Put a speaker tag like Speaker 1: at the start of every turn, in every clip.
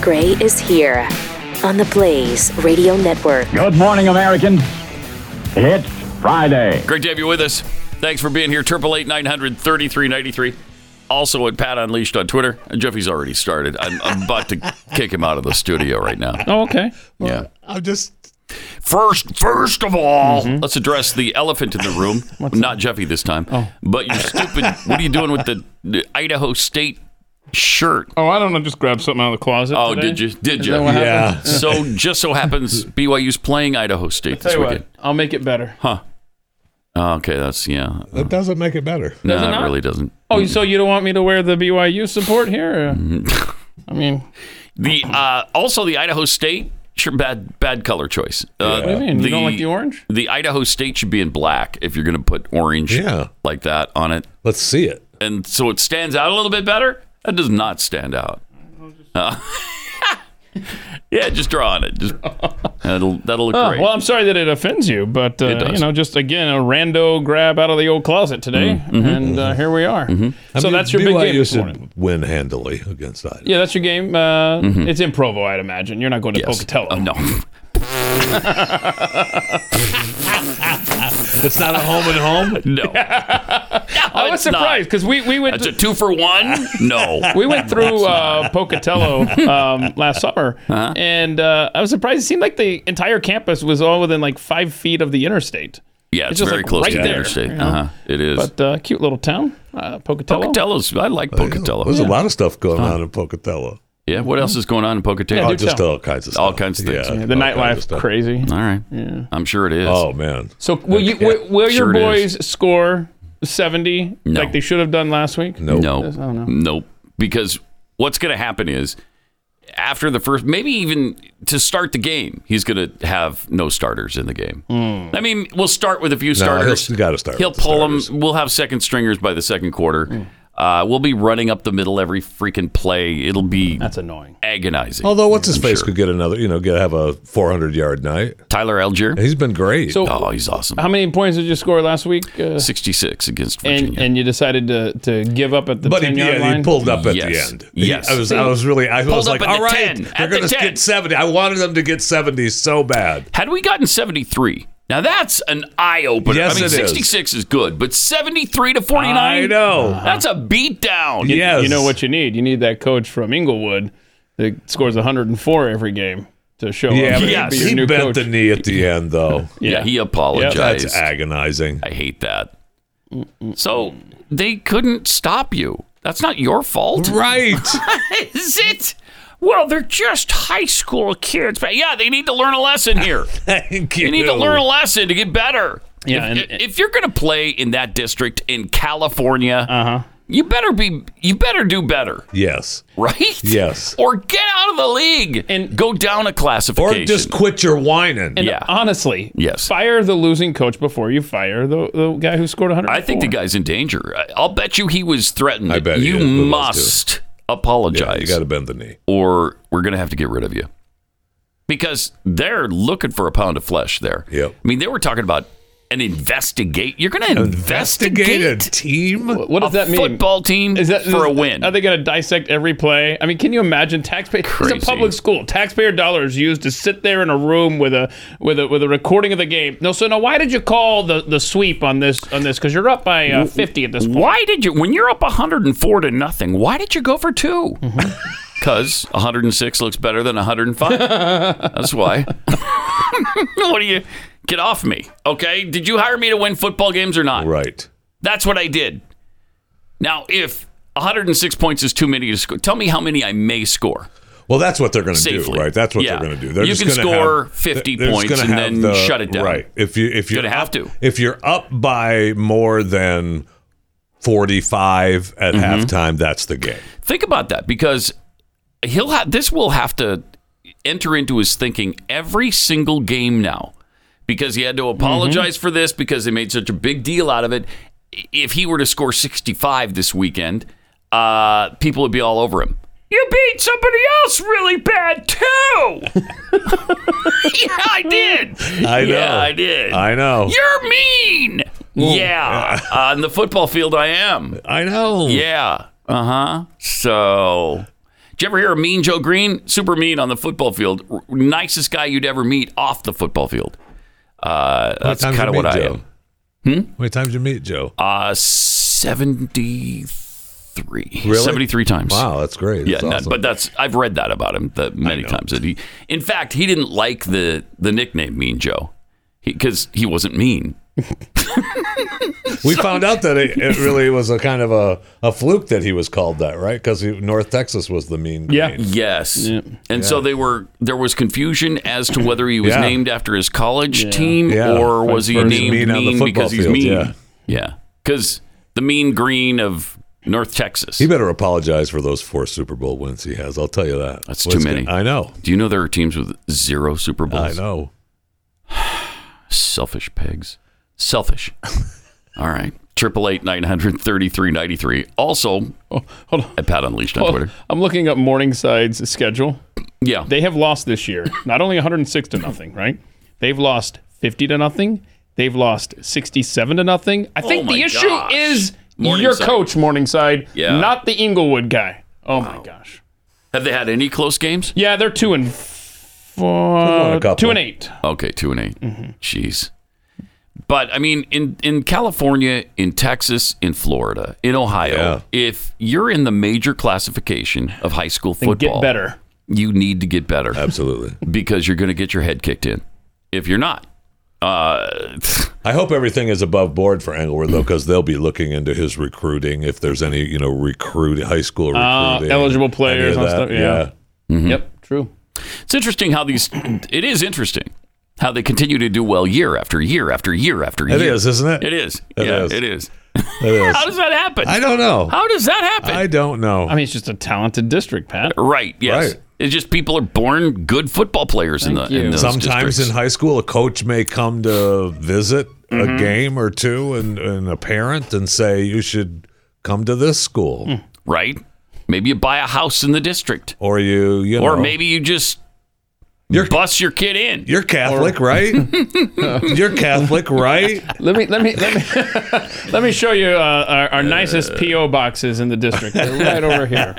Speaker 1: Gray is here on the Blaze Radio Network.
Speaker 2: Good morning, American. It's Friday.
Speaker 3: Great to have you with us. Thanks for being here. Triple eight nine hundred thirty three ninety three. Also at Pat Unleashed on Twitter. And Jeffy's already started. I'm, I'm about to kick him out of the studio right now.
Speaker 4: Oh, okay.
Speaker 3: Yeah.
Speaker 5: I'm just
Speaker 3: First, first of all,
Speaker 4: Mm-hmm.
Speaker 3: let's address the elephant in the room. Not Jeffy this time.
Speaker 4: Oh.
Speaker 3: But you're stupid. what are you doing with the, the Idaho State shirt?
Speaker 4: Oh, I don't know. Just grab something out of the closet.
Speaker 3: Oh,
Speaker 4: today.
Speaker 3: did you? Did
Speaker 4: Is
Speaker 3: you?
Speaker 4: that what happened?
Speaker 3: So just so happens BYU's playing Idaho State
Speaker 4: Tell
Speaker 3: this
Speaker 4: you
Speaker 3: weekend.
Speaker 4: what, I'll make it better.
Speaker 3: Oh, okay, that's yeah.
Speaker 5: that doesn't make it better.
Speaker 3: No,
Speaker 4: it
Speaker 3: it
Speaker 4: not?
Speaker 3: really doesn't.
Speaker 4: Oh, so you don't want me to wear the BYU support here? or- I mean,
Speaker 3: The uh, also the Idaho State sure bad bad color choice. Uh,
Speaker 4: what do you mean? you don't like the orange?
Speaker 3: The Idaho State should be in black if you're going to put orange
Speaker 5: Yeah.
Speaker 3: like that on it,
Speaker 5: Let's see it.
Speaker 3: and so it stands out a little bit better. That does not stand out. Uh, yeah, just draw on it. Just that'll that'll look
Speaker 4: Oh,
Speaker 3: great.
Speaker 4: well, I'm sorry that it offends you, but uh,
Speaker 3: does.
Speaker 4: you know, just again a rando grab out of the old closet today,
Speaker 3: Mm-hmm.
Speaker 4: and uh, here we are.
Speaker 5: I
Speaker 4: So
Speaker 5: mean,
Speaker 4: that's your big
Speaker 5: BYU
Speaker 4: game this
Speaker 5: should
Speaker 4: morning.
Speaker 5: win handily against Idaho.
Speaker 4: Yeah, that's your game. Uh, It's in Provo, I'd imagine. You're not going to
Speaker 3: Mm-hmm. Yes.
Speaker 4: Pocatello.
Speaker 3: Oh, no,
Speaker 5: It's not a home and home.
Speaker 3: no,
Speaker 4: I was
Speaker 3: it's not.
Speaker 4: surprised because we, we went
Speaker 3: that's a two for one. No,
Speaker 4: we went through uh, Pocatello um, last summer, and uh, I was surprised. It seemed like the entire campus was all within like five feet of the interstate.
Speaker 3: yeah, it's,
Speaker 4: It's just,
Speaker 3: very
Speaker 4: like,
Speaker 3: close
Speaker 4: right
Speaker 3: to the
Speaker 4: there,
Speaker 3: interstate.
Speaker 4: you know?
Speaker 3: Uh-huh. It is.
Speaker 4: But uh, cute little town, uh, Pocatello.
Speaker 3: Pocatello's. I like Pocatello.
Speaker 5: There's a lot of stuff going on in Pocatello.
Speaker 3: Yeah, what else is going on in Pocatello?
Speaker 5: Oh,
Speaker 4: do
Speaker 5: just
Speaker 4: tell.
Speaker 5: all kinds of stuff.
Speaker 3: All kinds of things. Yeah,
Speaker 4: The
Speaker 5: all kinds of
Speaker 4: nightlife
Speaker 5: stuff.
Speaker 4: crazy.
Speaker 3: All right. I'm sure it is.
Speaker 5: Oh man.
Speaker 4: So will you will, will
Speaker 3: Sure
Speaker 4: your
Speaker 3: it
Speaker 4: boys score seventy
Speaker 3: No.
Speaker 4: like they should have done last week?
Speaker 5: No.
Speaker 3: no.
Speaker 4: oh, no.
Speaker 3: Nope. Because what's going to happen is after the first, maybe even to start the game, he's going to have no starters in the game.
Speaker 4: Hmm.
Speaker 3: I mean, we'll start with a few starters.
Speaker 5: he'll- you gotta start
Speaker 3: He'll
Speaker 5: with the
Speaker 3: pull them.
Speaker 5: starters.
Speaker 3: We'll have second stringers by the second quarter.
Speaker 4: Hmm.
Speaker 3: Uh, we'll be running up the middle every freaking play. It'll be
Speaker 4: That's annoying.
Speaker 3: agonizing.
Speaker 5: Although what's his face
Speaker 3: sure.
Speaker 5: could get another, you know, get have a 400 yard night.
Speaker 3: Tyler Algier.
Speaker 5: He's been great.
Speaker 4: So
Speaker 3: Oh, he's awesome.
Speaker 4: how many points did you score last week? Uh,
Speaker 3: 66 against Virginia.
Speaker 4: and and you decided to, to give up at the
Speaker 5: but he,
Speaker 4: ten yard
Speaker 5: yeah,
Speaker 4: line.
Speaker 5: he pulled up at
Speaker 3: Yes.
Speaker 5: the end.
Speaker 3: Yes.
Speaker 5: He- I was, I was really, I was
Speaker 3: up
Speaker 5: like,
Speaker 3: at the
Speaker 5: all right,
Speaker 3: 10,
Speaker 5: they're
Speaker 3: at the
Speaker 5: going to
Speaker 3: 10.
Speaker 5: get 70. I wanted them to get 70 so bad.
Speaker 3: Had we gotten 73, now that's an eye opener.
Speaker 5: Yes,
Speaker 3: I mean,
Speaker 5: it is.
Speaker 3: 66 is. good, but 73 to 49?
Speaker 5: I know.
Speaker 3: That's a beatdown.
Speaker 5: yes.
Speaker 4: Uh, You know what you need. You need that coach from Inglewood that scores 104 every game to show
Speaker 5: Yeah,
Speaker 4: up.
Speaker 5: but
Speaker 4: and
Speaker 3: Yes.
Speaker 4: be your
Speaker 5: he
Speaker 4: new
Speaker 5: bent
Speaker 4: coach.
Speaker 5: the knee at the end, though.
Speaker 3: Yeah,
Speaker 4: Yeah.
Speaker 3: he
Speaker 5: That's
Speaker 3: apologized.
Speaker 5: agonizing.
Speaker 3: I hate that. So they couldn't stop you. That's not your fault.
Speaker 5: Right. Mm.
Speaker 3: Is it? Well, they're just high school kids. But yeah, they need to learn a lesson here.
Speaker 5: Thank you.
Speaker 3: You need to learn a lesson to get better.
Speaker 4: Yeah,
Speaker 3: If,
Speaker 4: and-
Speaker 3: if you're going to play in that district in California,
Speaker 5: Uh-huh.
Speaker 3: you better be you better do better,
Speaker 5: Yes.
Speaker 3: right?
Speaker 5: Yes.
Speaker 3: Or get out of the league and
Speaker 4: And-
Speaker 3: go down a
Speaker 5: Or
Speaker 3: classification.
Speaker 5: just quit your whining.
Speaker 4: And
Speaker 3: yeah.
Speaker 4: honestly,
Speaker 3: Yes.
Speaker 4: fire the losing coach before you fire the, the guy who scored 104.
Speaker 3: I think the guy's in danger. I- I'll bet you he was threatened.
Speaker 5: I bet he
Speaker 3: you
Speaker 5: is. We was, too.
Speaker 3: must
Speaker 5: Yeah,
Speaker 3: apologize,
Speaker 5: you got to bend the knee.
Speaker 3: or we're going to have to get rid of you because they're looking for a pound of flesh there.
Speaker 5: Yep.
Speaker 3: I mean, they were talking about an investigate. You're going to investigate.
Speaker 5: a team.
Speaker 4: What does
Speaker 3: a
Speaker 4: that mean?
Speaker 3: Football team
Speaker 4: Is that
Speaker 3: for a
Speaker 4: is-
Speaker 3: win.
Speaker 4: Are they going to dissect every play? I mean, can you imagine taxpayer?
Speaker 3: Crazy.
Speaker 4: It's a public school. Taxpayer dollars used to sit there in a room with a with a with a recording of the game. No, so now why did you call the, the sweep on this on this? Because you're up by uh, fifty at this point.
Speaker 3: why did you when you're up 104 to nothing? Why did you go for two?
Speaker 4: Mm-hmm.
Speaker 3: Because 106 looks better than 105. That's why. what do you get off me? Okay, did you hire me to win football games or not?
Speaker 5: Right.
Speaker 3: That's what I did. Now, if 106 points is too many to score, tell me how many I may score
Speaker 5: Well, that's what they're going to do,
Speaker 3: safely.
Speaker 5: right? That's what
Speaker 3: Yeah.
Speaker 5: they're going to do. They're
Speaker 3: You
Speaker 5: just
Speaker 3: can
Speaker 5: gonna
Speaker 3: score
Speaker 5: have-
Speaker 3: 50
Speaker 5: they're just
Speaker 3: points
Speaker 5: gonna
Speaker 3: and
Speaker 5: have
Speaker 3: then
Speaker 5: the-
Speaker 3: shut it down.
Speaker 5: Right. If you if you're
Speaker 3: Gonna have
Speaker 5: up-
Speaker 3: to.
Speaker 5: if you're up by more than 45 at
Speaker 3: Mm-hmm.
Speaker 5: halftime, that's the game.
Speaker 3: Think about that because he'll have this will have to enter into his thinking every single game now because he had to apologize for this because they made such a big deal out of it. If he were to score 65 this weekend, uh, people would be all over him. You beat somebody else really bad too. yeah, I did.
Speaker 5: I know.
Speaker 3: Yeah, I did.
Speaker 5: I know.
Speaker 3: You're mean. Yeah, on the football field I am.
Speaker 5: I know.
Speaker 3: Yeah. Uh huh. So, Did you ever hear of Mean Joe Green? Super mean on the football field. R- nicest guy you'd ever meet off the football field. Uh, that's
Speaker 5: times you
Speaker 3: kind of
Speaker 5: meet
Speaker 3: what I
Speaker 5: Joe?
Speaker 3: am.
Speaker 5: How many times you meet Joe?
Speaker 3: Uh, 73.
Speaker 5: Really?
Speaker 3: 73 times.
Speaker 5: wow, that's great. That's
Speaker 3: yeah, no,
Speaker 5: awesome.
Speaker 3: but that's I've read that about him that many times. That he, in fact, he didn't like the the nickname Mean Joe because he, wasn't mean.
Speaker 5: we found out that it, it really was a kind of a, a fluke that he was called that, right? Because North Texas was the mean.
Speaker 4: Yeah.
Speaker 5: green.
Speaker 3: Yes, and so they were. There was confusion as to whether he was
Speaker 5: Yeah.
Speaker 3: named after his college team
Speaker 5: Yeah.
Speaker 3: or was he
Speaker 5: versa.
Speaker 3: named
Speaker 5: Mean
Speaker 3: mean,
Speaker 5: on the
Speaker 3: because
Speaker 5: football
Speaker 3: he's
Speaker 5: field,
Speaker 3: mean.
Speaker 5: yeah.
Speaker 3: Yeah, because the mean green of North Texas.
Speaker 5: He better apologize for those four Super Bowl wins he has. I'll tell you that.
Speaker 3: That's
Speaker 5: Well,
Speaker 3: too
Speaker 5: it's
Speaker 3: many.
Speaker 5: gonna- I know.
Speaker 3: Do you know there are teams with zero Super
Speaker 5: I
Speaker 3: Bowls?
Speaker 5: know.
Speaker 3: Selfish pigs. Selfish. All right. Triple eight nine hundred thirty three ninety three. Also
Speaker 5: Oh.
Speaker 4: Hold on.
Speaker 3: at Pat Unleashed on Twitter.
Speaker 4: I'm looking up Morningside's schedule.
Speaker 3: Yeah.
Speaker 4: They have lost this year. Not only 106 to nothing, right? They've lost 50 to nothing. They've lost 67 to nothing. I think
Speaker 3: Oh my
Speaker 4: the issue
Speaker 3: gosh.
Speaker 4: is your
Speaker 3: Morningside.
Speaker 4: coach Morningside,
Speaker 3: Yeah.
Speaker 4: not the Inglewood guy. Oh my gosh.
Speaker 3: Have they had any close games?
Speaker 4: Yeah, they're two and
Speaker 5: won
Speaker 4: four,
Speaker 5: a couple.
Speaker 4: two and eight.
Speaker 3: Okay, two and 8
Speaker 4: Mm-hmm.
Speaker 3: Jeez. But I mean, in in California, in Texas, in Florida, in Ohio,
Speaker 5: Yeah.
Speaker 3: if you're in the major classification of high school
Speaker 4: Then
Speaker 3: football,
Speaker 4: get better.
Speaker 3: You need to get better.
Speaker 5: Absolutely.
Speaker 3: because you're going to get your head kicked in. If you're not, uh,
Speaker 5: I hope everything is above board for Englewood though, because they'll be looking into his recruiting if there's any, you know, recruit high school recruiting
Speaker 4: Uh, eligible
Speaker 5: any of
Speaker 4: players and
Speaker 5: that.
Speaker 4: stuff, yeah.
Speaker 3: Mm-hmm.
Speaker 4: Yep, true.
Speaker 3: it's interesting how these. It is interesting how they continue to do well year after year after year after
Speaker 5: It
Speaker 3: year.
Speaker 5: is, isn't it?
Speaker 3: It is.
Speaker 5: It
Speaker 3: yeah,
Speaker 5: is.
Speaker 3: it is.
Speaker 5: It is.
Speaker 3: How does that happen?
Speaker 5: I don't know.
Speaker 3: How does that happen?
Speaker 5: I don't know.
Speaker 4: I mean, it's just a talented district, Pat.
Speaker 3: right. Yes.
Speaker 5: Right.
Speaker 3: It's just people are born good football players in the
Speaker 4: you.
Speaker 3: in those
Speaker 5: Sometimes
Speaker 3: districts.
Speaker 5: in high school, a coach may come to visit a game or two and, and a parent and say, you should come to this school.
Speaker 3: right. Maybe you buy a house in the district,
Speaker 5: Or you, you know,
Speaker 3: or maybe you just
Speaker 5: You're-
Speaker 3: bust your kid in.
Speaker 5: you're Catholic, right? you're Catholic, right?
Speaker 4: Let me let me let me let me Uh, show you uh, our, our nicest PO boxes in the district. They're right over here.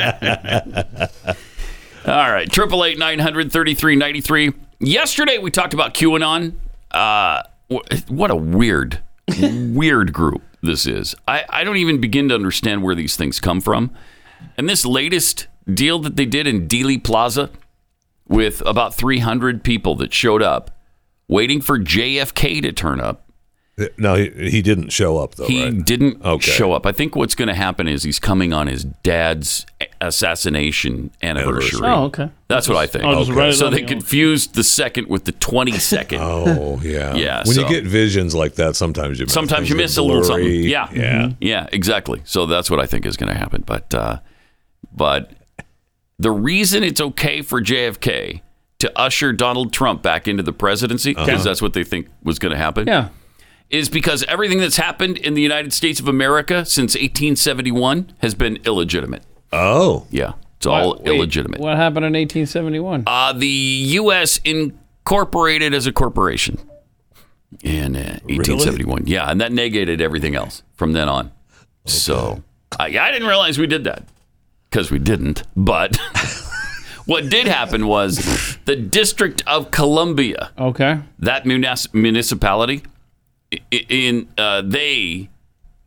Speaker 3: All right, triple eight nine hundred thirty three ninety three. Yesterday we talked about QAnon. Uh, wh- what a weird, weird group this is. I, I don't even begin to understand where these things come from. And this latest deal that they did in Dealey Plaza with about three hundred people that showed up, waiting for JFK to turn up.
Speaker 5: No, he, he didn't show up though.
Speaker 3: He
Speaker 5: right?
Speaker 3: didn't
Speaker 5: Okay.
Speaker 3: show up. I think what's going to happen is he's coming on his dad's assassination anniversary.
Speaker 4: Oh, okay.
Speaker 3: That's what I think.
Speaker 4: I'll just write it
Speaker 3: So
Speaker 4: on
Speaker 3: they
Speaker 4: the-
Speaker 3: confused the second with the 22nd.
Speaker 5: Oh yeah.
Speaker 3: Yeah,
Speaker 5: When
Speaker 3: so-
Speaker 5: you get visions like that, sometimes you miss
Speaker 3: Sometimes you
Speaker 5: things.
Speaker 3: miss
Speaker 5: They're
Speaker 3: a little
Speaker 5: blurry.
Speaker 3: something. Yeah. Mm-hmm.
Speaker 5: Yeah.
Speaker 3: Yeah, exactly. So that's what I think is going to happen. But, uh, but the reason it's okay for JFK to usher Donald Trump back into the presidency,
Speaker 4: Uh-huh.
Speaker 3: because that's what they think was going to happen,
Speaker 4: Yeah.
Speaker 3: is because everything that's happened in the United States of America since 1871 has been illegitimate.
Speaker 5: Oh.
Speaker 3: Yeah. It's all
Speaker 4: Wait,
Speaker 3: illegitimate.
Speaker 4: What happened in 1871?
Speaker 3: Uh, the U.S. incorporated as a corporation in uh, 1871. Yeah, and that negated everything else from then on. So I, I didn't realize we did that because we didn't. But what did happen was the District of Columbia,
Speaker 4: Okay.
Speaker 3: that munis- municipality, i- i- in uh, they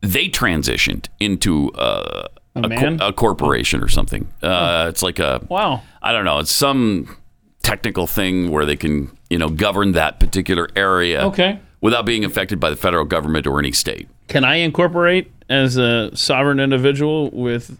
Speaker 3: they transitioned into uh, a,
Speaker 4: man?
Speaker 3: a corporation or something. Uh, It's like a
Speaker 4: Wow.
Speaker 3: I don't know. It's some technical thing where they can, you know, govern that particular area
Speaker 4: Okay.
Speaker 3: without being affected by the federal government or any state.
Speaker 4: Can I incorporate as a sovereign individual with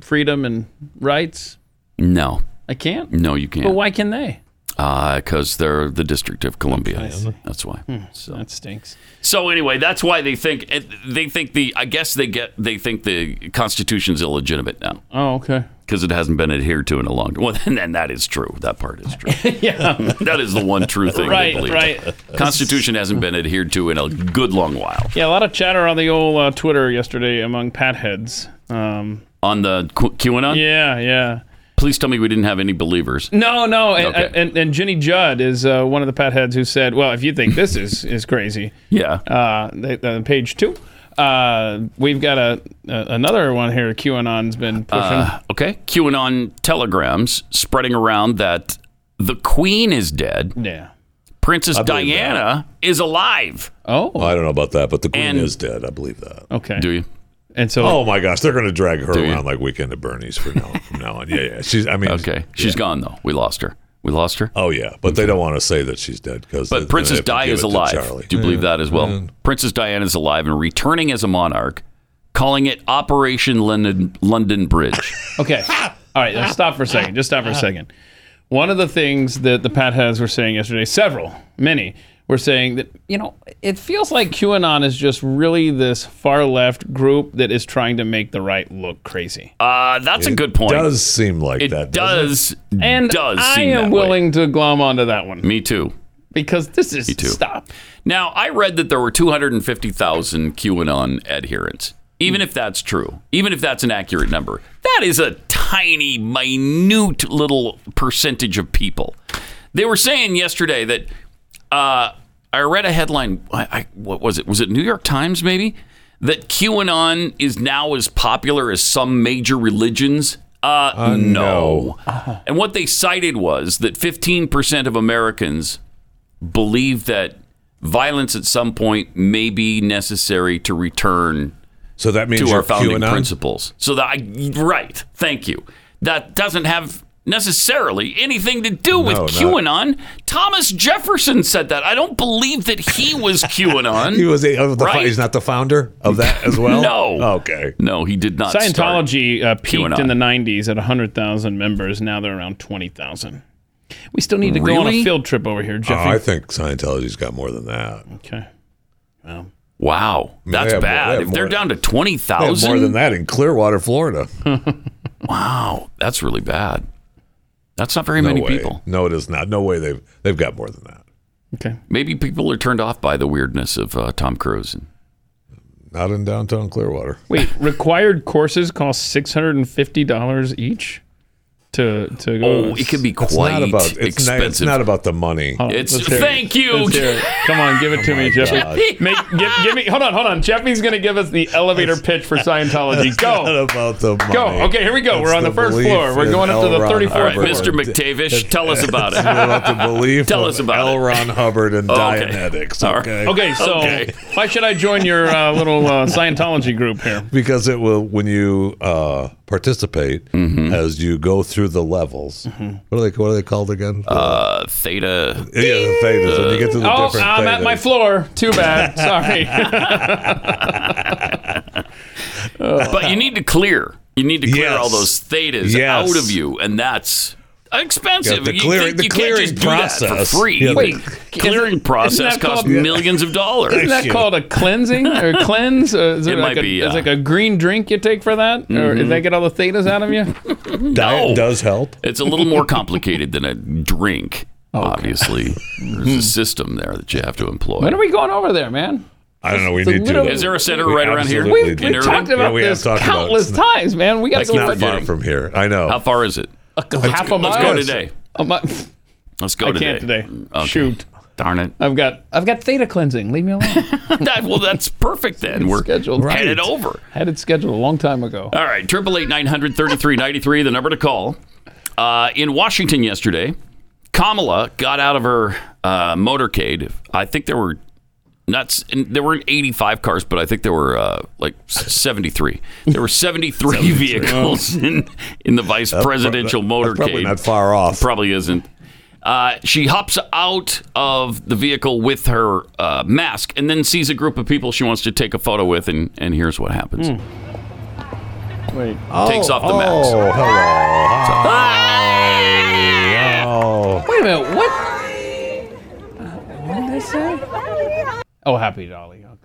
Speaker 4: freedom and rights?
Speaker 3: No,
Speaker 4: I can't.
Speaker 3: no, you
Speaker 4: But
Speaker 3: can't.
Speaker 4: why can they?
Speaker 3: Because they're the District of Columbia. That's why.
Speaker 4: Hmm.
Speaker 3: So.
Speaker 4: That stinks.
Speaker 3: so anyway, that's why they think eh, they think the. I guess they get they think the Constitution's illegitimate now
Speaker 4: Oh, okay.
Speaker 3: because it hasn't been adhered to in a long. Well, and, and that is true. That part is true.
Speaker 4: Yeah.
Speaker 3: that is the one true thing.
Speaker 4: right.
Speaker 3: They believe.
Speaker 4: Right.
Speaker 3: Constitution hasn't been adhered to in a good long while.
Speaker 4: Yeah. A lot of chatter on the old uh, Twitter yesterday among pat heads. Um,
Speaker 3: On the Q- QAnon.
Speaker 4: yeah. Yeah.
Speaker 3: Please tell me we didn't have any believers.
Speaker 4: No, no, and,
Speaker 3: Okay.
Speaker 4: and and Ginny Judd is uh, one of the pat heads who said, "Well, if you think this is is crazy,
Speaker 3: Yeah.
Speaker 4: uh, they, uh, page two, Uh, we've got a, a another one here. QAnon's been pushing.
Speaker 3: Uh, Okay. QAnon telegrams spreading around that the Queen is dead,
Speaker 4: yeah.
Speaker 3: Princess
Speaker 5: believe
Speaker 3: Diana is alive.
Speaker 5: Well,
Speaker 4: Oh.
Speaker 5: I don't know about that, but the queen
Speaker 3: And-
Speaker 5: is dead. I believe that.
Speaker 4: Okay.
Speaker 3: Do you?
Speaker 4: And so.
Speaker 5: Oh my gosh, they're going to drag her
Speaker 3: Do you?
Speaker 5: around like Weekend at Bernie's for now from now on. Yeah, yeah. She's. I mean,
Speaker 3: Okay. she's gone though. We lost her. We lost her.
Speaker 5: Oh yeah, but they don't want to say that she's dead because.
Speaker 3: But Princess Di is alive. Do you believe that as well? Princess Diana is alive and returning as a monarch, calling it Operation London London Bridge.
Speaker 4: Okay. All right. Let's stop for a second. Just stop for a
Speaker 3: Uh-huh.
Speaker 4: second. One of the things that the Pat has were saying yesterday, several, many, were saying that, you know, it feels like QAnon is just really this far left group that is trying to make the right look crazy.
Speaker 3: Uh, that's a good point.
Speaker 5: Does seem like
Speaker 3: it
Speaker 5: that? doesn't
Speaker 3: does
Speaker 4: and
Speaker 3: does
Speaker 4: I
Speaker 3: seem
Speaker 4: am
Speaker 3: that way.
Speaker 4: willing to glom onto that one
Speaker 3: Me too.
Speaker 4: because this is
Speaker 3: too.
Speaker 4: stop.
Speaker 3: Now, I read that there were 250,000 QAnon adherents. Even if that's true, even if that's an accurate number, that is a tiny, minute little percentage of people. They were saying yesterday that uh, I read a headline. I, I, what was it? Was it New York Times maybe? That QAnon is now as popular as some major religions. Uh, no. And what they cited was that 15% of Americans believe that violence at some point may be necessary to return
Speaker 5: So that means
Speaker 3: to
Speaker 5: you're
Speaker 3: our founding
Speaker 5: QAnon?
Speaker 3: principles. So that I right, thank you. That doesn't have necessarily anything to do with
Speaker 5: No, not-
Speaker 3: QAnon. Thomas Jefferson said that. I don't believe that he was QAnon.
Speaker 5: He was a, of the,
Speaker 3: Right.
Speaker 5: He's not the founder of that as well.
Speaker 3: No.
Speaker 5: Okay.
Speaker 3: no, he did not. start.
Speaker 4: Scientology uh, peaked
Speaker 3: QAnon.
Speaker 4: in the 90s at 100,000 members. Now they're around 20,000. We still need to go on
Speaker 3: Really? Uh,
Speaker 4: a field trip over here,
Speaker 5: Oh, I
Speaker 4: Jeffy.
Speaker 5: think Scientology's got more than that.
Speaker 3: Oh,
Speaker 4: okay.
Speaker 3: Wow, that's
Speaker 5: They have- they
Speaker 3: bad.
Speaker 5: have
Speaker 3: if they're
Speaker 5: more-
Speaker 3: down to twenty
Speaker 5: They have more than
Speaker 3: thousand,
Speaker 5: that in Clearwater, Florida.
Speaker 3: wow, that's really bad. That's not very
Speaker 5: No
Speaker 3: many
Speaker 5: way.
Speaker 3: people.
Speaker 5: No, it is not. No way. They've they've got more than that.
Speaker 4: Okay.
Speaker 3: Maybe people are turned off by the weirdness of uh, Tom Cruise. And
Speaker 5: Not in downtown Clearwater.
Speaker 4: Wait, required courses cost six hundred and fifty dollars each to to go.
Speaker 3: Oh, it could be quite
Speaker 5: It's not about. It's not, it's
Speaker 3: expensive.
Speaker 5: not about the money.
Speaker 3: It's-
Speaker 4: Let's hear it.
Speaker 3: thank you. Oh
Speaker 4: Let's hear it. Come on, give it to me, Jeffy. Make, give, give me. Hold on, hold on. Jeffy's gonna give us the elevator pitch for Scientology.
Speaker 5: Not
Speaker 4: Go.
Speaker 5: about the money.
Speaker 4: Go. Okay, here we go.
Speaker 5: It's
Speaker 4: We're on the first
Speaker 5: belief
Speaker 4: floor. We're
Speaker 5: in
Speaker 4: going up to
Speaker 5: L.
Speaker 4: the
Speaker 5: Ron
Speaker 4: 34th
Speaker 3: All right,
Speaker 5: Hubbard.
Speaker 3: Mr. McTavish, tell us about
Speaker 5: It's
Speaker 3: it.
Speaker 5: about the belief
Speaker 3: Tell
Speaker 5: of
Speaker 3: us about
Speaker 5: L.
Speaker 3: it.
Speaker 5: Ron Hubbard
Speaker 4: Oh,
Speaker 5: and
Speaker 3: Okay.
Speaker 5: Dianetics.
Speaker 3: All right.
Speaker 5: Okay.
Speaker 4: Okay, so
Speaker 3: Okay.
Speaker 4: why should I join your uh, little uh, Scientology group here?
Speaker 5: because it will when you uh, participate
Speaker 4: Mm-hmm.
Speaker 5: as you go through the levels. What are they? What are they called again?
Speaker 3: Uh, theta.
Speaker 5: yeah, the thetas. when you get to the
Speaker 4: Oh,
Speaker 5: different
Speaker 4: I'm at my
Speaker 5: thetas.
Speaker 4: floor. Too bad. Sorry.
Speaker 3: But you need to clear. You need to clear
Speaker 5: Yes.
Speaker 3: all those thetas
Speaker 5: Yes.
Speaker 3: out of you, and that's
Speaker 5: Yeah,
Speaker 3: expensive.
Speaker 5: the
Speaker 3: you
Speaker 5: clearing-
Speaker 3: think
Speaker 5: the
Speaker 3: you
Speaker 5: clearing
Speaker 3: can't just do that
Speaker 5: process.
Speaker 3: for free.
Speaker 5: Yeah, the-
Speaker 4: Wait,
Speaker 3: clearing
Speaker 4: isn't-
Speaker 3: process
Speaker 4: isn't that
Speaker 3: costs
Speaker 4: called-
Speaker 3: millions of dollars.
Speaker 4: Isn't that
Speaker 5: you.
Speaker 4: called a cleansing or cleanse? Or is there
Speaker 3: It
Speaker 4: like
Speaker 3: might
Speaker 4: a,
Speaker 3: be,
Speaker 4: is
Speaker 3: uh,
Speaker 4: like a green drink you take for that, or
Speaker 5: Mm-hmm.
Speaker 4: did they get all the thetas out of you?
Speaker 5: Diet
Speaker 3: No.
Speaker 5: does help.
Speaker 3: It's a little more complicated than a drink. Obviously, there's a system there that you have to employ.
Speaker 4: When are we going over there, man?
Speaker 5: I don't know. We
Speaker 4: It's a
Speaker 5: need
Speaker 4: little-
Speaker 5: to.
Speaker 3: Is there a center
Speaker 5: We
Speaker 3: right around here?
Speaker 5: absolutely
Speaker 4: We've,
Speaker 5: do.
Speaker 3: In
Speaker 4: we've
Speaker 3: Irving?
Speaker 4: talked
Speaker 5: Yeah,
Speaker 4: about
Speaker 5: we have
Speaker 4: this
Speaker 5: talked about it.
Speaker 4: countless
Speaker 5: It's
Speaker 4: times, man. We got to
Speaker 5: It's
Speaker 4: go
Speaker 5: not
Speaker 4: over
Speaker 5: far
Speaker 4: there.
Speaker 5: from here. I know.
Speaker 3: How far is it?
Speaker 4: half a mile.
Speaker 3: Let's go today.
Speaker 4: A mi-
Speaker 3: Let's go
Speaker 4: Oh, I
Speaker 3: today.
Speaker 4: can't today. Shoot,
Speaker 3: Darn it.
Speaker 4: I've got I've got theta cleansing. Leave me alone.
Speaker 3: That- well, that's perfect then. We're
Speaker 4: scheduled.
Speaker 3: headed
Speaker 4: Right.
Speaker 3: over.
Speaker 4: Had it scheduled a long time ago.
Speaker 3: All right, triple eight nine hundred thirty three ninety three, the number to call. Uh, in Washington yesterday, Kamala got out of her uh, motorcade. I think there were nuts. And there weren't eighty five cars, but I think there were uh, like seventy three. There were seventy three vehicles in in the vice presidential
Speaker 5: That's
Speaker 3: motorcade.
Speaker 5: Probably not far off.
Speaker 3: Probably isn't. Uh, she hops out of the vehicle with her uh, mask and then sees a group of people she wants to take a photo with, and, and here's what happens.
Speaker 4: Hmm. Wait,
Speaker 3: Takes off the
Speaker 5: oh,
Speaker 3: mask.
Speaker 5: Oh, hello.
Speaker 3: Ah!
Speaker 5: Oh,
Speaker 4: wait a minute. What? Uh, What did they say? Oh, happy dolly. Oh,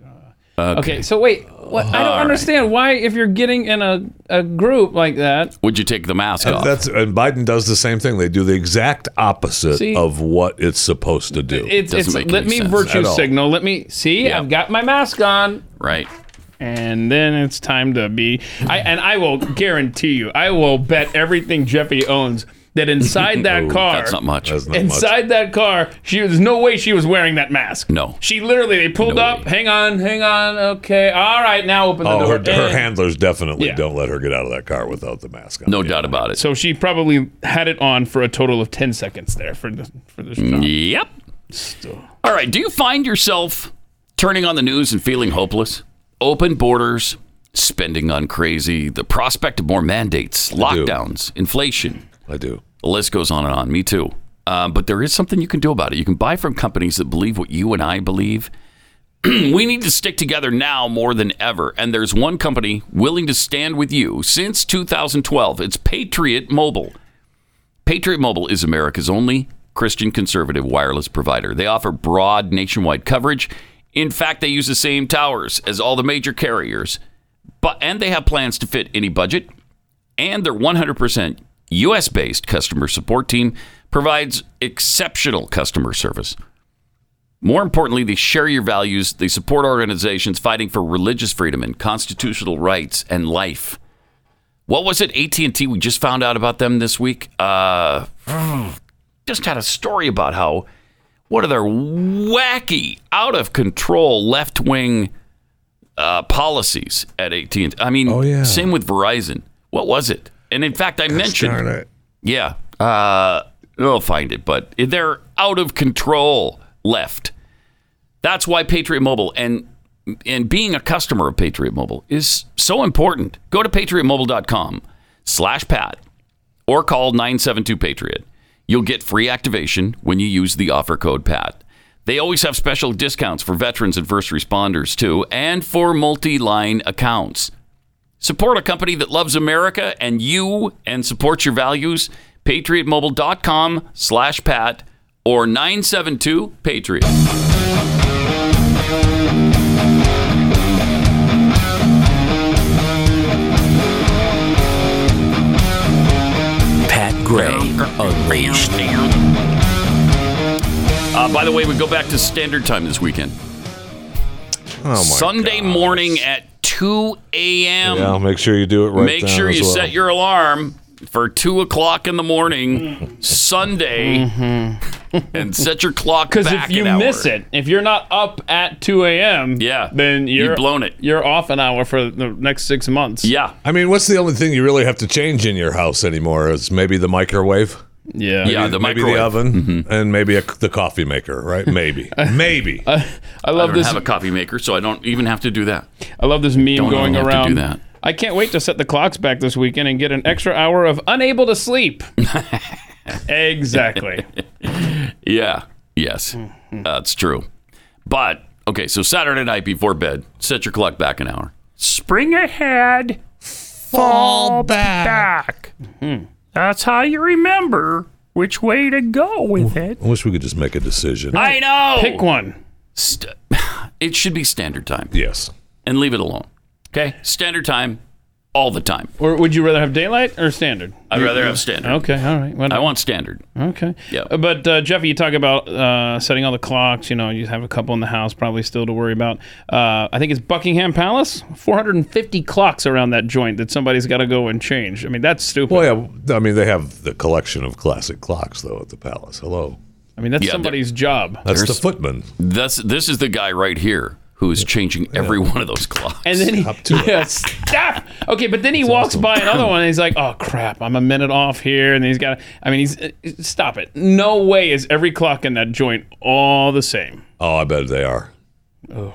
Speaker 4: God. Okay. so wait, what, I don't understand why if you're getting in a, a group like that,
Speaker 3: Would you take the mask off?
Speaker 5: That's and Biden does the same thing. They do the exact opposite
Speaker 4: See?
Speaker 5: of what it's supposed to do.
Speaker 4: it's,
Speaker 3: Doesn't
Speaker 4: it's
Speaker 3: make
Speaker 4: let
Speaker 3: any
Speaker 4: me
Speaker 3: sense
Speaker 4: virtue
Speaker 5: at all.
Speaker 4: signal. Let me see.
Speaker 3: Yeah.
Speaker 4: I've got my mask on,
Speaker 3: right.
Speaker 4: and then it's time to be. I and I will guarantee you, I will bet everything Jeffy owns that inside that
Speaker 3: Ooh,
Speaker 4: car,
Speaker 3: That's not much.
Speaker 5: That's not much.
Speaker 4: inside that car, she there's no way she was wearing that mask.
Speaker 3: No.
Speaker 4: she literally they pulled
Speaker 3: No
Speaker 4: up.
Speaker 3: way.
Speaker 4: Hang on, hang on. Okay, all right, now open the
Speaker 5: Oh,
Speaker 4: door.
Speaker 5: her, her
Speaker 4: Eh.
Speaker 5: handlers definitely
Speaker 4: Yeah.
Speaker 5: don't let her get out of that car without the mask on.
Speaker 3: no doubt about it.
Speaker 4: So she probably had it on for a total of ten seconds there for the for the shot.
Speaker 3: Yep. All right. Do you find yourself turning on the news and feeling hopeless? Open borders, spending on crazy, the prospect of more mandates, lockdowns, inflation.
Speaker 5: I do.
Speaker 3: The list goes on and on. Me too. Um, but there is something you can do about it. You can buy from companies that believe what you and I believe. we need to stick together now more than ever. And there's one company willing to stand with you since 2012. It's Patriot Mobile. Patriot Mobile is America's only Christian conservative wireless provider. They offer broad nationwide coverage. In fact, they use the same towers as all the major carriers. But and they have plans to fit any budget and their 100% US based customer support team provides exceptional customer service. More importantly, they share your values, they support organizations fighting for religious freedom and constitutional rights and life. What was it? AT&T, we just found out about them this week. Uh, just had a story about how one of their wacky, out of control left-wing uh, policies at AT&T. I mean,
Speaker 5: Oh, yeah.
Speaker 3: same with Verizon. What was it? And in fact, I mentioned
Speaker 5: Darn it.
Speaker 3: yeah. Uh, they'll find it, but they're out of control left. That's why Patriot Mobile and and being a customer of Patriot Mobile is so important. Go to patriotmobile.com slash pat or call 972 Patriot. You'll get free activation when you use the offer code PAT. They always have special discounts for veterans and first responders, too, and for multi line accounts. Support a company that loves America and you and supports your values. PatriotMobile.com slash Pat or 972 Patriot.
Speaker 6: Pat Gray Unleashed.
Speaker 3: Uh, by the way, we go back to standard time this weekend.
Speaker 5: Oh
Speaker 3: Sunday morning at 2 a.m.
Speaker 5: Yeah, make sure you do it right.
Speaker 3: Make sure you set your alarm for 2 o'clock in the morning Sunday and set your clock
Speaker 4: Mm-hmm. Because
Speaker 3: back
Speaker 4: if you
Speaker 3: an hour.
Speaker 4: miss it, if you're not up at 2 a.m.,
Speaker 3: Yeah.
Speaker 4: then
Speaker 3: You've
Speaker 4: you're
Speaker 3: blown it.
Speaker 4: You're off an hour for the next six months.
Speaker 3: Yeah.
Speaker 5: I mean, what's the only thing you really have to change in your house anymore? Is maybe the microwave,
Speaker 4: yeah.
Speaker 3: Yeah, Uh, the
Speaker 5: maybe
Speaker 3: microwave. Mm-hmm.
Speaker 5: the oven, and maybe a, the coffee maker, right? Maybe, maybe.
Speaker 4: I
Speaker 3: I
Speaker 4: love
Speaker 3: don't
Speaker 4: this.
Speaker 3: have a coffee maker, so I don't even have to do that.
Speaker 4: I love this meme
Speaker 3: Don't
Speaker 4: going
Speaker 3: have to
Speaker 4: around.
Speaker 3: do that.
Speaker 4: I can't wait to set the clocks back this weekend and get an extra hour of unable to sleep. exactly.
Speaker 3: Yeah. Yes.
Speaker 4: Mm-hmm.
Speaker 3: That's true. But okay, so Saturday night before bed, set your clock back an hour. Spring ahead, fall back. That's how you remember which way to go with it.
Speaker 5: I wish we could just make a decision.
Speaker 3: I know.
Speaker 4: Pick one.
Speaker 3: St- it should be standard time
Speaker 5: yes.
Speaker 3: and leave it alone. Okay? Standard time all the time.
Speaker 4: Or would you rather have daylight or standard?
Speaker 3: I'd rather have standard.
Speaker 4: Okay, all right. Well,
Speaker 3: I want standard.
Speaker 4: Okay.
Speaker 3: Yeah.
Speaker 4: Uh, But uh, Jeffy, you talk about uh, setting all the clocks. You know, you have a couple in the house probably still to worry about. Uh, I think it's Buckingham Palace. 450 clocks around that joint that somebody's got to go and change. I mean, that's stupid.
Speaker 5: Well, yeah. I mean, they have the collection of classic clocks though at the palace. Hello,
Speaker 4: I mean, that's
Speaker 3: Yeah,
Speaker 4: somebody's job.
Speaker 5: that's the footman.
Speaker 3: This this is the guy right here who is changing every one of those clocks.
Speaker 4: And then he, yeah, stop. Okay, but then he walks by another one and he's like, "Oh crap, I'm a minute off here." And he's got. I mean, he's uh, stop it. No way is every clock in that joint all the same.
Speaker 5: Oh, I bet they are.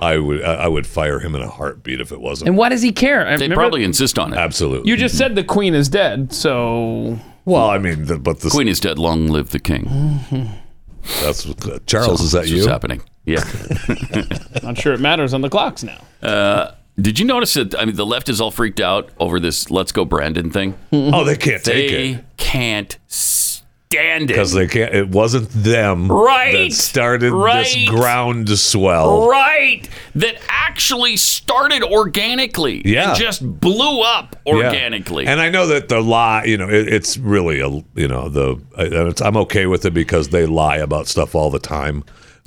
Speaker 5: I would, I I would fire him in a heartbeat if it wasn't.
Speaker 4: And why does he care? I
Speaker 3: they
Speaker 4: remember-
Speaker 3: probably insist on it.
Speaker 5: Absolutely.
Speaker 4: You just said the queen is dead, so
Speaker 5: well, I mean, the, but this,
Speaker 3: Queen is dead. Long live the king.
Speaker 5: that's what- uh, Charles. is that
Speaker 3: That's what's
Speaker 5: you?
Speaker 3: happening. Yeah.
Speaker 4: not sure it matters on the clocks now.
Speaker 3: Did you notice that? I mean, the left is all freaked out over this "Let's go, Brandon" thing.
Speaker 5: Oh, they can't take it.
Speaker 3: They can't stand
Speaker 5: because
Speaker 3: it.
Speaker 5: they can't. It wasn't them
Speaker 3: Right.
Speaker 5: that started
Speaker 3: Right.
Speaker 5: this ground swell.
Speaker 3: Right, that actually started organically.
Speaker 5: Yeah.
Speaker 3: and just blew up
Speaker 5: Yeah.
Speaker 3: organically.
Speaker 5: and I know that the lie. You know, it, it's really a you know the I- and it's, I'm okay with it because they lie about stuff all the time.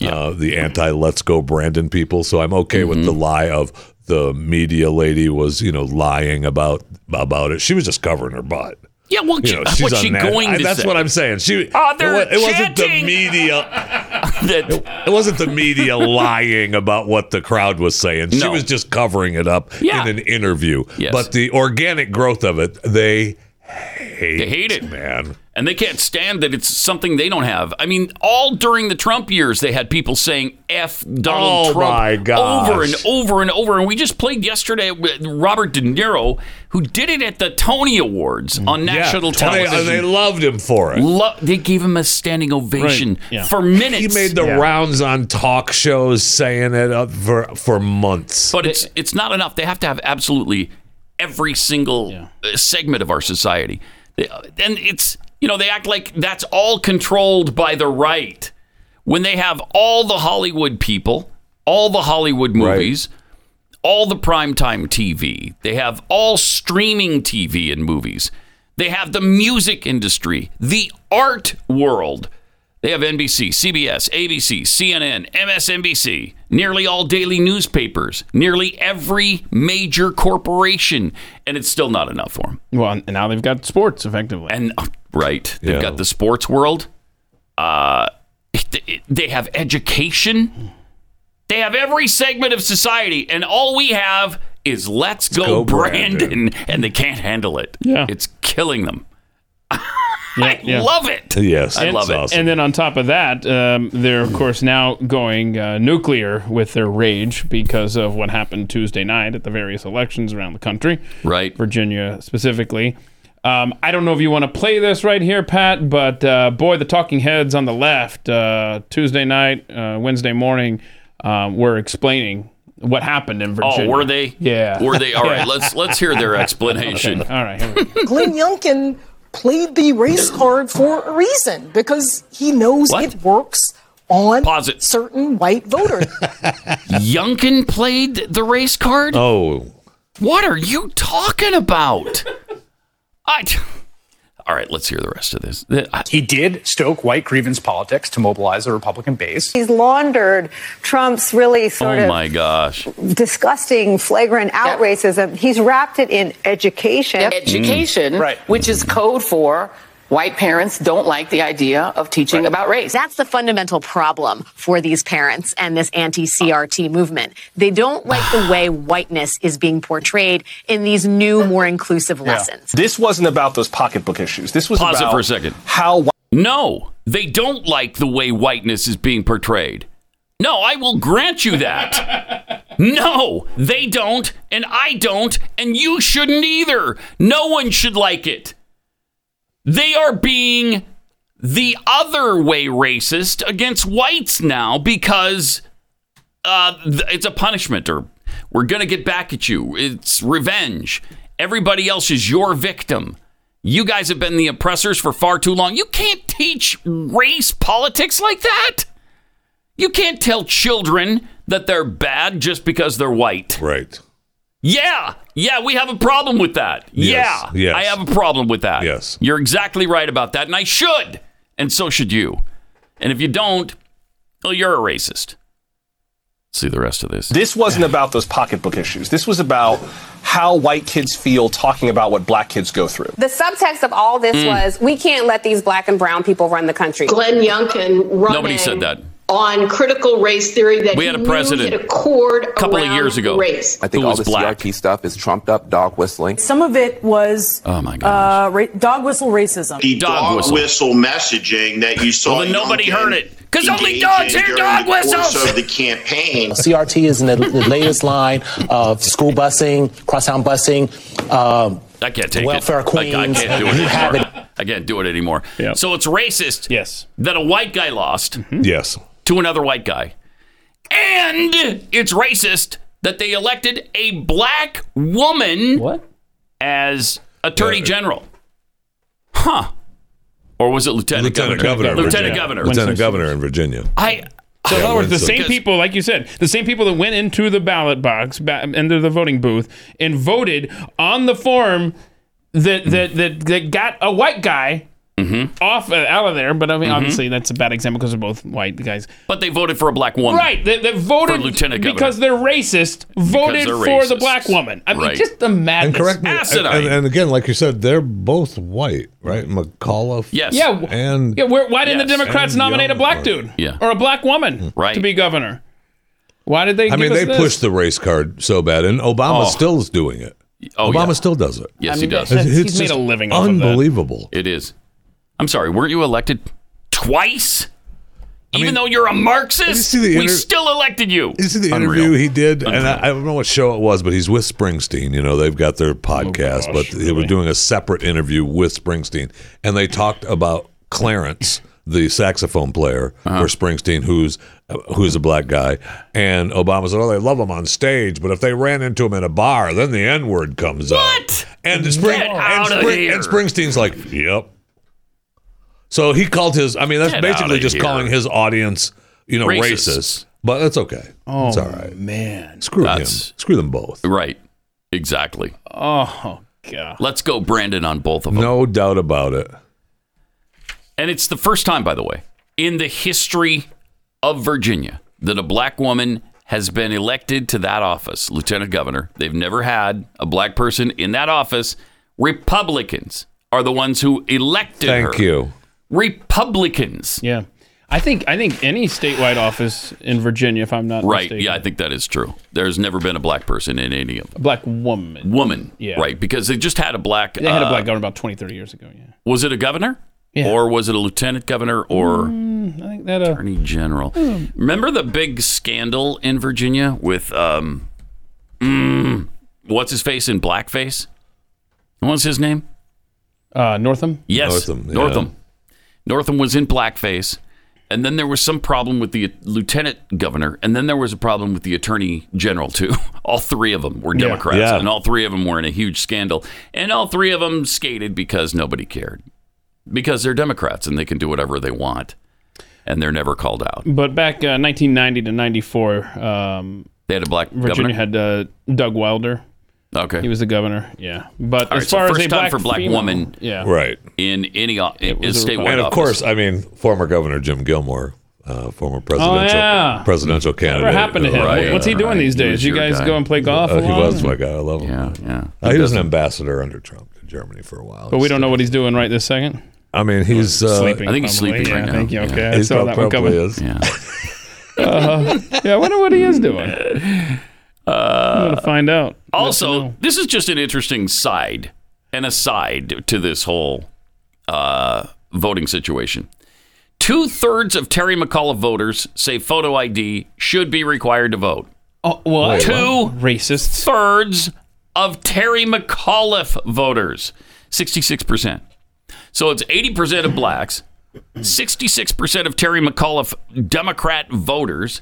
Speaker 5: Uh, the anti "Let's Go Brandon" people, so I'm okay with
Speaker 3: Mm-hmm.
Speaker 5: the lie of the media lady was you know lying about about it. She was just covering her butt.
Speaker 3: Yeah, well,
Speaker 5: You know,
Speaker 3: what's
Speaker 5: she's
Speaker 3: she
Speaker 5: unnat-
Speaker 3: going
Speaker 5: I-
Speaker 3: to
Speaker 5: That's
Speaker 3: say?
Speaker 5: what I'm saying. She.
Speaker 3: Oh,
Speaker 5: it,
Speaker 3: they're
Speaker 5: wa- it wasn't the
Speaker 3: chanting.
Speaker 5: media.
Speaker 3: That-
Speaker 5: It wasn't the media lying about what the crowd was saying. She
Speaker 3: No.
Speaker 5: was just covering it up
Speaker 3: Yeah.
Speaker 5: in an interview.
Speaker 3: Yes.
Speaker 5: But the organic growth of it, they hate.
Speaker 3: They hate it.
Speaker 5: man.
Speaker 3: and they can't stand that it's something they don't have. I mean, all during the Trump years, they had people saying "f Donald
Speaker 5: Oh,
Speaker 3: Trump"
Speaker 5: my gosh.
Speaker 3: over and over and over. And we just played yesterday with Robert De Niro, who did it at the Tony Awards on
Speaker 5: Mm, Yeah.
Speaker 3: national
Speaker 5: And they- and
Speaker 3: television.
Speaker 5: They, loved him for it.
Speaker 3: Lo- they gave him a standing ovation
Speaker 4: Right, yeah.
Speaker 3: for minutes.
Speaker 5: He made the
Speaker 4: Yeah.
Speaker 5: rounds on talk shows, saying it up for for months.
Speaker 3: but it's it's not enough. They have to have absolutely every single uh, segment of our society, They- and it's you know they act like that's all controlled by the right when they have all the Hollywood people, all the Hollywood movies. All the primetime TV. They have all streaming TV and movies. They have the music industry, the art world. They have NBC, CBS, ABC, CNN, MSNBC, nearly all daily newspapers, nearly every major corporation, and it's still not enough for them.
Speaker 4: Well, and now they've got sports effectively.
Speaker 3: And oh, right, they've
Speaker 5: Yeah.
Speaker 3: got the sports world. Uh, it- it- they have education. They have every segment of society, and all we have is "Let's, go,
Speaker 5: go,
Speaker 3: Brandon.
Speaker 5: Brandon."
Speaker 3: and they can't handle it.
Speaker 4: Yeah.
Speaker 3: it's killing them. I
Speaker 4: yeah.
Speaker 3: love it.
Speaker 5: yes,
Speaker 3: I love
Speaker 5: it's
Speaker 3: it.
Speaker 5: awesome.
Speaker 4: And then on top of that, um, they're of course now going uh, nuclear with their rage because of what happened Tuesday night at the various elections around the country,
Speaker 3: Right.
Speaker 4: Virginia specifically. Um, I don't know if you want to play this right here, Pat, but uh, boy, the talking heads on the left uh, Tuesday night, uh, Wednesday morning, um, were explaining what happened in Virginia.
Speaker 3: Oh, were they?
Speaker 4: Yeah.
Speaker 3: Were they? All right. Let's let's hear their explanation.
Speaker 4: All right. Here we go.
Speaker 7: Glenn Youngkin played the race card for a reason because he knows
Speaker 3: What?
Speaker 7: it works on
Speaker 3: Pause it.
Speaker 7: certain white voters.
Speaker 3: Yunkin played the race card.
Speaker 5: oh,
Speaker 3: What are you talking about? I. All right. Let's hear the rest of this. Uh, The- I-
Speaker 8: He did stoke white grievance politics to mobilize the Republican base.
Speaker 9: He's laundered Trump's really sort
Speaker 3: Oh
Speaker 9: of
Speaker 3: my gosh.
Speaker 9: disgusting, flagrant out racism. He's wrapped it in education.
Speaker 10: education,
Speaker 3: Mm,
Speaker 8: Right.
Speaker 10: which is code for white parents don't like the idea of teaching about race.
Speaker 11: That's the fundamental problem for these parents and this anti CRT movement. They don't like the way whiteness is being portrayed in these new, more inclusive lessons.
Speaker 8: This wasn't about those pocketbook issues. This was
Speaker 3: Pause it
Speaker 8: about
Speaker 3: for a second.
Speaker 8: how white
Speaker 3: No, they don't like the way whiteness is being portrayed. No, I will grant you that. No, they don't, and I don't, and you shouldn't either. No one should like it. They are being the other way racist against whites now because uh, th- it's a punishment or we're going to get back at you. It's revenge. Everybody else is your victim. You guys have been the oppressors for far too long. You can't teach race politics like that. You can't tell children that they're bad just because they're white.
Speaker 5: right.
Speaker 3: Yeah. Yeah, we have a problem with that.
Speaker 5: Yes,
Speaker 3: yeah.
Speaker 5: yes.
Speaker 3: I have a problem with that.
Speaker 5: Yes.
Speaker 3: You're exactly right about that, and I should. And so should you. And if you don't, well, you're a racist. See the rest of this.
Speaker 8: this wasn't about those pocketbook issues. This was about how white kids feel talking about what black kids go through.
Speaker 9: The subtext of all this
Speaker 3: Mm.
Speaker 9: was we can't let these black and brown people run the country.
Speaker 10: Glenn Youngkin running
Speaker 3: Nobody said that.
Speaker 10: on critical race theory that
Speaker 3: We had a president
Speaker 10: cord
Speaker 3: couple of years ago. I think who was black.
Speaker 8: stuff is trumped up dog whistling.
Speaker 7: Some of it was
Speaker 3: Oh my gosh.
Speaker 7: uh, ra- dog whistle racism.
Speaker 3: dog, whistle.
Speaker 8: messaging that you saw.
Speaker 3: Well, then nobody heard it because only dogs hear dog whistles.
Speaker 8: the campaign.
Speaker 6: CRT is in the, the latest line of school busing, crosstown busing. Um,
Speaker 3: I can't take
Speaker 6: Welfare
Speaker 3: it. I- I,
Speaker 6: queens,
Speaker 3: can't do it
Speaker 6: you have
Speaker 3: anymore. I can't do it anymore.
Speaker 4: Yeah.
Speaker 3: So it's racist
Speaker 4: yes. Mm-hmm.
Speaker 3: that a white guy lost.
Speaker 5: Yes.
Speaker 3: to another white guy. And it's racist that they elected a black woman
Speaker 4: What?
Speaker 3: as attorney general. Huh. Or was it lieutenant,
Speaker 5: Lieutenant Governor. of
Speaker 3: Lieutenant
Speaker 5: Virginia.
Speaker 3: governor.
Speaker 5: Lieutenant Governor in Virginia.
Speaker 3: I
Speaker 4: So in other words, the
Speaker 5: Winslow.
Speaker 4: same
Speaker 3: Because-
Speaker 4: people, like you said, the same people that went into the ballot box, ba- into the voting booth,
Speaker 3: Mm-hmm.
Speaker 4: and voted on the form that that that, that got a white guy off uh, out of there. But I mean,
Speaker 3: Mm-hmm.
Speaker 4: obviously, that's a bad example because they're both white guys.
Speaker 3: But they voted for a black woman.
Speaker 4: Right, they, they voted
Speaker 3: For lieutenant governor.
Speaker 4: because they're racist. Voted
Speaker 3: they're
Speaker 4: for the
Speaker 3: racists.
Speaker 4: black woman. I mean,
Speaker 3: Right.
Speaker 4: just the madness.
Speaker 5: And correct me. And,
Speaker 3: Asinine. Mm-hmm.
Speaker 5: and again, like you said, they're both white, right? McAuliffe.
Speaker 3: Yes.
Speaker 4: Yeah, w-
Speaker 5: And
Speaker 4: yeah. Where, why didn't
Speaker 3: Yes.
Speaker 4: the Democrats
Speaker 5: And
Speaker 4: nominate a
Speaker 5: young
Speaker 4: black
Speaker 5: or-
Speaker 4: dude
Speaker 3: Yeah.
Speaker 4: or a black woman
Speaker 3: Right.
Speaker 4: to be governor? Why did they?
Speaker 5: I
Speaker 4: give
Speaker 5: mean,
Speaker 4: us
Speaker 5: they
Speaker 4: this?
Speaker 5: pushed the race card so bad, and Obama
Speaker 3: Oh.
Speaker 5: still is doing it.
Speaker 3: Oh,
Speaker 5: Obama
Speaker 3: yeah.
Speaker 5: still does it.
Speaker 3: Yes,
Speaker 4: I
Speaker 3: he
Speaker 4: mean,
Speaker 3: does.
Speaker 4: that- That's-
Speaker 5: It's- it's
Speaker 4: he's made
Speaker 5: just
Speaker 4: a living off of that.
Speaker 5: Unbelievable.
Speaker 3: It is. I'm sorry. Weren't you elected twice? Even though you're a
Speaker 5: you
Speaker 3: Marxist,
Speaker 5: see the
Speaker 3: we
Speaker 5: inter-
Speaker 3: still elected you.
Speaker 5: You see the
Speaker 3: Unreal.
Speaker 5: interview he did, and I, I don't know what show it was, but he's with Springsteen. You know, they've got their podcast, but they were doing a separate interview with Springsteen, and they talked about Clarence, the saxophone player
Speaker 3: Uh-huh.
Speaker 5: for Springsteen, who's uh, who's a black guy. And Obama said, "Oh, they love him on stage, but if they ran into him in a bar, then the N word comes up."
Speaker 3: What?
Speaker 5: And Spring,
Speaker 3: Get
Speaker 5: and,
Speaker 3: out of
Speaker 5: Spring-
Speaker 3: here.
Speaker 5: and Springsteen's like, "Yep." So he called his. I mean, that's
Speaker 3: Get
Speaker 5: basically
Speaker 3: outta
Speaker 5: just
Speaker 3: here.
Speaker 5: calling his audience, you know,
Speaker 3: Racists.
Speaker 5: racist. But that's okay. Oh, it's all right.
Speaker 4: Man.
Speaker 5: Screw
Speaker 3: That's-
Speaker 5: him. Screw them both.
Speaker 3: Right. Exactly.
Speaker 4: Oh god.
Speaker 3: Let's go, Brandon, on both of them.
Speaker 5: No doubt about it.
Speaker 3: And it's the first time, by the way, in the history of Virginia that a black woman has been elected to that office, lieutenant governor. They've never had a black person in that office. Republicans are the ones who elected her.
Speaker 5: Thank you.
Speaker 3: Republicans.
Speaker 4: Yeah. I think I think any statewide office in Virginia, if I'm not
Speaker 3: Right.
Speaker 4: mistaken.
Speaker 3: Yeah, I think that is true. There's never been a black person in any of them.
Speaker 4: a black woman.
Speaker 3: Woman.
Speaker 4: Yeah.
Speaker 3: Right. Because they just had a black.
Speaker 4: They had a
Speaker 3: uh,
Speaker 4: black governor about 20, 30 years ago. Yeah,
Speaker 3: was it a governor?
Speaker 4: Yeah.
Speaker 3: Or was it a lieutenant governor or
Speaker 4: I think that. Uh,
Speaker 3: attorney general? Remember the big scandal in Virginia with um, mm, what's his face in blackface? What was his name?
Speaker 4: uh, Northam.
Speaker 3: Yes,
Speaker 5: Northam, yeah.
Speaker 3: Northam. Northam was in blackface, and then there was some problem with the lieutenant governor, and then there was a problem with the attorney general too. All three of them were Democrats,
Speaker 5: Yeah.
Speaker 3: and all three of them were in a huge scandal, and all three of them skated because nobody cared, because they're Democrats and they can do whatever they want, and they're never called out.
Speaker 4: But back uh, 1990 to 94, um,
Speaker 3: They had a black governor.
Speaker 4: Virginia had uh, Doug Wilder.
Speaker 3: okay,
Speaker 4: He was the governor. Yeah, but
Speaker 3: All
Speaker 4: as
Speaker 3: right, so
Speaker 4: far
Speaker 3: first
Speaker 4: as a
Speaker 3: time
Speaker 4: black
Speaker 3: for black
Speaker 4: female-
Speaker 3: woman.
Speaker 4: yeah,
Speaker 5: Right.
Speaker 3: in any o- in, in
Speaker 4: was
Speaker 3: statewide
Speaker 4: a Republican.
Speaker 5: And of
Speaker 3: office.
Speaker 5: course, I mean, former Governor Jim Gilmore, uh, former presidential
Speaker 4: Oh, yeah.
Speaker 5: presidential candidate.
Speaker 4: Whatever happened to him?
Speaker 5: Right.
Speaker 4: What's he doing
Speaker 3: right.
Speaker 4: these
Speaker 3: He was
Speaker 4: days? You
Speaker 3: your
Speaker 4: guys
Speaker 3: guy.
Speaker 4: go and play golf
Speaker 5: Uh,
Speaker 4: a
Speaker 5: he
Speaker 4: lot?
Speaker 5: was my guy. I love him.
Speaker 3: yeah, yeah.
Speaker 5: Uh, he was an ambassador under Trump to Germany for a while.
Speaker 4: but we don't know what he's doing right this second.
Speaker 5: I mean, he's uh,
Speaker 4: sleeping.
Speaker 3: I think he's
Speaker 4: probably.
Speaker 3: sleeping
Speaker 4: yeah,
Speaker 3: right
Speaker 4: I think,
Speaker 3: now.
Speaker 4: yeah, okay, I
Speaker 5: He's
Speaker 4: saw that one coming.
Speaker 5: probably is.
Speaker 3: Yeah.
Speaker 4: Yeah, I wonder what he is doing. Uh,
Speaker 3: Uh,
Speaker 4: I'm gonna find out.
Speaker 3: Oh, Also, this is just an interesting side, an aside to this whole uh, voting situation. Two thirds of Terry McAuliffe voters say photo ID should be required to vote.
Speaker 4: Oh, well,
Speaker 3: Two
Speaker 4: racists.
Speaker 3: thirds of Terry McAuliffe voters, 66%. So it's 80% of blacks, 66% of Terry McAuliffe Democrat voters.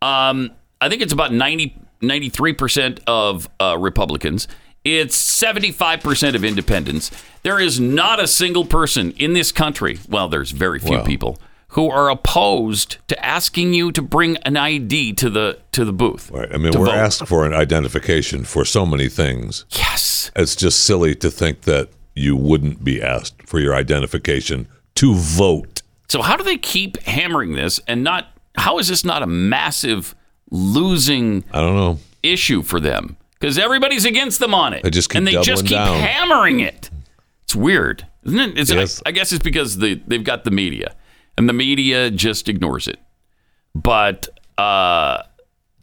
Speaker 3: Um, I think it's about 90, 93% of uh, Republicans. It's 75% of independents. There is not a single person in this country, well, there's very few people, who are opposed to asking you to bring an ID to the to the booth.
Speaker 5: Right. I mean,
Speaker 3: to
Speaker 5: we're
Speaker 3: vote.
Speaker 5: asked for an identification for so many things.
Speaker 3: Yes.
Speaker 5: It's just silly to think that you wouldn't be asked for your identification to vote.
Speaker 3: So how do they keep hammering this and not? How is this not a massive losing
Speaker 5: I don't know.
Speaker 3: issue for them? Because everybody's against them on it.
Speaker 5: They just keep
Speaker 3: and they just
Speaker 5: doubling
Speaker 3: keep
Speaker 5: down.
Speaker 3: hammering it. It's weird, isn't it? It's,
Speaker 5: Yes.
Speaker 3: I, I guess it's because they they've got the media, and the media just ignores it. But uh,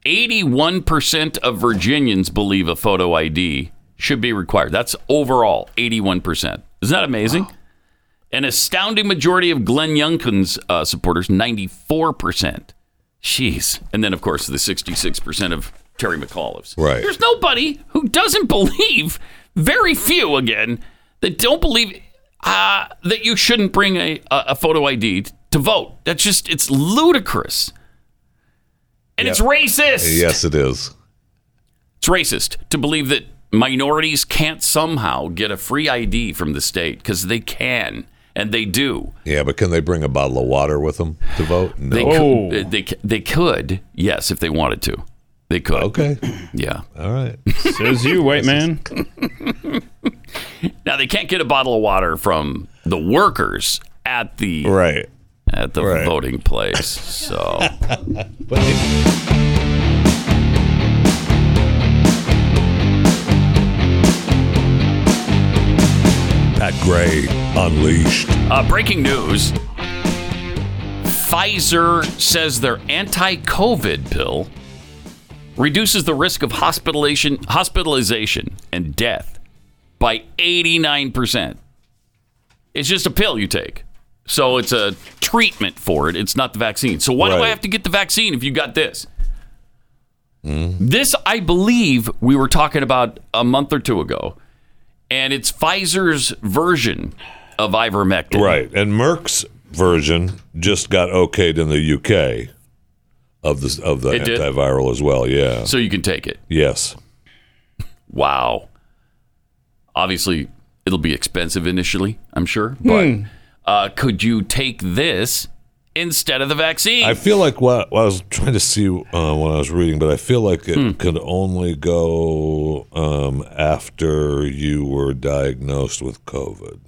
Speaker 3: eighty-one percent of Virginians believe a photo ID should be required. That's overall eighty-one percent. Isn't that amazing? An astounding majority of Glenn Youngkin's uh, supporters, 94%. Jeez. And then, of course, the 66% of Terry McAuliffe's.
Speaker 5: Right.
Speaker 3: There's nobody who doesn't believe, very few again, that don't believe uh, that you shouldn't bring a, a, a photo ID t- to vote. That's just, it's ludicrous. And it's racist.
Speaker 5: Yes, it is.
Speaker 3: It's racist to believe that minorities can't somehow get a free ID from the state because they can and they do.
Speaker 5: Yeah, but can they bring a bottle of water with them to vote? No.
Speaker 3: They
Speaker 4: Oh.
Speaker 3: could, they c- they could yes if they wanted to. They could.
Speaker 5: okay.
Speaker 3: Yeah.
Speaker 5: All right.
Speaker 4: Says you, white man.
Speaker 3: Now they can't get a bottle of water from the workers at the
Speaker 5: right
Speaker 3: at the voting place. So
Speaker 5: Pat Gray unleashed.
Speaker 3: Uh, breaking news Pfizer says their anti COVID pill reduces the risk of hospitalization, hospitalization and death by 89%. It's just a pill you take. So it's a treatment for it, it's not the vaccine. So why do I
Speaker 12: Right.
Speaker 3: have to get the vaccine if you got this? This, I believe, we were talking about a month or two ago, and it's Pfizer's version of ivermectin.
Speaker 5: Right. And Merck's version just got okayed in the UK of the of the
Speaker 3: It did?
Speaker 5: antiviral as well. Yeah.
Speaker 3: So you can take it.
Speaker 5: yes.
Speaker 3: Wow. Obviously, it'll be expensive initially, I'm sure. But
Speaker 5: Hmm.
Speaker 3: uh, could you take this instead of the vaccine?
Speaker 5: I feel like what, what I was trying to see uh, when I was reading, but I feel like it
Speaker 3: Hmm.
Speaker 5: could only go um, after you were diagnosed with COVID.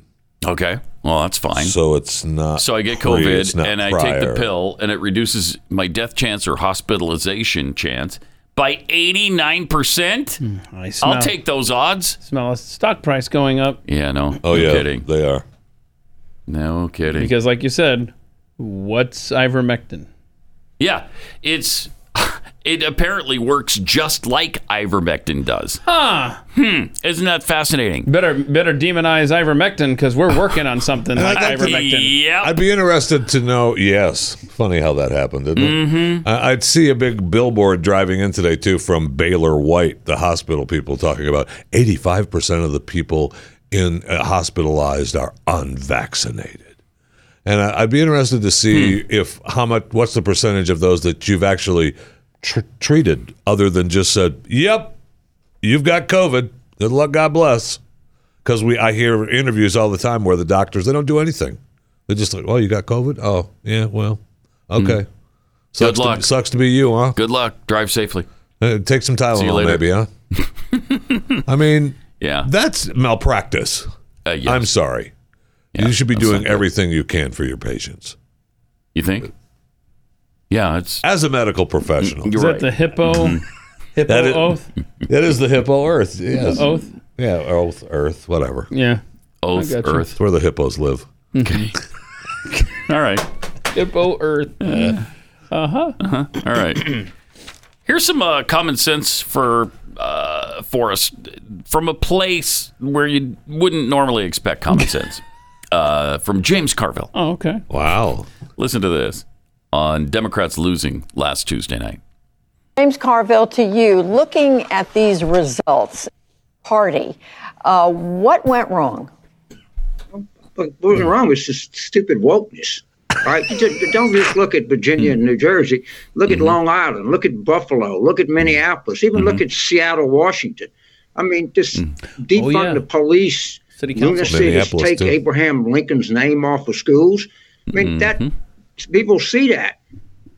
Speaker 3: Okay. Well, that's fine.
Speaker 5: So it's not.
Speaker 3: so I get
Speaker 5: pre- it's
Speaker 3: COVID
Speaker 5: not
Speaker 3: and I take
Speaker 5: prior.
Speaker 3: the pill, and it reduces my death chance or hospitalization chance by 89%.
Speaker 5: Hmm,
Speaker 4: I
Speaker 3: I'll take those odds.
Speaker 4: Smell a stock price going up
Speaker 3: Yeah, no.
Speaker 5: Oh,
Speaker 3: no
Speaker 5: yeah.
Speaker 3: Kidding.
Speaker 5: They are.
Speaker 3: No kidding.
Speaker 4: because, like you said, what's ivermectin?
Speaker 3: Yeah, it's it apparently works just like ivermectin does.
Speaker 4: Huh?
Speaker 3: Hmm. Isn't that fascinating?
Speaker 4: Better better demonize ivermectin because we're working on something like ivermectin.
Speaker 3: Yeah.
Speaker 5: I'd be interested to know. Yes, funny how that happened, didn't
Speaker 4: Mhm.
Speaker 5: it? I- I'd see a big billboard driving in today too from Baylor White, the hospital people talking about. Eighty-five percent of the people in uh, hospitalized are unvaccinated, and I, I'd be interested to see if how much, what's the percentage of those that you've actually tr- treated, other than just said, "Yep, you've got COVID. Good luck. God bless." Because we, I hear interviews all the time where the doctors they don't do anything. They're just like, "Oh, you got COVID? Oh, yeah. Well, okay. Sucks
Speaker 3: Good Hmm. luck.
Speaker 5: To, sucks to be you, huh?
Speaker 3: Good luck. Drive safely.
Speaker 5: Uh, take some
Speaker 3: See you
Speaker 5: Tylenol,
Speaker 3: later.
Speaker 5: maybe, huh? I mean,
Speaker 3: yeah, uh,
Speaker 5: that's malpractice. I'm sorry. you should be doing everything you can for your patients.
Speaker 3: You think? Yeah, it's
Speaker 5: as a medical professional.
Speaker 4: Is that the hippo? hippo
Speaker 5: Mm-hmm. That is-
Speaker 4: oath?
Speaker 5: That is the hippo earth. Yes.
Speaker 4: The oath?
Speaker 5: Yeah, oath, earth, whatever.
Speaker 4: Yeah.
Speaker 3: Oath, I got you. earth.
Speaker 5: It's where the hippos live.
Speaker 3: Okay. All right.
Speaker 4: Hippo Earth. Uh huh.
Speaker 3: Uh-huh. All right. Here's some uh, common sense for uh, for us from a place where you wouldn't normally expect common sense. Uh, from James Carville.
Speaker 4: Oh, okay.
Speaker 5: Wow.
Speaker 3: Listen to this on Democrats losing last Tuesday night.
Speaker 9: James Carville, to you, looking at these results, party, uh, what went wrong?
Speaker 13: But what was wrong with this stupid wokeness? All right, Ju- don't just look at Virginia and New Jersey. Look
Speaker 14: Mm-hmm.
Speaker 13: at Long Island. Look at Buffalo. Look at Minneapolis. Even look at Seattle, Washington. I mean, just defund
Speaker 14: Mm. Oh, yeah.
Speaker 13: the police.
Speaker 14: City Council.
Speaker 13: Lunacy to
Speaker 14: Minneapolis,
Speaker 13: take
Speaker 14: too.
Speaker 13: Abraham Lincoln's name off of schools. I mean, that people see that,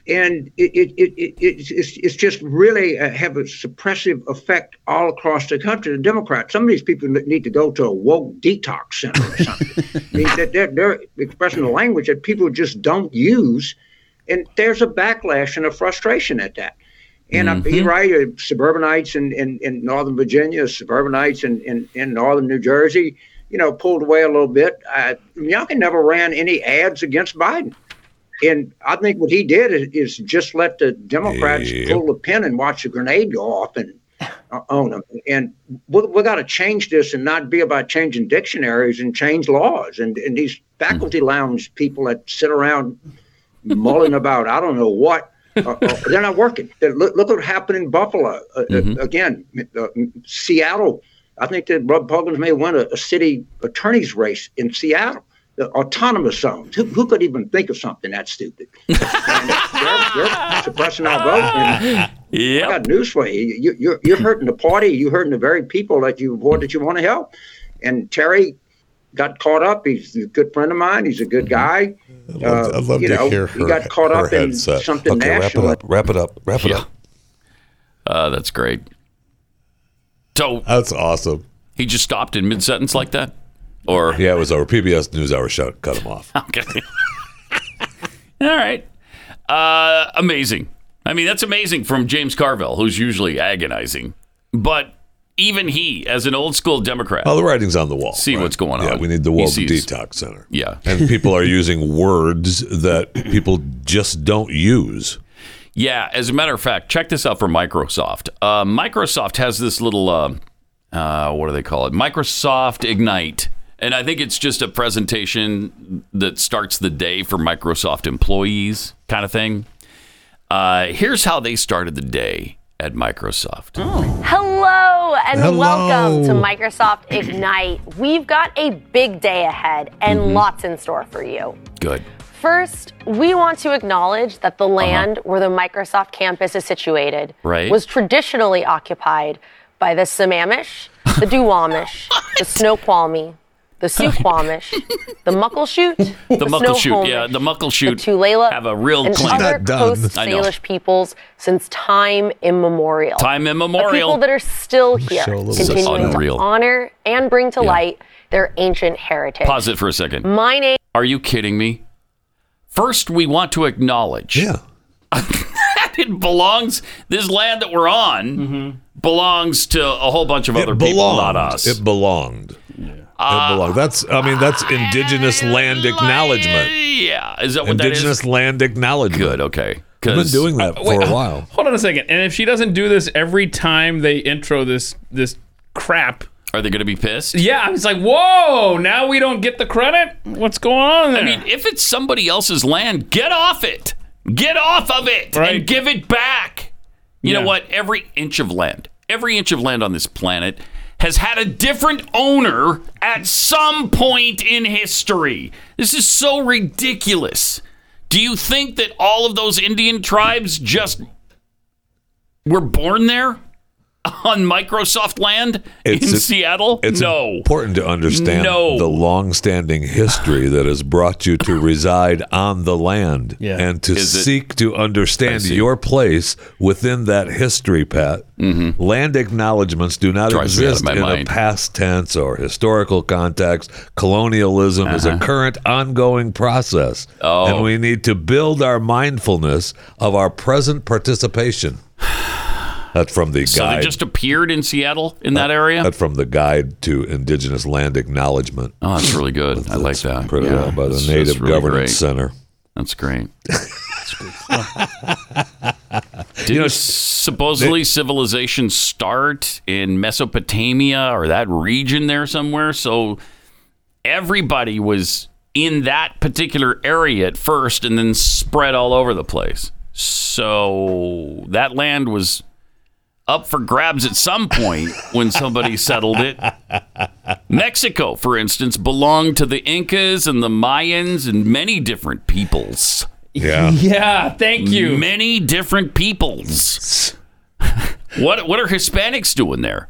Speaker 13: and it, it, it, it, it's, it's- it's just really uh, have a suppressive effect all across the country. The Democrats, some of these people need to go to a woke detox center. I mean, that they're, they're expressing a language that people just don't use, and there's a backlash and a frustration at that. And I- you're right, uh, suburbanites in, in, in Northern Virginia, suburbanites in, in, in Northern New Jersey, you know, pulled away a little bit. I, Youngkin never ran any ads against Biden. And I think what he did is, is just let the Democrats pull the pin and watch the grenade go off and uh, on them. And we we got to change this and not be about changing dictionaries and change laws. And and these faculty lounge people that sit around mulling about I don't know what. Uh, uh, they're not working. They're- look, look what happened in Buffalo. Uh, uh, again, uh, Seattle. I think the Republicans may win a, a city attorney's race in Seattle. The autonomous zones. Who, who could even think of something that stupid? You're suppressing our vote. And I got news for you. you you're, you're hurting the party. You're hurting the very people that you vote that you want to help. And Terry got caught up. He's a good friend of mine. He's a good guy. I'd
Speaker 5: Mm-hmm. love to- I'd love
Speaker 13: Uh, you
Speaker 5: to
Speaker 13: know,
Speaker 5: hear
Speaker 13: He
Speaker 5: her-
Speaker 13: got caught
Speaker 5: her
Speaker 13: up in
Speaker 5: headset.
Speaker 13: something
Speaker 5: Okay, wrap it
Speaker 13: national.
Speaker 5: up. Wrap it up. Wrap it up.
Speaker 3: Uh, that's great. So
Speaker 5: that's awesome.
Speaker 3: He just stopped in mid sentence like that. Or
Speaker 5: yeah, it was over. PBS NewsHour shut cut him off.
Speaker 3: Okay. All right. Uh, amazing. I mean, that's amazing from James Carville, who's usually agonizing. But even he, as an old school Democrat,
Speaker 5: Well, the writing's on the wall. See
Speaker 3: what's going
Speaker 5: on. Yeah, we need the woke
Speaker 3: He sees.
Speaker 5: detox center.
Speaker 3: Yeah.
Speaker 5: and people are using words that people just don't use.
Speaker 3: Yeah, as a matter of fact, check this out for Microsoft. Uh, Microsoft has this little, uh, uh, what do they call it? Microsoft Ignite. And I think it's just a presentation that starts the day for Microsoft employees, kind of thing. Uh, here's how they started the day at Microsoft.
Speaker 12: Hello and
Speaker 3: Hello.
Speaker 12: welcome to Microsoft Ignite. We've got a big day ahead and
Speaker 3: Mhm.
Speaker 12: lots in store for you.
Speaker 3: Good.
Speaker 12: First, we want to acknowledge that the
Speaker 14: Uh-huh.
Speaker 12: land where the Microsoft campus is situated
Speaker 14: Right.
Speaker 12: was traditionally occupied by the Sammamish, the Duwamish,
Speaker 5: Mm.
Speaker 12: the Snoqualmie, the Suquamish, the Muckleshoot,
Speaker 3: The, Muckleshoot, yeah, the Muckleshoot
Speaker 12: Tulalip,
Speaker 3: have a real
Speaker 12: and
Speaker 3: claim.
Speaker 12: other Coast
Speaker 3: I know.
Speaker 12: Salish peoples since time immemorial.
Speaker 3: Time immemorial.
Speaker 12: The people that are still here,
Speaker 3: show a little
Speaker 12: continuing
Speaker 3: bit. Unreal.
Speaker 12: to honor and bring to light their ancient heritage.
Speaker 3: Pause it for a second.
Speaker 12: My name.
Speaker 3: Are you kidding me? First, we want to acknowledge. Yeah. that it belongs, this land that we're on
Speaker 5: Mm-hmm.
Speaker 3: belongs to a whole bunch of other people, not us.
Speaker 5: It belonged. it belonged. That's I mean that's indigenous land acknowledgement.
Speaker 3: Yeah, is that what that is?
Speaker 5: indigenous land acknowledgement? Good.
Speaker 3: Okay.
Speaker 5: I've been
Speaker 3: 'Cause-
Speaker 5: doing that
Speaker 3: Uh,
Speaker 5: for
Speaker 3: wait,
Speaker 5: a while.
Speaker 4: Hold on a second. And if she doesn't do this every time they intro this this crap,
Speaker 3: Are they going to be pissed?
Speaker 4: yeah, I was like, whoa, now we don't get the credit. What's going on there?
Speaker 3: I mean, if it's somebody else's land, get off it. Get off of it and give it back. You
Speaker 4: Yeah.
Speaker 3: know what? Every inch of land, every inch of land on this planet has had a different owner at some point in history. This is so ridiculous. Do you think that all of those Indian tribes just were born there on Microsoft land in
Speaker 5: a-
Speaker 3: Seattle?
Speaker 5: It's
Speaker 3: no.
Speaker 5: important to understand
Speaker 3: No.
Speaker 5: the long-standing history that has brought you to reside on the land
Speaker 3: Yeah.
Speaker 5: and to
Speaker 3: Is it-
Speaker 5: seek to understand your place within that history, Pat.
Speaker 3: Mm-hmm.
Speaker 5: Land acknowledgments do not
Speaker 3: Drives me out of
Speaker 5: exist
Speaker 3: my
Speaker 5: in
Speaker 3: mind.
Speaker 5: a past tense or historical context. Colonialism is a
Speaker 3: Uh-huh.
Speaker 5: current, ongoing process,
Speaker 3: Oh.
Speaker 5: and we need to build our mindfulness of our present participation. That's from the
Speaker 3: So they
Speaker 5: guide
Speaker 3: just appeared in Seattle in that area?
Speaker 5: that from the Guide to Indigenous Land Acknowledgement.
Speaker 3: Oh, that's really good. I like that.
Speaker 5: Put
Speaker 3: Uh, Yeah,
Speaker 5: out by the
Speaker 3: that's- that's
Speaker 5: Native
Speaker 3: really great.
Speaker 5: Governance Center.
Speaker 3: That's great. Did supposedly civilization start in Mesopotamia or that region there somewhere? So everybody was in that particular area at first and then spread all over the place. So that land was up for grabs at some point when somebody settled it. Mexico, for instance, belonged to the Incas and the Mayans and many different peoples.
Speaker 5: Yeah.
Speaker 4: Yeah, thank you.
Speaker 3: Many different peoples. what what are Hispanics doing there?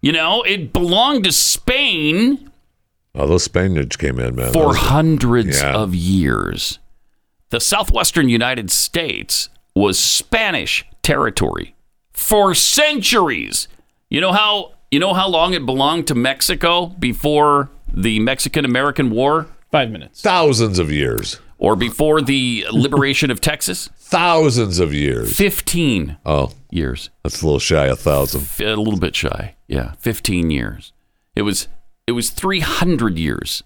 Speaker 3: You know, it belonged to Spain
Speaker 5: Oh, those Spaniards came in, man.
Speaker 3: for
Speaker 5: Those-
Speaker 3: hundreds
Speaker 5: Yeah.
Speaker 3: of years. The southwestern United States was Spanish territory for centuries. You know how you know how long it belonged to Mexico before the Mexican American War?
Speaker 4: Five minutes.
Speaker 5: Thousands of years.
Speaker 3: Or before the liberation of Texas?
Speaker 5: Thousands of years.
Speaker 3: 15
Speaker 5: Oh.
Speaker 3: Years.
Speaker 5: That's a little shy of thousand.
Speaker 3: f- a little bit shy. Yeah, 15 years. It was it was 300 years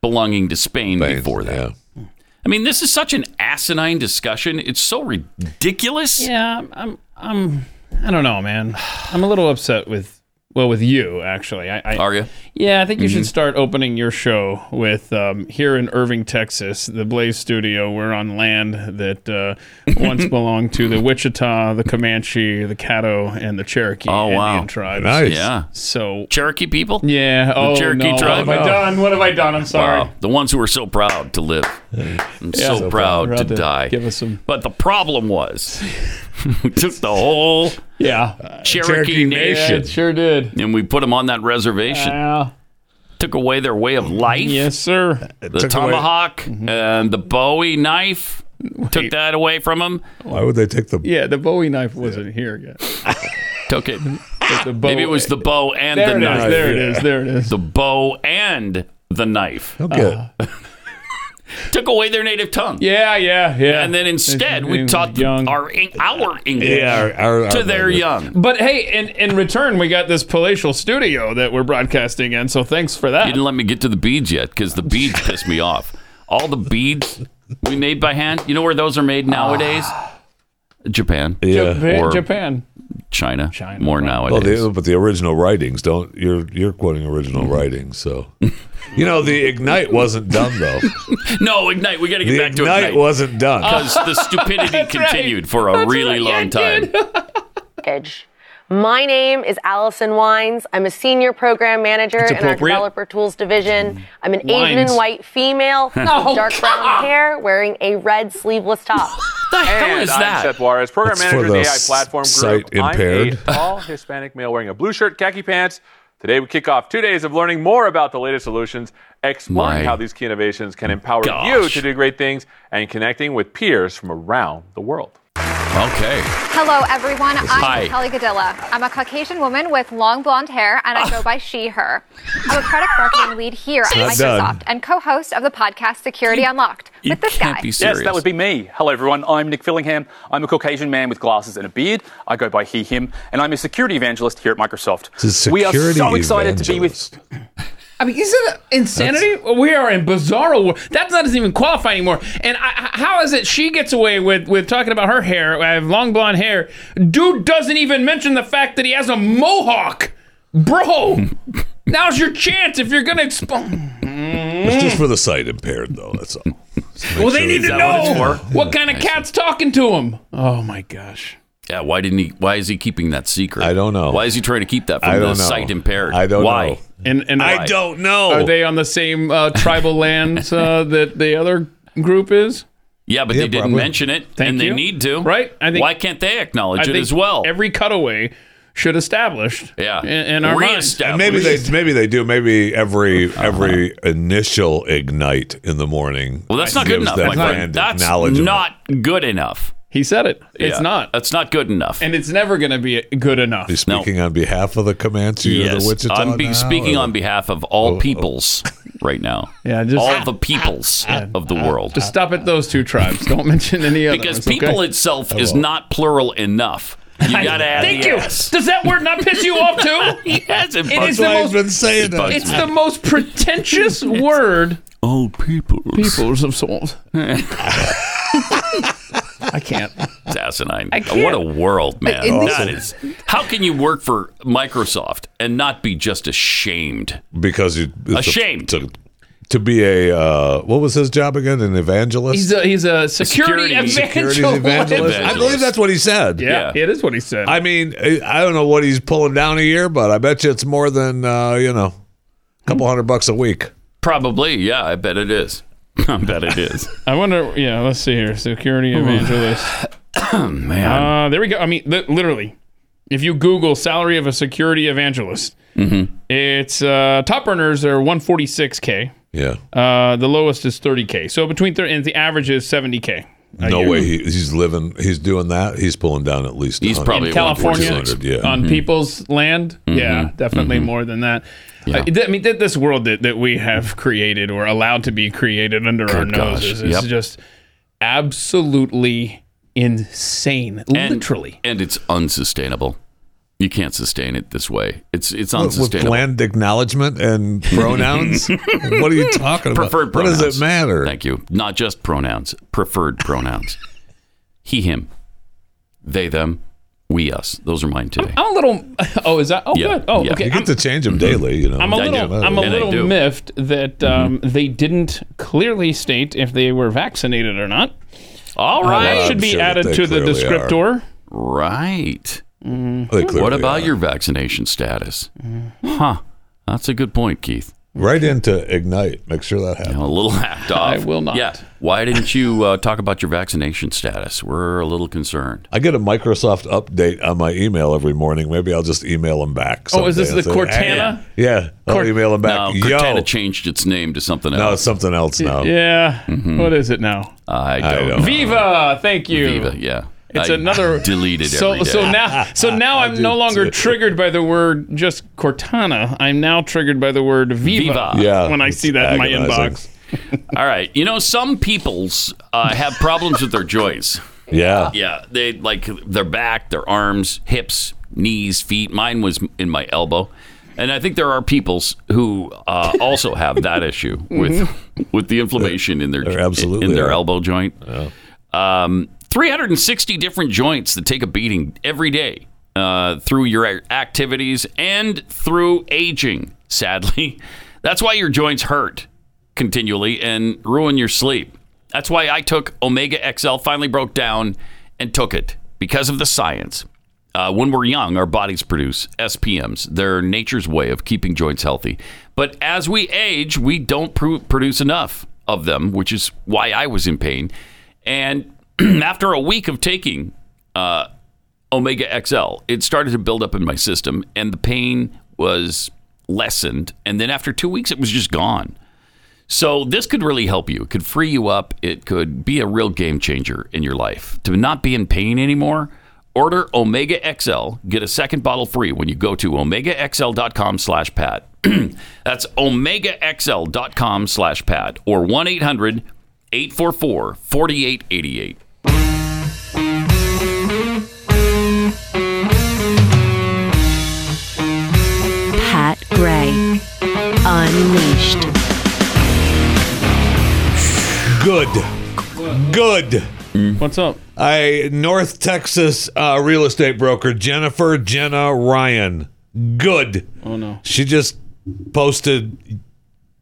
Speaker 3: belonging to Spain, before that. I mean, this is such an asinine discussion. It's so ridiculous.
Speaker 4: Yeah, I'm, I'm, I don't know, man. I'm a little upset with, well, with you actually. I, I,
Speaker 3: Are you?
Speaker 4: Yeah, I think you
Speaker 3: Mhm.
Speaker 4: should start opening your show with um, here in Irving, Texas, the Blaze Studio. We're on land that uh, once belonged to the Wichita, the Comanche, the Caddo, and the Cherokee
Speaker 3: Oh,
Speaker 4: Indian
Speaker 3: wow.
Speaker 4: tribes.
Speaker 3: Nice. Yeah.
Speaker 4: So
Speaker 3: Cherokee people?
Speaker 4: Yeah.
Speaker 3: The
Speaker 4: oh
Speaker 3: Cherokee
Speaker 4: no.
Speaker 3: tribe?
Speaker 4: What have I
Speaker 3: No.
Speaker 4: done? What have I done? I'm sorry.
Speaker 3: Wow. The ones who are so proud to live. I'm
Speaker 4: Yeah.
Speaker 3: so,
Speaker 4: So
Speaker 3: proud,
Speaker 4: proud
Speaker 3: to
Speaker 4: to
Speaker 3: die.
Speaker 4: give us some-
Speaker 3: But the problem was, we took the whole
Speaker 4: yeah
Speaker 3: Cherokee,
Speaker 4: Cherokee
Speaker 3: Nation.
Speaker 4: Nation. Uh, Yeah, it sure did.
Speaker 3: And we put them on that reservation.
Speaker 4: Yeah.
Speaker 3: Took away their way
Speaker 4: Mm-hmm.
Speaker 3: of life.
Speaker 4: Yes, sir.
Speaker 3: The tomahawk
Speaker 4: Mm-hmm.
Speaker 3: and the Bowie knife. Took that away from them.
Speaker 5: Why would they take the?
Speaker 4: Yeah, the Bowie knife wasn't here yet.
Speaker 3: Took it.
Speaker 4: the bow-
Speaker 3: Maybe it was the bow and
Speaker 4: There
Speaker 3: the
Speaker 4: it is,
Speaker 3: knife.
Speaker 4: there it is, There it is.
Speaker 3: The bow and the knife.
Speaker 5: Okay.
Speaker 3: Uh, Took away their native tongue.
Speaker 4: Yeah, yeah, yeah.
Speaker 3: And then instead, we taught our Eng- our English
Speaker 4: Yeah, our- our-
Speaker 3: to
Speaker 4: our
Speaker 3: their
Speaker 4: language.
Speaker 3: young.
Speaker 4: But hey, in, in return, we got this palatial studio that we're broadcasting in, so thanks for
Speaker 3: You
Speaker 4: that.
Speaker 3: didn't let me get to the beads yet because the beads pissed me off. All the beads we made by hand. You know where those are made nowadays? Japan.
Speaker 5: Yeah.
Speaker 4: Japan.
Speaker 3: Or
Speaker 4: Japan. Oh,
Speaker 3: China. China. More
Speaker 5: Well,
Speaker 3: nowadays.
Speaker 5: the, but the original writings don't. You're you're quoting original
Speaker 3: Mm-hmm.
Speaker 5: writings, so you know the ignite wasn't done though.
Speaker 3: no, Ignite. We got to get
Speaker 5: The
Speaker 3: back to
Speaker 5: Ignite wasn't done.
Speaker 3: Because the stupidity continued for a really long time.
Speaker 12: Edge. My name is Allison Wines. I'm a senior program manager
Speaker 3: That's
Speaker 12: in our
Speaker 3: appropriate.
Speaker 12: developer tools division. I'm an Asian
Speaker 3: Wines.
Speaker 12: and white female with
Speaker 14: Oh,
Speaker 12: dark brown hair wearing a red sleeveless top.
Speaker 3: the
Speaker 14: hell is
Speaker 15: I'm
Speaker 14: that?
Speaker 15: Seth Juarez, program
Speaker 5: That's
Speaker 15: manager
Speaker 5: for
Speaker 15: of the
Speaker 5: the
Speaker 15: AI Platform Group.
Speaker 5: sight impaired.
Speaker 15: I'm a all Hispanic male wearing a blue shirt, khaki pants. Today we kick off two days of learning more about the latest solutions, exploring
Speaker 3: My
Speaker 15: how these key innovations can empower
Speaker 3: gosh.
Speaker 15: you to do great things, and connecting with peers from around the world.
Speaker 3: Okay.
Speaker 16: Hello, everyone. I'm
Speaker 15: Hi.
Speaker 16: Kelly Godilla. I'm a Caucasian woman with long blonde hair, and
Speaker 3: Ah.
Speaker 16: I go by she, her. I'm a product marketing lead here at
Speaker 15: It's not
Speaker 16: Microsoft
Speaker 15: done.
Speaker 16: and co host of the podcast Security Unlocked with this guy.
Speaker 15: Yes, that would
Speaker 17: be me. Hello, everyone. I'm Nick Fillingham. I'm a Caucasian man with glasses and a beard. I go by he, him, and I'm a security evangelist here at Microsoft.
Speaker 5: It's a
Speaker 17: we are so
Speaker 5: security
Speaker 17: excited to be with.
Speaker 4: I mean, isn't it insanity? we are in bizarro world. That doesn't even qualify anymore. And I, h- how is it she gets away with, with talking about her hair? I have long blonde hair. Dude doesn't even mention the fact that he has a mohawk. Bro, now's your chance if you're going to explain.
Speaker 5: It's just for the sight impaired though. That's all.
Speaker 4: Well, they need to know
Speaker 5: what
Speaker 4: what, kind of cat's talking to him. Oh, my gosh.
Speaker 3: Yeah, why didn't he? Why is he keeping that secret? I
Speaker 5: don't know.
Speaker 3: Why is he trying to keep that from
Speaker 5: I
Speaker 3: the
Speaker 5: don't know.
Speaker 3: sight impaired?
Speaker 5: I don't
Speaker 3: why?
Speaker 5: know.
Speaker 4: And, and
Speaker 5: I
Speaker 4: why?
Speaker 5: don't know.
Speaker 4: Are Oh, they on the same uh, tribal lands uh, that the other group is?
Speaker 3: Yeah, but
Speaker 4: Yeah,
Speaker 3: they didn't
Speaker 4: probably.
Speaker 3: mention it,
Speaker 4: Thank
Speaker 3: and they
Speaker 4: you.
Speaker 3: need to,
Speaker 4: Right? I think-
Speaker 3: why can't they acknowledge
Speaker 4: I
Speaker 3: it
Speaker 4: think
Speaker 3: as well?
Speaker 4: Every cutaway should establish.
Speaker 3: Yeah,
Speaker 4: in, in our minds.
Speaker 5: And maybe they maybe they do. Maybe every every initial ignite in the morning.
Speaker 3: Well, that's not good
Speaker 5: gives
Speaker 3: enough,
Speaker 5: that
Speaker 3: my friend.
Speaker 5: brand
Speaker 3: That's
Speaker 5: acknowledgement.
Speaker 3: not good enough.
Speaker 4: He said it. It's not.
Speaker 3: That's not good enough.
Speaker 4: And it's never going to be good enough.
Speaker 5: He's speaking on behalf of the Comanche or the Wichita.
Speaker 3: I'm be-
Speaker 5: now,
Speaker 3: speaking
Speaker 5: or-
Speaker 3: on behalf of all peoples right now.
Speaker 4: Yeah, just-
Speaker 3: all the peoples of the world.
Speaker 4: Just stop at those two tribes. Don't mention any other
Speaker 3: because
Speaker 4: ones,
Speaker 3: people
Speaker 4: okay?
Speaker 3: itself is not plural enough. You gotta add
Speaker 4: Thank
Speaker 3: the
Speaker 4: you.
Speaker 3: S.
Speaker 4: Does that word not piss you off too?
Speaker 3: yes, it
Speaker 4: It
Speaker 3: bugs
Speaker 4: is
Speaker 3: me.
Speaker 4: the
Speaker 3: I've
Speaker 4: most.
Speaker 3: been saying that.
Speaker 4: It's the most pretentious word.
Speaker 3: Oh, peoples.
Speaker 4: Peoples of souls. I can't.
Speaker 3: It's asinine.
Speaker 4: I can't.
Speaker 3: What a world, man.
Speaker 4: I- and
Speaker 3: that
Speaker 4: this-
Speaker 3: is. How can you work for Microsoft and not be just ashamed?
Speaker 5: because you it's a-
Speaker 3: Ashamed.
Speaker 5: to, to be a uh, what was his job again? An evangelist.
Speaker 4: He's a he's a security,
Speaker 5: Securities
Speaker 4: evangelist.
Speaker 5: evangelist. I believe that's what he said.
Speaker 4: Yeah, it is what he said.
Speaker 5: I mean, I I don't know what he's pulling down a year, but I bet you it's more than uh, you know, a couple hundred bucks a week.
Speaker 3: Probably, yeah. I bet it is. I bet it is.
Speaker 4: I wonder. Yeah, let's see here. Security evangelist. Man, uh, there we go. I mean, li- literally, if you Google salary of a security evangelist, it's uh, top earners are 146k.
Speaker 5: Yeah.
Speaker 4: Uh, the lowest is 30k. So between 30 and the average is 70k. a
Speaker 5: No
Speaker 4: year.
Speaker 5: way he, he's living. He's doing that. He's pulling down at least.
Speaker 3: He's
Speaker 5: 100,
Speaker 3: probably
Speaker 4: in California
Speaker 5: 200, yeah.
Speaker 4: on people's land.
Speaker 3: Mm-hmm.
Speaker 4: Yeah,
Speaker 5: Mhm.
Speaker 4: definitely more than that. I, I mean, th- this world that, that we have created or allowed to be created under our
Speaker 3: Good
Speaker 4: noses
Speaker 3: gosh,
Speaker 4: is
Speaker 3: yep.
Speaker 4: just absolutely insane. Literally.
Speaker 3: And it's unsustainable. You can't sustain it this way. It's it's
Speaker 5: With- with
Speaker 3: unsustainable.
Speaker 5: bland acknowledgement and pronouns. what are you talking about?
Speaker 3: Preferred
Speaker 5: What
Speaker 3: pronouns.
Speaker 5: does it matter?
Speaker 3: Thank you. Not just pronouns, preferred pronouns. he, him, they, them, we, us. Those are mine today.
Speaker 4: I'm a little. Oh, is that? Oh, good. Oh, okay.
Speaker 5: You
Speaker 4: I'm,
Speaker 5: get to change
Speaker 3: Mm-hmm.
Speaker 5: them daily. You know.
Speaker 4: I'm a little. I'm a
Speaker 3: And I
Speaker 4: little
Speaker 3: do. Mm-hmm.
Speaker 4: miffed that um, they didn't clearly state if they were vaccinated or not.
Speaker 3: All
Speaker 4: Uh,
Speaker 3: right.
Speaker 4: that
Speaker 3: I'm
Speaker 4: should be
Speaker 3: sure that
Speaker 4: added
Speaker 3: they
Speaker 4: to the
Speaker 3: clearly are.
Speaker 4: descriptor.
Speaker 3: Right.
Speaker 5: They
Speaker 3: What
Speaker 5: clearly
Speaker 3: about
Speaker 5: are.
Speaker 3: your vaccination status? Huh. That's a good point, Keith.
Speaker 5: Right into ignite. Make sure that happens.
Speaker 3: A little hacked off.
Speaker 4: I will not.
Speaker 3: Yeah. Why didn't you uh, talk about your vaccination status? We're a little concerned.
Speaker 5: I get a Microsoft update on my email every morning. Maybe I'll just email them back.
Speaker 4: Oh, is this
Speaker 5: someday.
Speaker 4: the
Speaker 5: I'll say,
Speaker 4: Cortana?
Speaker 5: "Hey." Yeah, I'll
Speaker 4: Cort-
Speaker 5: email them
Speaker 3: No,
Speaker 5: back. Yo,
Speaker 3: Uh, Cortana changed its name to something else.
Speaker 5: no, it's something else now.
Speaker 3: Mm-hmm.
Speaker 4: Yeah. What is it now?
Speaker 3: I don't. know.
Speaker 4: Viva. Thank you.
Speaker 3: Viva, yeah.
Speaker 4: It's
Speaker 3: I
Speaker 4: another
Speaker 3: delete it
Speaker 4: So
Speaker 3: every day.
Speaker 4: so now so now I'm no longer triggered by the word just Cortana. I'm now triggered by the word Viva.
Speaker 3: Yeah,
Speaker 4: when I
Speaker 3: it's
Speaker 4: see that in my
Speaker 3: agonizing.
Speaker 4: inbox.
Speaker 3: All right. You know, some peoples uh, have problems with their joints.
Speaker 5: Yeah.
Speaker 3: Yeah. They like their back, their arms, hips, knees, feet. Mine was in my elbow. And I think there are peoples who uh, also have that issue with with the inflammation in their absolutely in their
Speaker 5: are.
Speaker 3: elbow joint. Um, 360 different joints that take a beating every day uh, through your ac- activities and through aging. Sadly, that's why your joints hurt continually and ruin your sleep. That's why I took Omega XL. Finally broke down and took it because of the science. Uh, when we're young, our bodies produce SPMs. They're nature's way of keeping joints healthy. But as we age, we don't pr- produce enough of them, which is why I was in pain. And after a week of taking uh, Omega XL, it started to build up in my system, and the pain was lessened. And then after two weeks, it was just gone. So this could really help you. It could free you up. It could be a real game changer in your life to not be in pain anymore. Order Omega XL. Get a second bottle free when you go to omegaxl.com slash pat. That's omegaxl.com slash pat or 1-800-844-4888.
Speaker 1: Pat Gray. Unleashed.
Speaker 5: Good. Good.
Speaker 4: What's up?
Speaker 5: I North Texas uh, real estate broker Jennifer Jenna Ryan. Good.
Speaker 4: Oh no.
Speaker 5: She just posted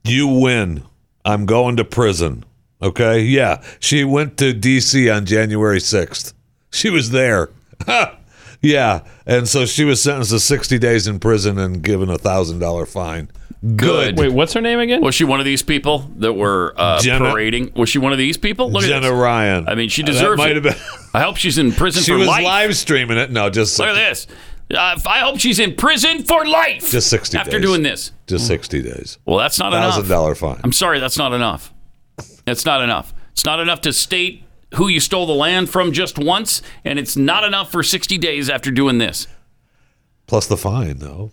Speaker 5: you win. I'm going to prison. Okay? Yeah. She went to DC on January 6th. She was there. yeah. And so she was sentenced to 60 days in prison and given a $1000 fine. Good.
Speaker 4: Wait, what's her name again?
Speaker 3: Was she one of these people that were uh,
Speaker 5: Jenna-
Speaker 3: parading? Was she one of these people? Look at
Speaker 5: Jenna
Speaker 3: this.
Speaker 5: Ryan. Uh,
Speaker 3: I mean, she
Speaker 5: That
Speaker 3: deserves
Speaker 5: might
Speaker 3: it.
Speaker 5: have been-
Speaker 3: I hope she's in prison
Speaker 5: She
Speaker 3: for
Speaker 5: was
Speaker 3: life.
Speaker 5: live streaming it. No, just
Speaker 3: Look at this. Uh, I hope she's in prison for life.
Speaker 5: just 60
Speaker 3: after
Speaker 5: days.
Speaker 3: doing this.
Speaker 5: Just 60 days.
Speaker 3: Well, that's not enough.
Speaker 5: $1000 fine.
Speaker 3: I'm sorry, that's not enough. That's not enough. It's not enough to state who you stole the land from just once, and it's not enough for 60 days after doing this.
Speaker 5: Plus the fine, though.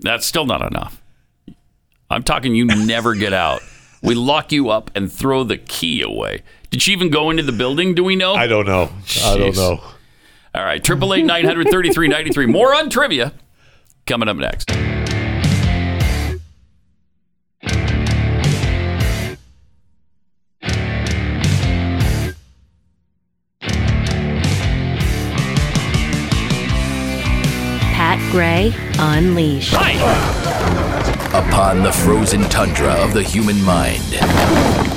Speaker 3: That's still not enough. I'm talking you never get out. We lock you up and throw the key away. Did she even go into the building? Do we know? I
Speaker 5: don't know. I don't know.
Speaker 3: All right. Triple eight nine hundred thirty three ninety three. More on trivia coming up next.
Speaker 1: Pat Gray. Unleashed.
Speaker 14: Upon the frozen tundra of the human mind,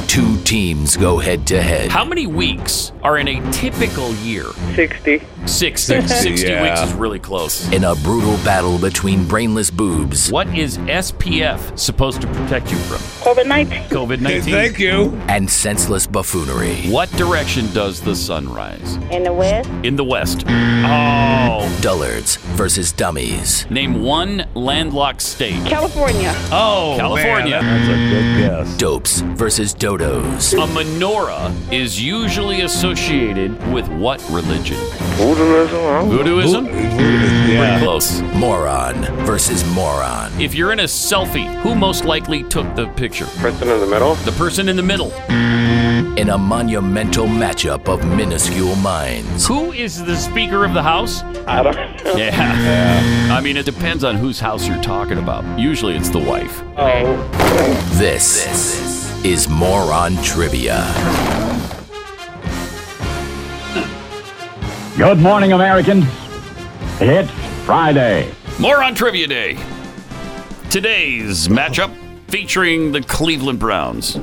Speaker 14: two teams go head to head.
Speaker 3: How many weeks are in a typical year?
Speaker 18: 60.
Speaker 3: 60. 60,
Speaker 14: 60, yeah.
Speaker 3: weeks is really close.
Speaker 14: In a brutal battle between brainless boobs.
Speaker 3: What is SPF supposed to protect you from?
Speaker 18: COVID 19.
Speaker 3: COVID 19.
Speaker 14: Thank
Speaker 5: you.
Speaker 14: And senseless buffoonery.
Speaker 3: What direction does the sun rise?
Speaker 18: In the West,
Speaker 3: In the west. Oh.
Speaker 14: Dullards versus dummies.
Speaker 3: Name one landlocked state.
Speaker 18: California.
Speaker 3: Oh, California.
Speaker 5: that's a good guess.
Speaker 14: Dopes versus dodos.
Speaker 3: A menorah is usually associated with what religion?
Speaker 14: Voodooism.
Speaker 3: Voodooism? Pretty close.
Speaker 14: Moron versus moron.
Speaker 3: If you're in a selfie, who most likely took the picture?
Speaker 14: Person in the middle.
Speaker 3: The person in the middle.
Speaker 14: Mm. In a monumental matchup of minuscule minds.
Speaker 3: Who is the Speaker of the House?
Speaker 14: I don't
Speaker 3: Yeah. I mean, it depends on whose house you're talking about. Usually it's the wife.
Speaker 14: This, is Moron Trivia.
Speaker 2: Good morning, Americans. It's Friday.
Speaker 3: More on Trivia Day. Today's matchup featuring the Cleveland Browns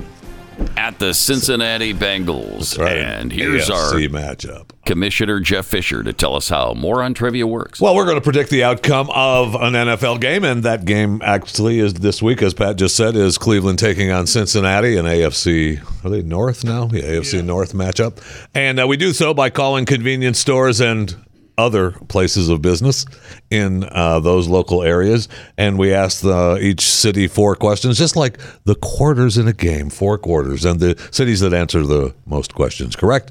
Speaker 3: at the Cincinnati Bengals. And here's our
Speaker 5: AFC matchup.
Speaker 3: Commissioner Jeff Fisher to tell us how more on Trivia works.
Speaker 5: Well, we're going to predict the outcome of an NFL game, and that game actually is this week, as Pat just said, is Cleveland taking on Cincinnati in AFC. Are they North now? Yeah, AFC North matchup, and uh, we do so by calling convenience stores and other places of business in uh, those local areas, and we ask the, each city four questions, just like the quarters in a game, four quarters, and the cities that answer the most questions correct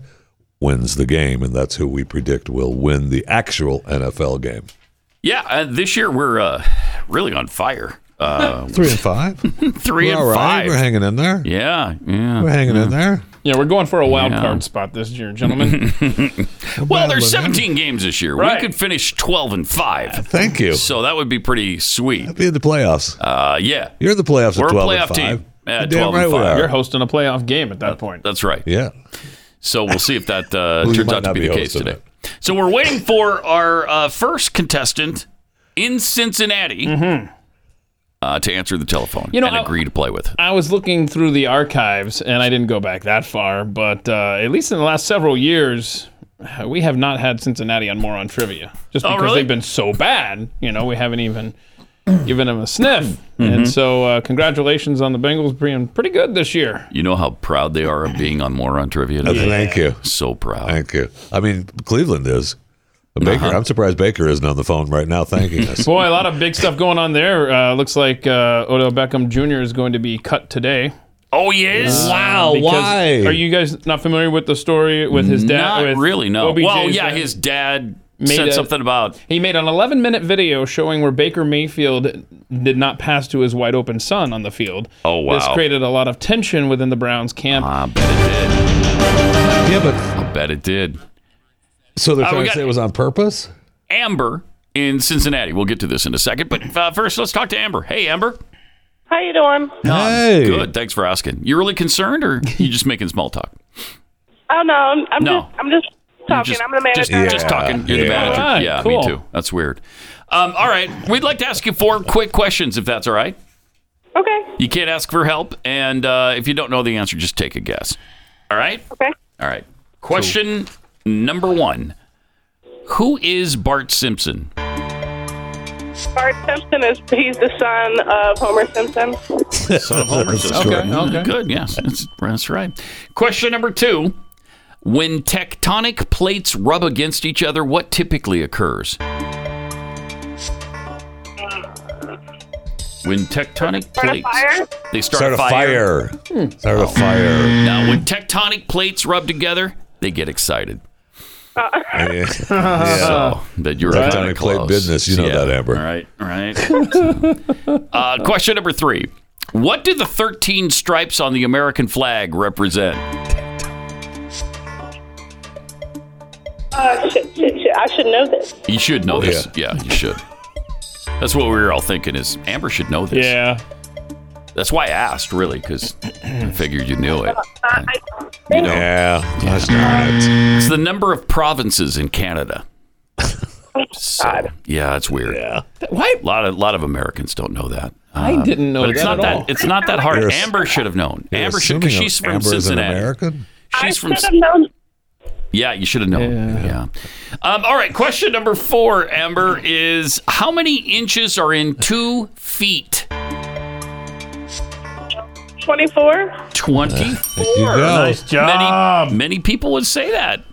Speaker 5: wins the game, and that's who we predict will win the actual NFL game.
Speaker 3: Yeah, uh, this year we're uh, really on fire. Uh,
Speaker 5: Three and five.
Speaker 3: three
Speaker 5: We're
Speaker 3: and
Speaker 5: all right.
Speaker 3: five.
Speaker 5: We're hanging in there.
Speaker 3: Yeah, yeah.
Speaker 5: We're hanging in there.
Speaker 4: Yeah, we're going for a wild
Speaker 3: Yeah.
Speaker 4: card spot this year, gentlemen.
Speaker 3: well, there's 17 games this year.
Speaker 4: Right.
Speaker 3: We could finish 12 and five.
Speaker 5: Thank you.
Speaker 3: So that would be pretty sweet.
Speaker 5: Be in the playoffs.
Speaker 3: Uh, yeah,
Speaker 5: You're the playoffs
Speaker 3: we're
Speaker 5: at
Speaker 3: a
Speaker 5: 12
Speaker 3: playoff
Speaker 5: and 5.
Speaker 3: team. Yeah,
Speaker 5: You're
Speaker 3: 12 and
Speaker 5: we
Speaker 3: five.
Speaker 5: are.
Speaker 4: You're hosting a playoff game at that point.
Speaker 3: That's right.
Speaker 5: Yeah.
Speaker 3: So we'll see if that uh,
Speaker 5: Well, you
Speaker 3: turns
Speaker 5: might
Speaker 3: out to
Speaker 5: not
Speaker 3: be,
Speaker 5: be
Speaker 3: the case
Speaker 5: hosting
Speaker 3: today. So we're waiting for our uh, first contestant in Cincinnati
Speaker 5: Mm-hmm.
Speaker 3: uh, to answer the telephone
Speaker 4: You know,
Speaker 3: and
Speaker 4: I-
Speaker 3: agree to play with.
Speaker 4: I was looking through the archives, and I didn't go back that far, but uh, at least in the last several years, we have not had Cincinnati on Moron Trivia, just
Speaker 3: Oh,
Speaker 4: because
Speaker 3: really?
Speaker 4: they've been so bad. You know, we haven't even given them a sniff, and so uh, congratulations on the Bengals being pretty good this year.
Speaker 3: You know how proud they are of being on Moron Trivia.
Speaker 5: Uh,
Speaker 3: today?
Speaker 5: Thank you.
Speaker 3: So proud.
Speaker 5: Thank you. I mean, Cleveland is. Baker,
Speaker 3: Uh-huh.
Speaker 5: I'm surprised Baker isn't on the phone right now thanking us.
Speaker 4: Boy, a lot of big stuff going on there. Uh, looks like uh, Odell Beckham Jr. is going to be cut today.
Speaker 3: Oh, he is.
Speaker 4: Wow,
Speaker 5: why?
Speaker 4: Are you guys not familiar with the story with his dad?
Speaker 3: Not
Speaker 4: with
Speaker 3: really. No.
Speaker 4: OBJ's
Speaker 3: well, yeah,
Speaker 4: dad?
Speaker 3: his dad
Speaker 4: Made
Speaker 3: said
Speaker 4: a-
Speaker 3: something about.
Speaker 4: He made an 11 minute video showing where Baker Mayfield did not pass to his wide open son on the field.
Speaker 3: Oh wow.
Speaker 4: This created a lot of tension within the Browns camp.
Speaker 3: I bet it did.
Speaker 5: Yeah, but
Speaker 3: I bet it did.
Speaker 5: so they're
Speaker 3: Uh, we
Speaker 5: trying to
Speaker 3: got-
Speaker 5: say it was on purpose.
Speaker 3: Amber in Cincinnati. We'll get to this in a second, but uh, first let's talk to Amber. Hey, Amber.
Speaker 18: How you doing?
Speaker 5: Hey,
Speaker 3: Good. Thanks for asking. You really concerned, or you just making small talk?
Speaker 18: Oh no,
Speaker 10: Um,
Speaker 18: I'm, I'm
Speaker 3: No.
Speaker 18: just I'm just talking.
Speaker 3: just-
Speaker 18: I'm the manager.
Speaker 3: Just, just talking. You're the
Speaker 5: Yeah.
Speaker 3: manager.
Speaker 4: All right,
Speaker 3: yeah,
Speaker 4: cool.
Speaker 3: me too. That's weird. Um, all right. We'd like to ask you four quick questions, if that's all right.
Speaker 18: Okay.
Speaker 3: You can't ask for help, and uh, if you don't know the answer, just take a guess. All right.
Speaker 18: Okay.
Speaker 3: All right. Question number one: Who is Bart Simpson?
Speaker 18: Bart Simpson is he's the son of Homer Simpson.
Speaker 3: Son of Homer
Speaker 5: That's
Speaker 3: Simpson.
Speaker 5: correct.
Speaker 3: Mm, Good. Yes, that's, that's right. Question number two: When tectonic plates rub against each other, what typically occurs? When tectonic
Speaker 18: Start a
Speaker 3: plates,
Speaker 18: fire?
Speaker 3: they start, Hmm.
Speaker 5: Start a fire. Start a fire.
Speaker 3: Now, when tectonic plates rub together, they get excited.
Speaker 5: Yeah. yeah.
Speaker 3: So that you're
Speaker 5: Tectonic
Speaker 3: kinda
Speaker 5: plate
Speaker 3: close.
Speaker 5: business, you know that, Amber.
Speaker 3: All right, all right. uh, question number three: What do the 13 stripes on the American flag represent?
Speaker 18: Uh, shit, shit, shit. I should know this.
Speaker 3: You should know
Speaker 5: Oh,
Speaker 3: this. Yeah. you should. That's what we were all thinking is Amber should know this.
Speaker 4: Yeah.
Speaker 3: That's why I asked, really, because I figured you knew it.
Speaker 18: Uh, I,
Speaker 3: You know,
Speaker 5: Yeah. Gosh darn it.
Speaker 3: it's the number of provinces in Canada.
Speaker 5: Oh,
Speaker 3: So, yeah, it's weird.
Speaker 5: Yeah.
Speaker 4: Why?
Speaker 3: A lot of lot of Americans don't know that.
Speaker 4: I
Speaker 3: Um,
Speaker 4: didn't know
Speaker 3: but it's
Speaker 4: that
Speaker 3: not
Speaker 4: at
Speaker 3: that
Speaker 4: all.
Speaker 3: it's not that hard.
Speaker 5: You're ass-
Speaker 3: Amber should have known.
Speaker 5: You're
Speaker 3: Amber should because
Speaker 5: assuming
Speaker 3: she's from
Speaker 5: Amber Is an
Speaker 3: Cincinnati.
Speaker 5: American?
Speaker 18: I
Speaker 3: She's from.
Speaker 18: should have known.
Speaker 3: Yeah, you should have known. Yeah. Um, all right. Question number four, Amber, is how many inches are in two feet?
Speaker 18: 24.
Speaker 3: 24.
Speaker 5: You go. Nice
Speaker 3: Many, many people would say that,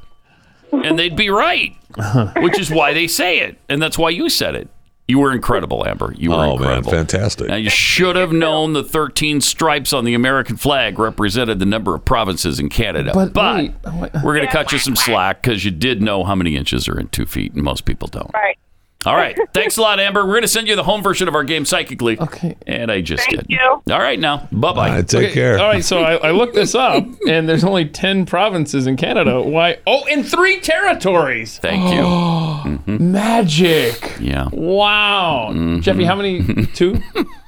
Speaker 3: and they'd be right,
Speaker 5: Uh-huh.
Speaker 3: which is why they say it, and that's why you said it. You were incredible, Amber. You were
Speaker 5: Oh man,
Speaker 3: incredible.
Speaker 5: fantastic.
Speaker 3: Now you should have known the 13 stripes on the American flag represented the number of provinces in Canada. But,
Speaker 4: wait, what-
Speaker 3: we're going to cut you some slack because you did know how many inches are in two feet, and most people don't.
Speaker 18: Right.
Speaker 3: All right. Thanks a lot, Amber. We're going to send you the home version of our game psychically.
Speaker 4: Okay.
Speaker 3: And I just
Speaker 18: Thank
Speaker 3: did.
Speaker 18: you.
Speaker 3: All right, now. Bye
Speaker 5: All
Speaker 3: bye.
Speaker 5: right, take
Speaker 4: Okay,
Speaker 5: care.
Speaker 4: All right, so I, I looked this up, and there's only 10 provinces in Canada. Why? Oh, and three territories.
Speaker 3: Thank
Speaker 4: Oh.
Speaker 3: you.
Speaker 4: Magic.
Speaker 3: Yeah.
Speaker 4: Wow.
Speaker 5: Mm-hmm.
Speaker 4: Jeffy, how many? Two?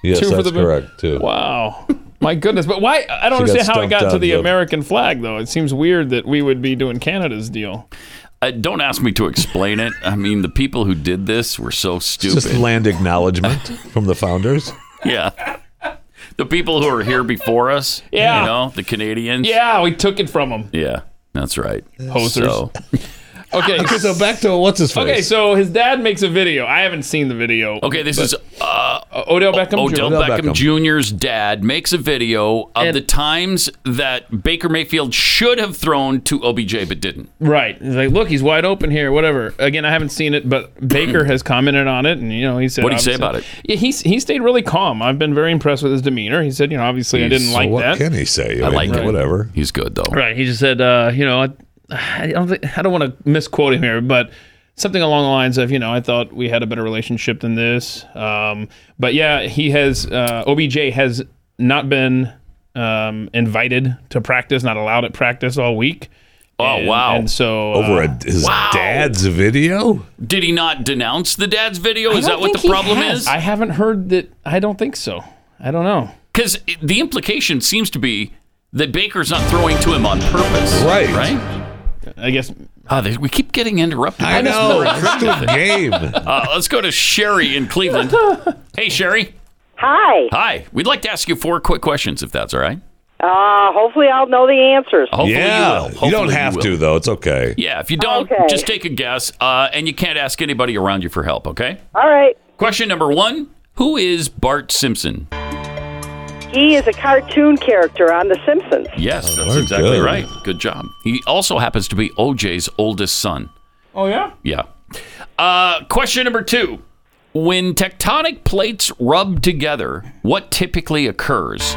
Speaker 5: Yes,
Speaker 4: Two for
Speaker 5: that's
Speaker 4: the-
Speaker 5: correct too.
Speaker 4: Wow. My goodness. But why? I don't
Speaker 5: She got
Speaker 4: understand how it
Speaker 5: stumped
Speaker 4: got to
Speaker 5: on
Speaker 4: the
Speaker 5: the-
Speaker 4: American flag, though. It seems weird that we would be doing Canada's deal.
Speaker 3: Uh, don't ask me to explain it. I mean, the people who did this were so
Speaker 5: It's
Speaker 3: stupid.
Speaker 5: Just land acknowledgement from the founders.
Speaker 3: yeah. The people who were here before us.
Speaker 4: Yeah.
Speaker 3: You know, the Canadians.
Speaker 4: Yeah, we took it from them.
Speaker 3: Yeah. That's right.
Speaker 4: Posers.
Speaker 3: So,
Speaker 4: Okay.
Speaker 5: Okay, so back to what's his face.
Speaker 4: Okay, so his dad makes a video. I haven't seen the video.
Speaker 3: okay, this is uh,
Speaker 4: Uh, Odell Beckham Jr.
Speaker 3: Oh, Odell
Speaker 5: Jr.
Speaker 3: Beckham,
Speaker 5: Beckham.
Speaker 3: Jr.'s dad makes a video of
Speaker 4: And-
Speaker 3: the times that Baker Mayfield should have thrown to OBJ but didn't.
Speaker 4: Right. He's like, look, he's wide open here, whatever. Again, I haven't seen it, but Baker has commented on it, and, you know, he said.
Speaker 3: What'd he say
Speaker 4: obviously-
Speaker 3: about it?
Speaker 4: Yeah, he, he stayed really calm. I've been very impressed with his demeanor. He said, you know, obviously I
Speaker 3: He's
Speaker 4: didn't
Speaker 5: So
Speaker 4: like
Speaker 5: what
Speaker 4: that.
Speaker 5: can he say?
Speaker 3: mm, I like it.
Speaker 5: whatever.
Speaker 3: He's good though.
Speaker 4: Right. He just said, uh, you know, I, I don't, think, I don't want to misquote him here, but something along the lines of, you know, I thought we had a better relationship than this. Um, but yeah, he has, uh, OBJ has not been um, invited to practice, not allowed at practice all week.
Speaker 3: Oh,
Speaker 4: And-
Speaker 3: wow.
Speaker 4: And so
Speaker 5: Over
Speaker 4: uh,
Speaker 5: a, his dad's video?
Speaker 3: Did he not denounce the dad's video? Is that
Speaker 4: I don't
Speaker 3: what
Speaker 4: think
Speaker 3: the
Speaker 4: he
Speaker 3: problem
Speaker 4: has.
Speaker 3: is?
Speaker 4: I haven't heard that. I don't think so. I don't know.
Speaker 3: Because the implication seems to be that Baker's not throwing to him on purpose.
Speaker 5: Right.
Speaker 3: Right? Ah,
Speaker 4: I guess.
Speaker 3: we keep getting interrupted.
Speaker 4: I
Speaker 3: by this
Speaker 4: know.
Speaker 3: little
Speaker 4: Let's
Speaker 5: do a
Speaker 3: crap.
Speaker 5: game.
Speaker 3: Uh, let's go to Sherry in Cleveland. Hey, Sherry.
Speaker 19: Hi.
Speaker 3: Hi. We'd like to ask you four quick questions, if that's all right.
Speaker 19: Uh, hopefully, I'll know the answers.
Speaker 3: Hopefully you will.
Speaker 5: yeah.
Speaker 3: Hopefully
Speaker 5: don't have
Speaker 3: will.
Speaker 5: to, though. It's okay.
Speaker 3: Yeah, if you don't, just take a guess, uh, and you can't ask anybody around you for help, okay?
Speaker 19: All right.
Speaker 3: Question number one Who is Bart Simpson?
Speaker 19: He is a cartoon character on The Simpsons.
Speaker 3: Yes, that's
Speaker 5: Oh, very
Speaker 3: exactly
Speaker 5: good.
Speaker 3: right. Good job. He also happens to be OJ's oldest son.
Speaker 4: Oh, yeah?
Speaker 3: Yeah. Uh, question number two When tectonic plates rub together, what typically occurs?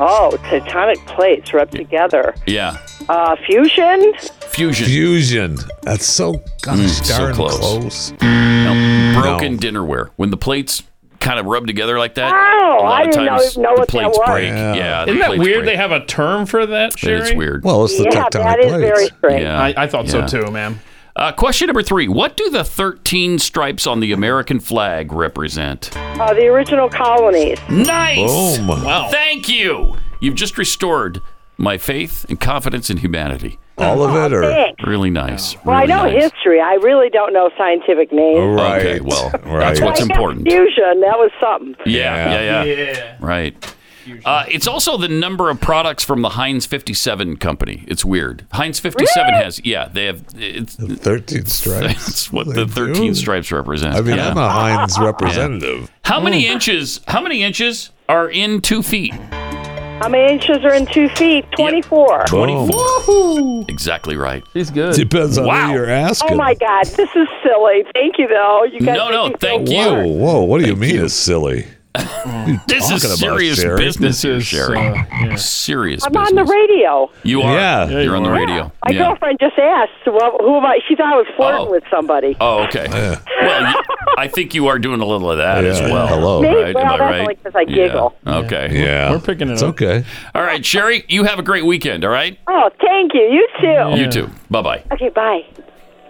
Speaker 19: Oh, tectonic plates rubbed together.
Speaker 3: Yeah.
Speaker 19: Uh, fusion?
Speaker 3: Fusion.
Speaker 5: Fusion. That's so gosh
Speaker 3: Mm, so
Speaker 5: darn
Speaker 3: close.
Speaker 5: close.
Speaker 3: No, broken dinnerware. When the plates kind of rub together like that,
Speaker 19: Oh,
Speaker 3: a lot
Speaker 19: I
Speaker 3: of
Speaker 19: didn't know-
Speaker 3: times
Speaker 19: know what
Speaker 3: the
Speaker 19: that
Speaker 3: plates
Speaker 19: was.
Speaker 3: break. Yeah. the
Speaker 4: Isn't that
Speaker 3: plates
Speaker 4: weird
Speaker 3: break.
Speaker 4: they have a term for that, Sherry?
Speaker 3: It's weird.
Speaker 19: yeah, that is very strange.
Speaker 4: I, I thought
Speaker 3: Yeah.
Speaker 4: so too, ma'am.
Speaker 3: Uh, question number three What do the 13 stripes on the American flag represent?
Speaker 19: Uh, the original colonies.
Speaker 3: Nice.
Speaker 5: Boom.
Speaker 3: Wow. Thank you. You've just restored my faith and confidence in humanity.
Speaker 5: All of it, or
Speaker 19: thanks.
Speaker 3: really nice.
Speaker 19: Well, I
Speaker 3: really
Speaker 19: know
Speaker 3: nice.
Speaker 19: history. I really don't know scientific names.
Speaker 3: Okay, well, that's
Speaker 5: Right.
Speaker 3: what's
Speaker 19: I got
Speaker 3: important.
Speaker 19: Fusion, that was something.
Speaker 3: Yeah, yeah, yeah.
Speaker 5: Yeah.
Speaker 3: Right. Uh, it's also the number of products from the Heinz 57 company. It's weird. Heinz 57
Speaker 5: Really?
Speaker 3: has, yeah, they have. It's,
Speaker 5: 13 stripes.
Speaker 3: that's what the 13 stripes represent.
Speaker 5: I mean,
Speaker 3: Yeah.
Speaker 5: I'm a Heinz representative.
Speaker 3: How many inches? How many inches are in two feet?
Speaker 19: How many inches are in two feet? 24.
Speaker 5: Oh.
Speaker 3: 24.
Speaker 19: Woohoo.
Speaker 3: Exactly right.
Speaker 4: He's good.
Speaker 5: Depends on who you're asking.
Speaker 19: Oh my God, this is silly. Thank you, though. You guys
Speaker 3: No, no,
Speaker 19: make me feel
Speaker 3: thank
Speaker 5: Whoa,
Speaker 3: you.
Speaker 5: whoa! What do you mean it's silly?
Speaker 3: This
Speaker 5: Talking
Speaker 3: is
Speaker 5: about
Speaker 3: serious
Speaker 5: Sherry.
Speaker 3: business,
Speaker 5: This
Speaker 3: here,
Speaker 5: is,
Speaker 3: Sherry.
Speaker 5: uh,
Speaker 3: Serious
Speaker 19: I'm
Speaker 3: business.
Speaker 19: on the radio.
Speaker 3: You are.
Speaker 5: Yeah.
Speaker 3: you're on the radio.
Speaker 19: My girlfriend just asked, well, "Who am I?" She thought I was flirting with somebody.
Speaker 3: Oh, okay. Well, you, I think you are doing a little of that as
Speaker 5: Yeah,
Speaker 3: well.
Speaker 5: hello.
Speaker 19: Maybe-
Speaker 3: Right? Am
Speaker 19: well,
Speaker 3: I
Speaker 19: that's
Speaker 3: right?
Speaker 19: only 'cause I giggle.
Speaker 3: Yeah. Okay.
Speaker 5: Yeah,
Speaker 4: we're picking it
Speaker 5: it's
Speaker 4: up.
Speaker 5: okay.
Speaker 3: All right, Sherry, you have a great weekend, all right?
Speaker 19: Oh, thank you. You too.
Speaker 3: You too. Bye bye.
Speaker 19: Okay, bye.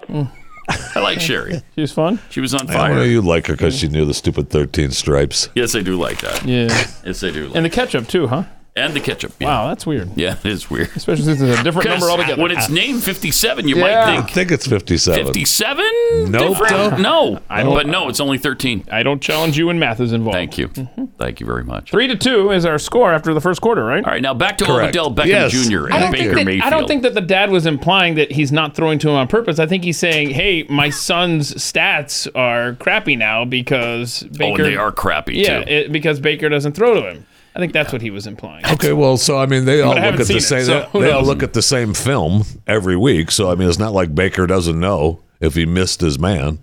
Speaker 3: I like Sherry.
Speaker 4: She's fun.
Speaker 3: She was on
Speaker 5: I know
Speaker 3: fire.
Speaker 5: you like her because she knew the stupid thirteen stripes.
Speaker 3: Yes, I do like that.
Speaker 4: Yeah.
Speaker 3: Yes, I do. Like
Speaker 4: And the ketchup too, huh?
Speaker 3: and the ketchup. Yeah.
Speaker 4: Wow, that's weird.
Speaker 3: Yeah, it is weird.
Speaker 4: Especially since it's a different number
Speaker 3: 'Cause
Speaker 4: altogether.
Speaker 3: When it's named 57, you
Speaker 4: Yeah.
Speaker 5: I
Speaker 3: might think
Speaker 5: think it's fifty-seven.
Speaker 3: 57?
Speaker 5: Nope.
Speaker 3: Different? No.
Speaker 4: I don't-
Speaker 3: But no, it's only 13.
Speaker 4: I don't challenge you when math is involved.
Speaker 3: Thank you. Thank you very much.
Speaker 4: Three to two is our score after the first quarter, right? All
Speaker 3: right, now back to
Speaker 5: Correct.
Speaker 3: Odell Beckham
Speaker 5: Yes.
Speaker 3: Jr. and
Speaker 4: I don't,
Speaker 3: Baker
Speaker 4: think that,
Speaker 3: Mayfield.
Speaker 4: I don't think that the dad was implying that he's not throwing to him on purpose. I think he's saying, "Hey, my son's stats are crappy now because
Speaker 3: Oh,
Speaker 4: Baker."
Speaker 3: and they are crappy,
Speaker 4: yeah,
Speaker 3: too.
Speaker 4: it, because Baker doesn't throw to him. I think that's what he was implying.
Speaker 5: Okay, well, so I mean, they all
Speaker 4: I haven't
Speaker 5: look at
Speaker 4: seen it,
Speaker 5: the same.
Speaker 4: so who
Speaker 5: they all
Speaker 4: knows?
Speaker 5: look at the same film every week. So I mean, it's not like Baker doesn't know if he missed his man,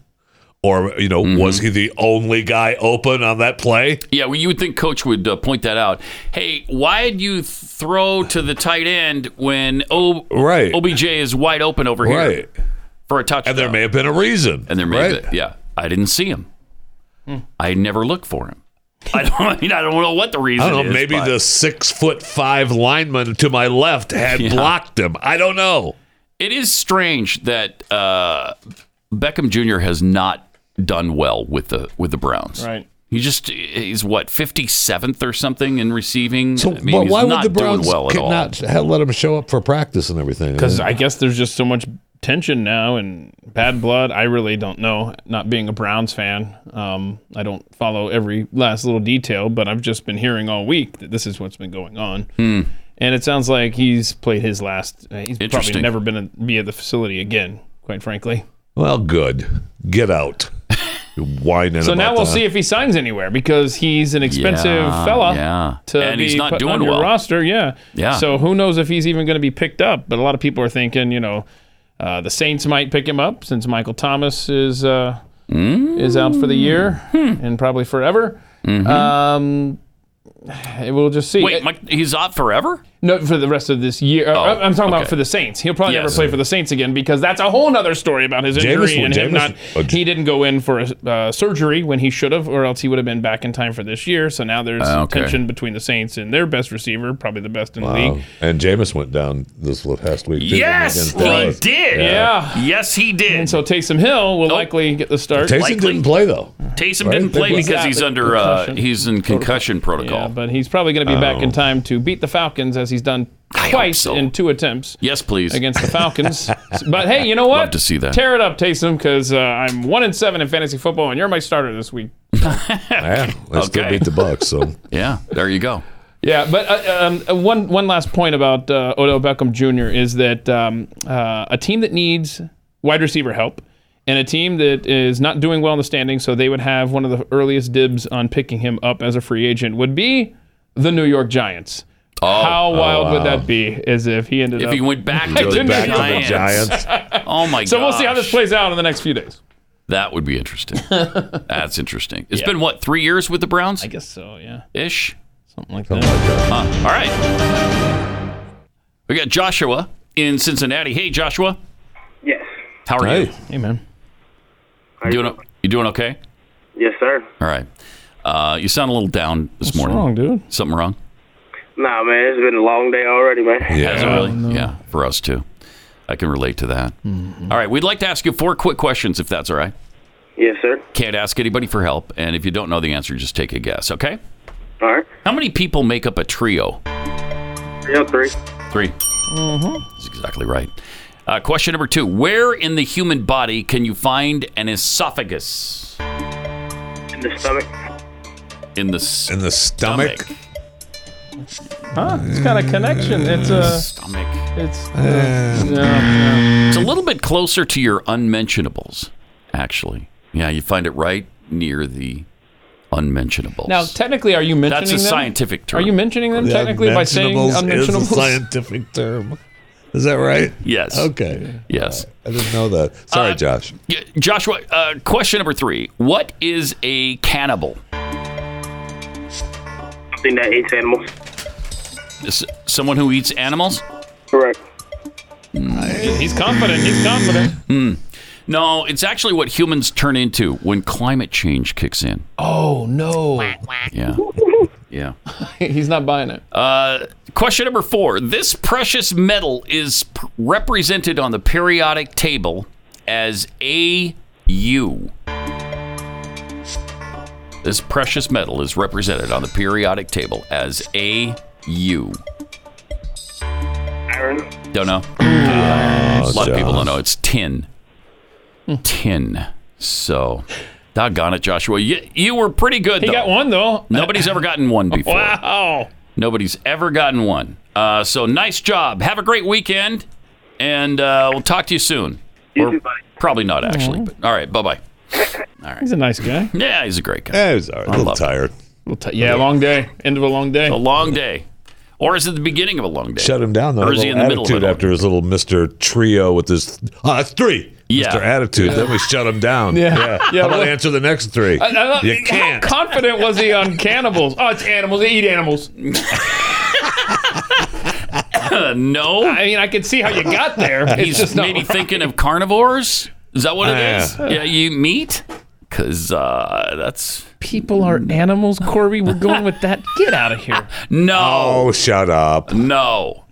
Speaker 5: or you know,
Speaker 3: Mm-hmm.
Speaker 5: was he the only guy open on that play?
Speaker 3: Yeah, well, you would think coach would uh, point that out. Hey, why did you throw to the tight end when o-
Speaker 5: Right.
Speaker 3: OBJ is wide open over here
Speaker 5: Right.
Speaker 3: for a touchdown?
Speaker 5: And there may have been a reason.
Speaker 3: And there may
Speaker 5: right?
Speaker 3: have been, yeah. I didn't see him. I never look for him. I don't, I, mean, I don't know what the reason
Speaker 5: I don't know.
Speaker 3: is,
Speaker 5: Maybe
Speaker 3: but
Speaker 5: the six foot five lineman to my left had
Speaker 3: Yeah.
Speaker 5: blocked him. I don't know.
Speaker 3: It is strange that uh, Beckham Jr. has not done well with the with the Browns.
Speaker 4: Right.
Speaker 3: He just he's what fifty seventh or something in receiving.
Speaker 5: So,
Speaker 3: I mean,
Speaker 5: but
Speaker 3: he's
Speaker 5: why would
Speaker 3: not
Speaker 5: the Browns
Speaker 3: doing well at all.
Speaker 5: not let him show up for practice and everything?
Speaker 4: Because I guess there's just so much tension now and bad blood. I really don't know. Not being a Browns fan, um, I don't follow every last little detail, but I've just been hearing all week that this is what's been going on. And it sounds like he's played his last. Uh, he's probably
Speaker 3: Interesting.
Speaker 4: never been to be at the facility again. Quite frankly.
Speaker 5: Well, good. Get out. You're whining
Speaker 4: So now
Speaker 5: about
Speaker 4: we'll
Speaker 5: that.
Speaker 4: see if he signs anywhere because he's an expensive
Speaker 3: Yeah,
Speaker 4: fella
Speaker 3: yeah.
Speaker 4: to
Speaker 3: And
Speaker 4: be
Speaker 3: he's not
Speaker 4: put
Speaker 3: doing
Speaker 4: on your
Speaker 3: well.
Speaker 4: roster. Yeah.
Speaker 3: Yeah.
Speaker 4: So who knows if he's even going to be picked up? But a lot of people are thinking, you know, uh, the Saints might pick him up since Michael Thomas is uh, is out for the year
Speaker 3: Mm-hmm.
Speaker 4: and probably forever. Um, we'll just see. uh,
Speaker 3: Wait, Mike, he's out forever?
Speaker 4: No, for the rest of this year. Uh, I'm
Speaker 3: Oh,
Speaker 4: talking
Speaker 3: okay.
Speaker 4: about for the Saints. He'll probably never
Speaker 3: Yes.
Speaker 4: play for the Saints again because that's a whole other story about his injury
Speaker 5: Jameis-
Speaker 4: and him
Speaker 5: Jameis-
Speaker 4: not. he didn't go in for a, uh, surgery when he should have, or else he would have been back in time for this year. So now there's
Speaker 5: Ah, okay.
Speaker 4: tension between the Saints and their best receiver, probably the best in the
Speaker 5: Wow.
Speaker 4: league.
Speaker 5: Oh, And Jameis went down this last week. too,
Speaker 4: Yes,
Speaker 5: didn't
Speaker 4: he
Speaker 5: against Dallas.
Speaker 3: did.
Speaker 4: Yeah.
Speaker 3: Yes, he did.
Speaker 4: And so Taysom Hill will likely get the start.
Speaker 5: Taysom didn't play though.
Speaker 3: Taysom
Speaker 4: Right?
Speaker 3: didn't play
Speaker 4: They-
Speaker 3: because he's
Speaker 4: Exactly.
Speaker 3: under uh,
Speaker 4: Concussion.
Speaker 3: he's in concussion protocol.
Speaker 4: Yeah, but he's probably going to be back
Speaker 3: Oh.
Speaker 4: in time to beat the Falcons as he's done twice in two attempts
Speaker 3: Yes, please.
Speaker 4: against the Falcons. but hey, you know what?
Speaker 3: Love to see that.
Speaker 4: Tear it up, Taysom, because uh, I'm one and seven in fantasy football, and you're my starter this week.
Speaker 5: Yeah, they still
Speaker 3: Okay.
Speaker 5: beat the Bucks. So
Speaker 3: yeah, there you go.
Speaker 4: Yeah, but uh, um, one one last point about uh, Odell Beckham Jr. is that um, uh, a team that needs wide receiver help and a team that is not doing well in the standings, so they would have one of the earliest dibs on picking him up as a free agent would be the New York Giants. How
Speaker 3: Oh,
Speaker 4: wild would
Speaker 3: wow.
Speaker 4: that be? Is if he ended
Speaker 3: If
Speaker 4: up
Speaker 3: he went back to the
Speaker 4: New York.
Speaker 3: Giants. Oh my god.
Speaker 4: So we'll see how this plays out in the next few days.
Speaker 3: That would be interesting. That's interesting. It's been what three years with the Browns? I
Speaker 4: guess so. Yeah.
Speaker 3: Ish.
Speaker 4: Something like
Speaker 3: that. Huh. All right. We got Joshua in Cincinnati. Hey, Joshua.
Speaker 20: Yes.
Speaker 3: How are you?
Speaker 4: Hey, man.
Speaker 3: Doing o- you doing okay?
Speaker 20: Yes, sir.
Speaker 3: All right. Uh, you sound a little down this morning.
Speaker 4: wrong, dude?
Speaker 3: Something wrong?
Speaker 20: Nah, man, it's been a long day already, man.
Speaker 3: Has it really? Yeah, for us too. I can relate to that. All right, we'd like to ask you four quick questions, if that's all right.
Speaker 20: Yes, sir.
Speaker 3: Can't ask anybody for help, and if you don't know the answer, just take a guess. Okay?
Speaker 20: All right.
Speaker 3: How many people make up a trio?
Speaker 20: Yeah, three.
Speaker 3: Three.
Speaker 4: Mm-hmm.
Speaker 3: That's exactly right. Uh, question number two: Where in the human body can you find an esophagus?
Speaker 20: In the stomach.
Speaker 3: In the
Speaker 5: in the stomach.
Speaker 4: Huh? It's got a connection. It's a
Speaker 3: stomach.
Speaker 4: It's
Speaker 3: Uh,
Speaker 4: no, no.
Speaker 3: It's a little bit closer to your unmentionables, actually. Yeah, you find it right near the unmentionables.
Speaker 4: Now, technically, are you
Speaker 3: That's
Speaker 4: mentioning
Speaker 3: a
Speaker 4: them?
Speaker 3: scientific term.
Speaker 4: Are you mentioning them technically by saying unmentionables?
Speaker 5: is a scientific term. Is that right?
Speaker 3: Yes. Uh,
Speaker 5: Okay.
Speaker 3: Yes.
Speaker 5: I didn't know that. Sorry, Josh.
Speaker 3: Yeah, Joshua, uh, question number three: What is a cannibal?
Speaker 20: Something that eats animals.
Speaker 3: S- someone who eats animals?
Speaker 20: Correct.
Speaker 4: He's confident. He's confident.
Speaker 3: Hmm. No, it's actually what humans turn into when climate change kicks in.
Speaker 4: Oh no.
Speaker 3: Yeah. Yeah.
Speaker 4: He's not buying it.
Speaker 3: Uh, question number four. This precious metal is p- represented on the periodic table as AU. This precious metal is represented on the periodic table as AU.
Speaker 20: Iron.
Speaker 3: Don't know. a lot of people
Speaker 20: Josh.
Speaker 3: don't know. It's tin.
Speaker 4: Hmm.
Speaker 3: Tin. So, doggone it, Joshua. You, you were pretty good,
Speaker 4: He
Speaker 3: though.
Speaker 4: got one though.
Speaker 3: Nobody's ever gotten one before.
Speaker 4: Wow.
Speaker 3: Nobody's ever gotten one. Uh, so nice job. Have a great weekend, and uh, we'll talk to you soon. Or probably not actually. But all right, bye bye. All right.
Speaker 4: He's a nice guy.
Speaker 3: Yeah, he's a great guy.
Speaker 5: Yeah, he's all right. A little tired.
Speaker 4: yeah, long day. End of a long day. Uh, A
Speaker 3: long day, or is it the beginning of a long day?
Speaker 5: Shut him down. Though.
Speaker 3: Or is he
Speaker 5: Little
Speaker 3: in the middle of
Speaker 5: attitude
Speaker 3: it?
Speaker 5: after his little Mister Trio with his ah that's three.
Speaker 3: Yeah.
Speaker 5: Mr. Attitude. Then we shut him down.
Speaker 4: Yeah. Yeah,
Speaker 5: How about
Speaker 4: well-
Speaker 5: answer the next three?
Speaker 4: I- I love-
Speaker 5: you can't.
Speaker 4: uh, How confident was he on cannibals? Oh, it's animals. They eat animals.
Speaker 3: no.
Speaker 4: I mean, I can see how you got there. It's
Speaker 3: He's
Speaker 4: just not
Speaker 3: maybe
Speaker 4: right.
Speaker 3: thinking of carnivores. Is that what it
Speaker 4: Yeah.
Speaker 3: is? Yeah, you meat. Cause uh, that's
Speaker 4: People are animals, Corby. We're going with that. Get out of here.
Speaker 3: no.
Speaker 5: Oh, shut up.
Speaker 3: No,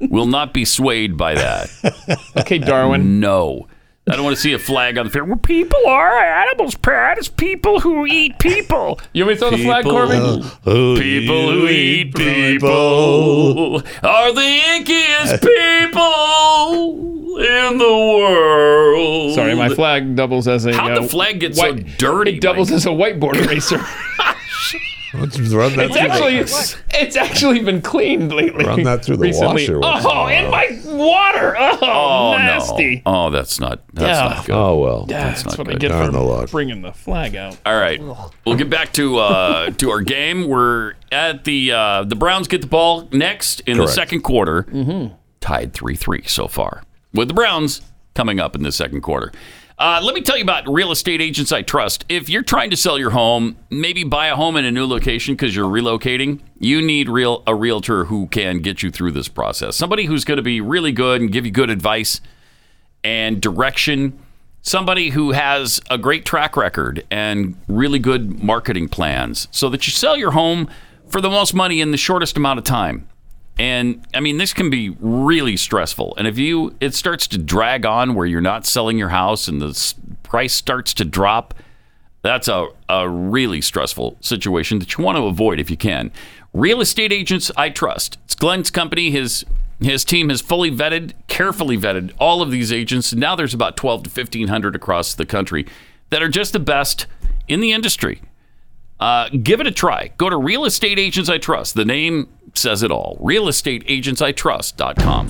Speaker 3: will not be swayed by that.
Speaker 4: okay, Darwin.
Speaker 3: No, I don't want to see a flag on the fair. We're people.
Speaker 21: are animals, Pat. It's people who eat people.
Speaker 4: You want me to throw the flag,
Speaker 3: People
Speaker 4: Corby?
Speaker 5: Uh, who
Speaker 3: people who eat people are the ickiest people in the world.
Speaker 4: Sorry, my flag doubles as a. uh,
Speaker 3: How'd the flag get so dirty,
Speaker 4: It doubles as a whiteboard eraser.
Speaker 5: Let's run that
Speaker 4: it's
Speaker 5: through the-
Speaker 4: actually, it's actually been cleaned lately.
Speaker 5: Run that through the
Speaker 4: recently.
Speaker 5: washer. uh,
Speaker 4: Oh, in my water. Oh,
Speaker 3: Oh
Speaker 4: nasty.
Speaker 3: no! Oh, that's not. That's
Speaker 4: Yeah.
Speaker 3: not good.
Speaker 5: Oh well.
Speaker 4: Yeah,
Speaker 3: that's,
Speaker 4: that's,
Speaker 3: not
Speaker 4: what
Speaker 3: good.
Speaker 4: I get for bringing the flag out.
Speaker 3: All right, we'll get back to uh, to our game. We're at the uh, the Browns get the ball next in the
Speaker 4: Correct.
Speaker 3: second quarter,
Speaker 4: Mhm.
Speaker 3: tied three three so far with the Browns coming up in the second quarter. Uh, let me tell you about real estate agents I trust. If you're trying to sell your home, maybe buy a home in a new location because you're relocating, you need real a realtor who can get you through this process. Somebody who's going to be really good and give you good advice and direction. Somebody who has a great track record and really good marketing plans so that you sell your home for the most money in the shortest amount of time. And I mean, this can be really stressful. And if you it starts to drag on where you're not selling your house and the s- price starts to drop, that's a, a really stressful situation that you want to avoid if you can. Real estate agents I trust. It's Glenn's company. His his team has fully vetted, carefully vetted all of these agents. Now there's about twelve to fifteen hundred across the country that are just the best in the industry. Uh, give it a try. Go to Real Estate Agents I Trust. The name says it all. RealEstateAgentsITrust.com.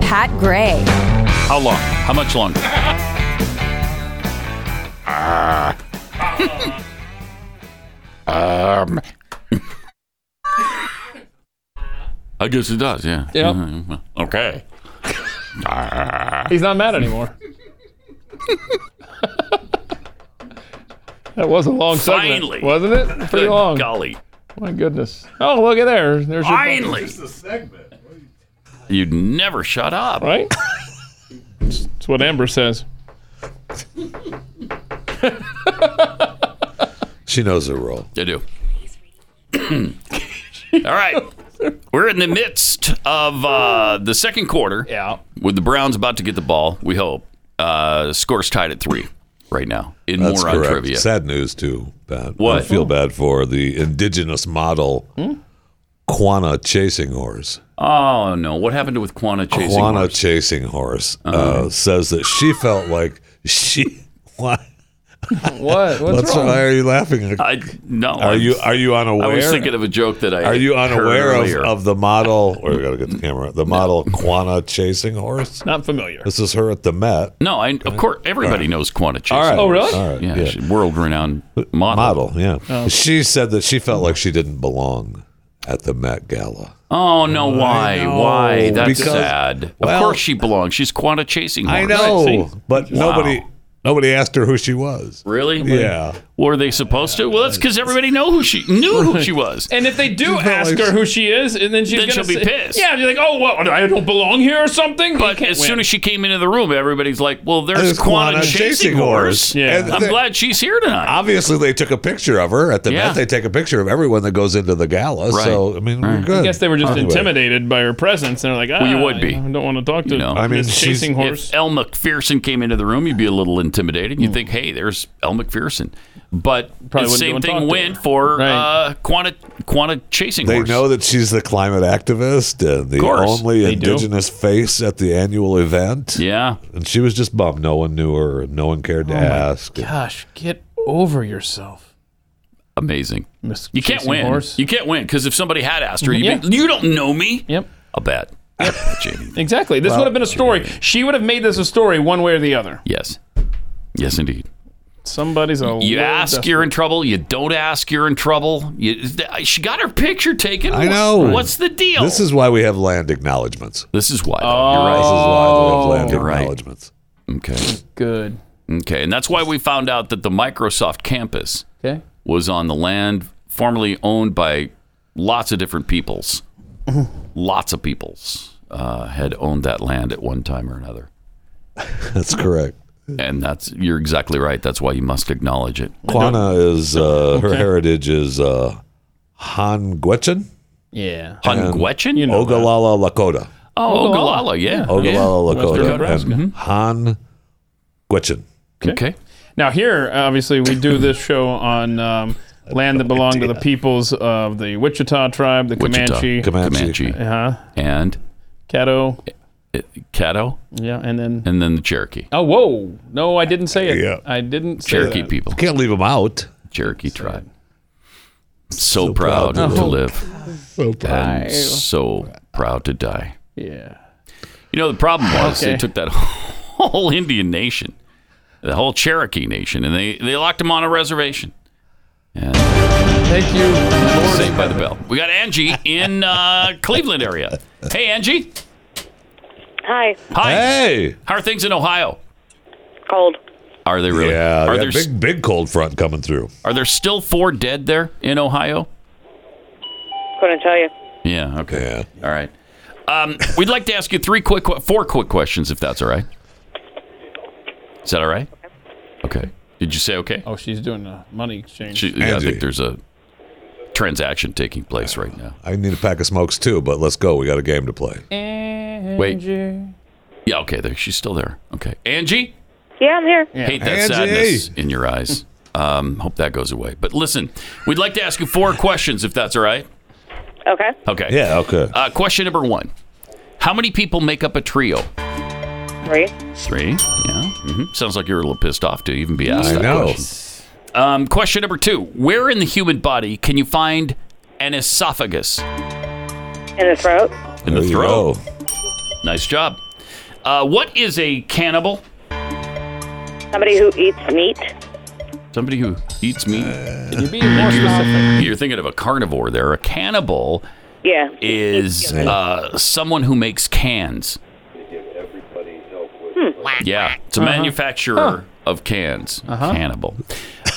Speaker 11: Pat Gray.
Speaker 3: How long? How much longer? um. I guess it does, yeah. Mm-hmm.
Speaker 4: Yep.
Speaker 3: Okay. Ah.
Speaker 4: He's not mad anymore. that was a long segment,
Speaker 3: Finally.
Speaker 4: wasn't it? Pretty
Speaker 3: Good
Speaker 4: long.
Speaker 3: Golly.
Speaker 4: My goodness. Oh, look at there. There's your
Speaker 3: Finally. Just
Speaker 4: a segment.
Speaker 3: You'd never shut up.
Speaker 4: Right? That's what Amber says.
Speaker 5: She knows her role.
Speaker 3: I do. All right. We're in the midst of uh, the second quarter.
Speaker 4: Yeah.
Speaker 3: With the Browns about to get the ball, we hope. Uh, score's tied at three right now in
Speaker 5: That's
Speaker 3: Moron
Speaker 5: correct.
Speaker 3: Trivia.
Speaker 5: Sad news too. Pat.
Speaker 3: What?
Speaker 5: I feel bad for the indigenous model Quanah chasing horse.
Speaker 3: Oh, no. What happened with Quana chasing? Uh-huh.
Speaker 5: Quanah chasing horse uh, says that she felt like she. What?
Speaker 4: What? What's
Speaker 5: That's
Speaker 4: wrong?
Speaker 5: why are you laughing?
Speaker 3: I no.
Speaker 5: Are
Speaker 3: I'm-
Speaker 5: you are you unaware?
Speaker 3: I was thinking of a joke that I
Speaker 5: Are you
Speaker 3: heard
Speaker 5: unaware of,
Speaker 3: earlier.
Speaker 5: of the model? Or we gotta get the camera. The model Quanah chasing horse.
Speaker 4: Not familiar.
Speaker 5: This is her at the Met.
Speaker 3: No, I, of course everybody
Speaker 5: Right.
Speaker 3: knows Quanah chasing.
Speaker 5: All right.
Speaker 4: Oh, really?
Speaker 5: All right,
Speaker 3: Yeah,
Speaker 5: yeah. Uh,
Speaker 3: she's a world-renowned model. Oh.
Speaker 5: Model, yeah. She said that she felt like she didn't belong at the Met Gala.
Speaker 3: Oh no! Why?
Speaker 5: know.
Speaker 3: Why? That's
Speaker 5: Because-
Speaker 3: sad.
Speaker 5: well-
Speaker 3: of course she belongs. She's Quanah chasing. Horse.
Speaker 5: I know, but
Speaker 3: Wow.
Speaker 5: nobody nobody asked her who she was.
Speaker 3: Really?
Speaker 5: Yeah.
Speaker 3: Were they supposed to? Well, that's because everybody know who she knew who she was.
Speaker 4: And if they do
Speaker 3: She's not
Speaker 4: ask
Speaker 3: like-
Speaker 4: her who she is, and then she's
Speaker 3: Then
Speaker 4: gonna
Speaker 3: she'll be
Speaker 4: say-
Speaker 3: pissed.
Speaker 4: Yeah, she's like, oh, what? I don't belong here or something.
Speaker 3: But as soon as she came into the room, everybody's like, "Well, there's
Speaker 5: There's
Speaker 3: Quanah
Speaker 5: Quanah
Speaker 3: chasing,
Speaker 5: Chasing
Speaker 3: horse."
Speaker 5: Horse. Yeah. And
Speaker 3: I'm
Speaker 5: they-
Speaker 3: glad she's here tonight.
Speaker 5: Obviously, they took a picture of her at the
Speaker 3: Yeah.
Speaker 5: Met. They take a picture of everyone that goes into the gala.
Speaker 3: Right.
Speaker 5: So, I mean, we're good.
Speaker 4: I guess they were just
Speaker 5: Anyway.
Speaker 4: intimidated by her presence, and they're like, ah,
Speaker 3: you would be.
Speaker 4: I don't want to talk to
Speaker 3: You know.
Speaker 4: I
Speaker 5: I mean,
Speaker 4: mean,
Speaker 5: she's-
Speaker 4: chasing horse.
Speaker 3: If El McPherson came into the room, you'd be a little intimidated. You'd think, "Hey, there's El McPherson." But
Speaker 4: Hmm. Probably
Speaker 3: the
Speaker 4: wouldn't
Speaker 3: same
Speaker 4: go and
Speaker 3: thing
Speaker 4: talk to
Speaker 3: went for
Speaker 4: Right.
Speaker 3: uh, Quanah Quanah chasing
Speaker 5: They
Speaker 3: horse.
Speaker 5: know that she's the climate activist and the
Speaker 3: course,
Speaker 5: only
Speaker 4: they do.
Speaker 5: indigenous face at the annual event.
Speaker 3: yeah. Oh
Speaker 5: And she was just bummed. No one knew her. and No one cared to ask.
Speaker 4: Gosh, get over yourself.
Speaker 3: Amazing.
Speaker 4: Miss
Speaker 3: You can't
Speaker 4: Chasing
Speaker 3: win.
Speaker 4: Horse.
Speaker 3: You can't win because if somebody had asked her, you'd
Speaker 4: Yeah.
Speaker 3: be, you don't know me.
Speaker 4: Yep.
Speaker 3: I'll bet. Jamie.
Speaker 4: Exactly. This would have been a story. She would have made this a story one way or the other.
Speaker 3: Yes. Yes, indeed.
Speaker 4: Somebody's a
Speaker 3: You
Speaker 4: little
Speaker 3: ask,
Speaker 4: desperate.
Speaker 3: you're in trouble. You don't ask, you're in trouble. You, th- uh, she got her picture taken.
Speaker 5: I
Speaker 3: What-
Speaker 5: know.
Speaker 3: What's the deal?
Speaker 5: This is why we have land acknowledgments.
Speaker 3: This is why. though.
Speaker 5: This is why we have land
Speaker 3: Oh, You're right.
Speaker 5: acknowledgments.
Speaker 3: You're right. Okay.
Speaker 4: good.
Speaker 3: Okay. And that's why we found out that the Microsoft campus
Speaker 4: Okay.
Speaker 3: was on the land formerly owned by lots of different peoples. lots of peoples uh, had owned that land at one time or another.
Speaker 5: That's correct.
Speaker 3: And that's you're exactly right. That's why you must acknowledge it.
Speaker 5: Quana is uh, her heritage is uh, Han Gwechen,
Speaker 4: Yeah.
Speaker 3: Hungwechin?
Speaker 4: You know that.
Speaker 5: Ogallala Lakota,
Speaker 3: Oh,
Speaker 4: Ogallala.
Speaker 3: Ogallala, yeah.
Speaker 5: Ogallala
Speaker 4: Yeah, Western
Speaker 5: Lakota,
Speaker 4: Nebraska.
Speaker 5: and Han Gwechen.
Speaker 3: Okay.
Speaker 4: Now here, obviously, we do this show on um, land that belonged to the peoples of the Wichita tribe, the
Speaker 3: Wichita,
Speaker 4: Comanche,
Speaker 5: Comanche.
Speaker 3: Comanche,
Speaker 4: uh,
Speaker 3: and
Speaker 4: Caddo,
Speaker 3: Caddo,
Speaker 4: yeah, and then
Speaker 3: and then the Cherokee.
Speaker 4: oh, whoa, no, I didn't say it.
Speaker 5: Yeah.
Speaker 4: I didn't say
Speaker 3: Cherokee
Speaker 4: that.
Speaker 3: people.
Speaker 5: Can't leave them out.
Speaker 3: Cherokee tribe. So, proud,
Speaker 5: proud
Speaker 3: to
Speaker 4: to
Speaker 3: live
Speaker 5: So proud.
Speaker 3: and so proud to die.
Speaker 4: Yeah.
Speaker 3: You know, the problem was they
Speaker 4: Okay.
Speaker 3: took that whole Indian nation, the whole Cherokee nation, and they, they locked them on a reservation.
Speaker 4: Thank you.
Speaker 3: Saved by the Bell. We got Angie in uh, Cleveland area. Hey, Angie.
Speaker 18: Hi.
Speaker 3: Hi. Hey. How are things in Ohio?
Speaker 18: Cold.
Speaker 3: Are they really?
Speaker 5: Yeah,
Speaker 3: Are
Speaker 5: yeah,
Speaker 3: there s-
Speaker 5: big big cold front coming through.
Speaker 3: Are there still four dead there in Ohio?
Speaker 18: Couldn't tell you.
Speaker 3: Yeah. Okay. All right. Um, we'd like to ask you three quick, que- four quick questions, if that's all right. Is that all right? Okay. Did you say okay?
Speaker 4: Oh, she's doing a money exchange.
Speaker 3: She, yeah, I think there's a transaction taking place right now.
Speaker 5: I need a pack of smokes too, but let's go. We got a game to play.
Speaker 3: Wait. Yeah. Okay. There. She's still there. Okay. Angie.
Speaker 18: Yeah, I'm here.
Speaker 3: Hate that sadness in your eyes. Um, hope that goes away. But listen, we'd like to ask you four questions, if that's all right.
Speaker 18: Okay.
Speaker 3: Okay.
Speaker 5: Yeah. Okay.
Speaker 3: Uh, question number one: How many people make up a trio?
Speaker 18: Three.
Speaker 3: Three. Yeah. hmm Sounds like you're a little pissed off to even be asked
Speaker 5: I
Speaker 3: that
Speaker 5: know.
Speaker 3: question. Um, question number two: Where in the human body can you find an esophagus?
Speaker 18: In the throat.
Speaker 3: In the throat. Nice job. Uh, what is a cannibal?
Speaker 18: Somebody who eats meat.
Speaker 3: Somebody who eats meat.
Speaker 4: you be more specific?
Speaker 3: You're thinking of a carnivore there. A cannibal
Speaker 18: Yeah.
Speaker 3: is uh, someone who makes cans.
Speaker 18: Hmm.
Speaker 3: Yeah, it's a
Speaker 4: Uh-huh.
Speaker 3: manufacturer
Speaker 4: Huh. Uh-huh.
Speaker 3: of cans. Cannibal.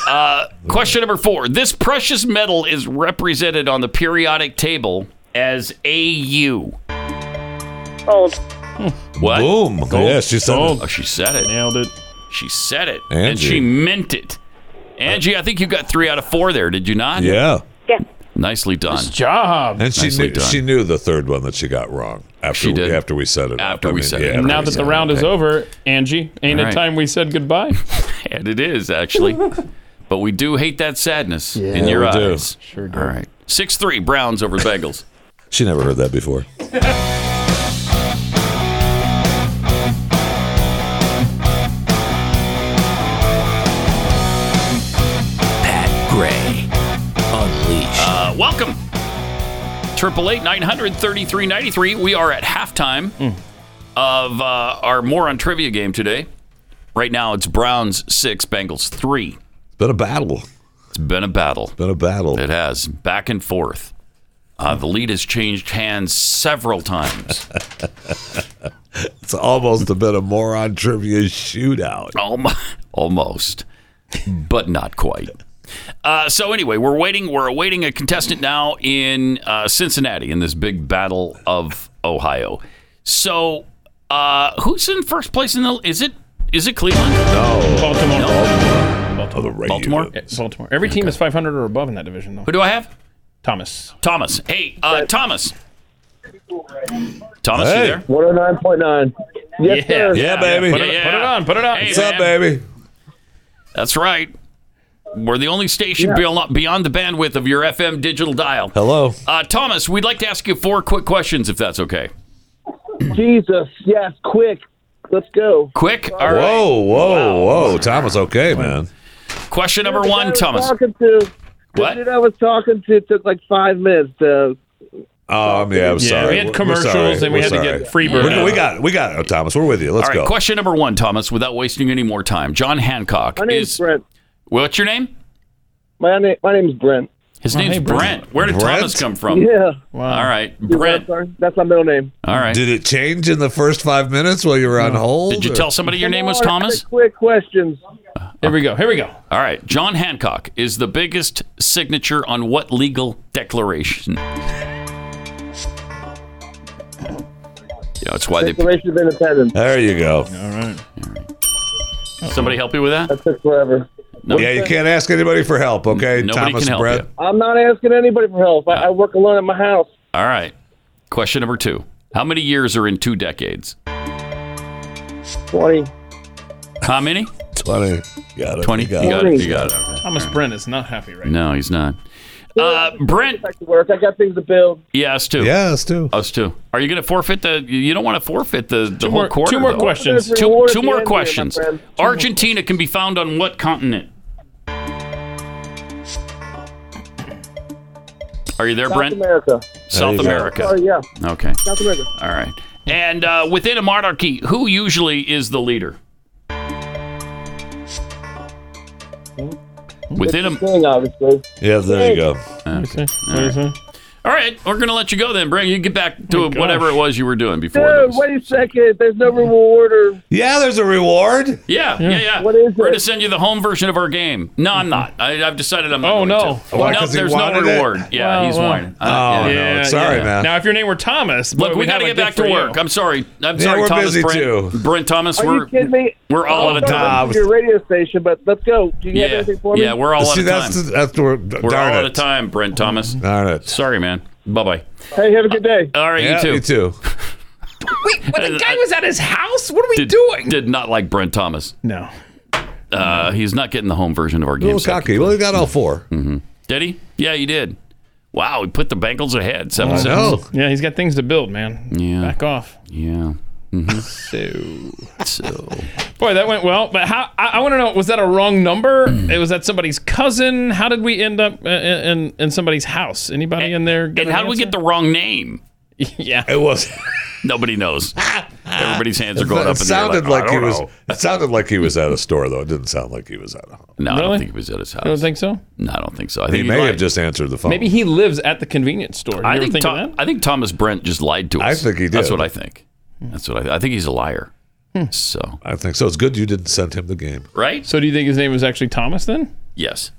Speaker 3: Uh, question number four. This precious metal is represented on the periodic table as AU.
Speaker 18: Old.
Speaker 3: What?
Speaker 5: Boom. Yeah, she said it.
Speaker 3: Oh, she said it.
Speaker 4: Nailed it.
Speaker 3: She said it. And
Speaker 5: Angie.
Speaker 3: she meant it. Angie, I think you got three out of four there, did you not?
Speaker 5: Yeah.
Speaker 18: Yeah.
Speaker 3: Nicely done.
Speaker 4: job.
Speaker 5: And she
Speaker 3: Nicely
Speaker 5: knew,
Speaker 3: done.
Speaker 5: she knew the third one that she got wrong after
Speaker 3: She did.
Speaker 5: We, after we said it.
Speaker 3: After we said it.
Speaker 5: after
Speaker 4: now
Speaker 5: we
Speaker 4: that
Speaker 5: said
Speaker 4: the
Speaker 5: it.
Speaker 4: round is over, Angie, ain't
Speaker 3: All
Speaker 4: it
Speaker 3: right.
Speaker 4: time we said goodbye?
Speaker 3: And it is, actually. but we do hate that sadness in your
Speaker 5: Yeah, we do.
Speaker 3: eyes. Sure do. All right. 6 3 Browns over Bengals.
Speaker 5: she never heard that before.
Speaker 14: Gray. Unleashed.
Speaker 3: Uh, welcome. Triple eight nine hundred thirty three ninety three. We are at halftime of uh, our moron trivia game today. Right now, it's Browns six, Bengals three.
Speaker 5: It's been a battle.
Speaker 3: It's been a battle. It's
Speaker 5: been a battle.
Speaker 3: It has back and forth. Uh, the lead has changed hands several times.
Speaker 5: It's almost a bit of moron trivia shootout.
Speaker 3: Almost, almost, but not quite. Uh, so anyway, we're waiting. We're awaiting a contestant now in uh, Cincinnati in this big battle of Ohio. So uh, who's in first place in the? Is it is it Cleveland?
Speaker 5: No,
Speaker 4: Baltimore.
Speaker 5: Baltimore.
Speaker 3: Baltimore.
Speaker 4: Yeah, Baltimore. Every team is 500 or above in that division, though.
Speaker 3: Who do I have?
Speaker 4: Thomas.
Speaker 3: Thomas. Hey, uh, Thomas. Thomas, you there?
Speaker 11: 109.9. Yes, sir.
Speaker 4: Put, it, put it on. Put it on.
Speaker 3: Hey, man. That's right. We're the only station
Speaker 4: Yeah.
Speaker 3: beyond beyond the bandwidth of your FM digital dial.
Speaker 5: Hello.
Speaker 3: Uh, Thomas, we'd like to ask you four quick questions, if that's okay.
Speaker 11: Jesus. Yes, quick. Let's go.
Speaker 3: Quick. All right.
Speaker 5: Whoa, whoa, whoa. Thomas, okay, man.
Speaker 3: Question number
Speaker 11: The guy I
Speaker 3: one,
Speaker 11: was
Speaker 3: Thomas.
Speaker 11: Talking to,
Speaker 3: What?
Speaker 11: The dude I was talking to took like five minutes to.
Speaker 5: Um, yeah, I'm
Speaker 11: Yeah,
Speaker 5: sorry.
Speaker 11: we had
Speaker 5: We're
Speaker 11: commercials
Speaker 5: sorry.
Speaker 11: and we
Speaker 5: We're
Speaker 11: had to
Speaker 5: sorry.
Speaker 11: get Freebird
Speaker 5: We're-
Speaker 11: out.
Speaker 5: We got, it. we got it, oh, Thomas. We're with you. Let's
Speaker 3: All right.
Speaker 5: go.
Speaker 3: Question number one, Thomas, without wasting any more time. John Hancock
Speaker 11: My name's
Speaker 3: is.
Speaker 11: Brent.
Speaker 3: What's your name?
Speaker 11: My name. My name's Brent.
Speaker 3: His name's Brent. Where did
Speaker 5: Brent?
Speaker 3: Thomas come from?
Speaker 11: Yeah.
Speaker 3: All right,
Speaker 11: Dude,
Speaker 3: Brent.
Speaker 11: I'm sorry. That's my middle name.
Speaker 3: All right.
Speaker 5: Did it change in the first five minutes while you were on hold?
Speaker 3: Did you
Speaker 5: or-
Speaker 3: tell somebody your name was
Speaker 11: Come on,
Speaker 3: Thomas?
Speaker 11: Quick questions.
Speaker 4: Here we go. Here we go.
Speaker 3: All right. John Hancock is the biggest signature on what legal declaration? Yeah, that's why they.
Speaker 11: Declaration of Independence.
Speaker 5: There you go.
Speaker 4: All right.
Speaker 3: Somebody help you with that?
Speaker 11: That took forever.
Speaker 3: No.
Speaker 5: Yeah, you can't ask anybody for help, okay?
Speaker 3: Nobody
Speaker 5: Thomas
Speaker 3: can help
Speaker 5: Brett.
Speaker 3: you.
Speaker 11: I'm not asking anybody for help. I, I work alone at my house.
Speaker 3: All right. Question number two. How many years are in two decades?
Speaker 11: Twenty.
Speaker 3: How many?
Speaker 5: 20. Got it.
Speaker 3: 20?
Speaker 5: Got
Speaker 3: You got
Speaker 5: it.
Speaker 3: it. You got it.
Speaker 4: Thomas Brent is not happy right
Speaker 3: No, he's not. Uh, Brent.
Speaker 11: Back to work. I got things to build.
Speaker 3: Yeah, us too.
Speaker 5: Yeah, us too.
Speaker 3: Us too. Are you going to forfeit the? You don't want to forfeit the, the whole
Speaker 4: more-
Speaker 3: quarter.
Speaker 4: two more
Speaker 3: though.
Speaker 4: questions.
Speaker 3: Two,
Speaker 11: There's a reward at
Speaker 3: two
Speaker 11: the
Speaker 3: more
Speaker 11: end here, my
Speaker 3: questions.
Speaker 11: friend. Two more
Speaker 3: Argentina can be found on what continent? Are you there,
Speaker 11: South
Speaker 3: Brent?
Speaker 11: America.
Speaker 3: South
Speaker 11: There you go.
Speaker 3: America.
Speaker 11: Sorry, yeah.
Speaker 3: Okay.
Speaker 11: South America.
Speaker 3: All right. And uh, within a monarchy, who usually is the leader? Within a
Speaker 11: thing, obviously.
Speaker 5: Yeah, there you go.
Speaker 3: Okay. All right. All right, we're gonna let you go then, Brent. You get back to whatever it was you were doing before.
Speaker 11: Oh Dude, wait a second. There's no reward or.
Speaker 5: Yeah, there's a reward.
Speaker 3: Yeah, yeah, yeah. What is We're going to send you the home version of our game. No, I'm not. I, I've decided I'm not. Oh, no. To.
Speaker 5: Why,
Speaker 3: no,
Speaker 5: 'cause he
Speaker 3: there's no
Speaker 5: wanted it?
Speaker 3: reward. Yeah,
Speaker 5: Wow,
Speaker 3: he's
Speaker 5: wow.
Speaker 3: whining. I
Speaker 5: Oh,
Speaker 3: don't- yeah.
Speaker 5: no, sorry, man.
Speaker 4: Now, if your name were Thomas, boy,
Speaker 3: Look, we
Speaker 4: we'd
Speaker 3: got
Speaker 4: have
Speaker 3: to
Speaker 4: a
Speaker 3: get
Speaker 4: good
Speaker 3: back to
Speaker 4: for you.
Speaker 3: work. I'm sorry. I'm
Speaker 4: Yeah,
Speaker 3: sorry,
Speaker 4: we're
Speaker 3: Thomas.
Speaker 4: busy,
Speaker 3: Brent,
Speaker 4: too.
Speaker 3: Brent Thomas,
Speaker 11: Are
Speaker 3: we're
Speaker 11: you kidding me?
Speaker 3: we're all
Speaker 11: I'm
Speaker 3: out of
Speaker 11: sorry,
Speaker 3: time.
Speaker 11: this is Your radio station, but let's go. Do you have
Speaker 3: Yeah,
Speaker 11: anything for me?
Speaker 3: yeah, we're all
Speaker 5: See,
Speaker 3: out of
Speaker 5: that's
Speaker 3: time.
Speaker 5: the- that's where-
Speaker 3: we're all
Speaker 5: darn
Speaker 3: out
Speaker 5: it. Mm-hmm.
Speaker 3: of time, Brent Thomas.
Speaker 5: Darn it.
Speaker 3: Sorry, man. Bye bye.
Speaker 11: Hey, have a good day.
Speaker 3: All right,
Speaker 5: Yeah,
Speaker 3: you too.
Speaker 5: you too.
Speaker 4: Wait, but the guy was at his house? What are we
Speaker 3: Did,
Speaker 4: doing?
Speaker 3: did not like Brent Thomas.
Speaker 4: No.
Speaker 3: Uh, he's not getting the home version of our game.
Speaker 5: little
Speaker 3: set.
Speaker 5: cocky. Well, he got all four.
Speaker 3: Mm-hmm. Did he? Yeah, you did. Wow, he put the Bengals ahead. Seven six.
Speaker 4: Yeah, he's got things to build, man.
Speaker 3: Yeah.
Speaker 4: Back off.
Speaker 3: Yeah.
Speaker 4: So.
Speaker 3: So.
Speaker 4: Boy, that went well. But how? I, I want to know. Was that a wrong number? it was that somebody's cousin. How did we end up uh, in in somebody's house? Anybody in there? got
Speaker 3: And
Speaker 4: an
Speaker 3: how did we
Speaker 4: answer?
Speaker 3: get the wrong name?
Speaker 4: yeah.
Speaker 5: It was.
Speaker 3: Nobody knows. Everybody's hands are going
Speaker 5: it
Speaker 3: up. in the air
Speaker 5: sounded
Speaker 3: like, "Oh,
Speaker 5: like,
Speaker 3: "I
Speaker 5: he
Speaker 3: don't
Speaker 5: was.
Speaker 3: know."
Speaker 5: It sounded like he was at a store, though. It didn't sound like he was at a home.
Speaker 3: No, I
Speaker 4: Really?
Speaker 3: don't think he was at his house.
Speaker 4: You don't think so?
Speaker 3: no, I don't think so. I
Speaker 5: He
Speaker 3: think
Speaker 5: may
Speaker 3: lied.
Speaker 5: have just answered the phone.
Speaker 4: Maybe he lives at the convenience store.
Speaker 3: I
Speaker 4: You
Speaker 3: think,
Speaker 4: ever think of
Speaker 3: Tho-
Speaker 4: that?
Speaker 3: I think Thomas Brent just lied to us.
Speaker 5: think he
Speaker 3: That's
Speaker 5: did.
Speaker 3: what I think. That's what I. I think he's a liar.
Speaker 4: Hmm.
Speaker 3: So
Speaker 5: I think so. It's good you didn't send him the game.
Speaker 3: right?
Speaker 4: So do you think his name was actually Thomas then?
Speaker 3: Yes.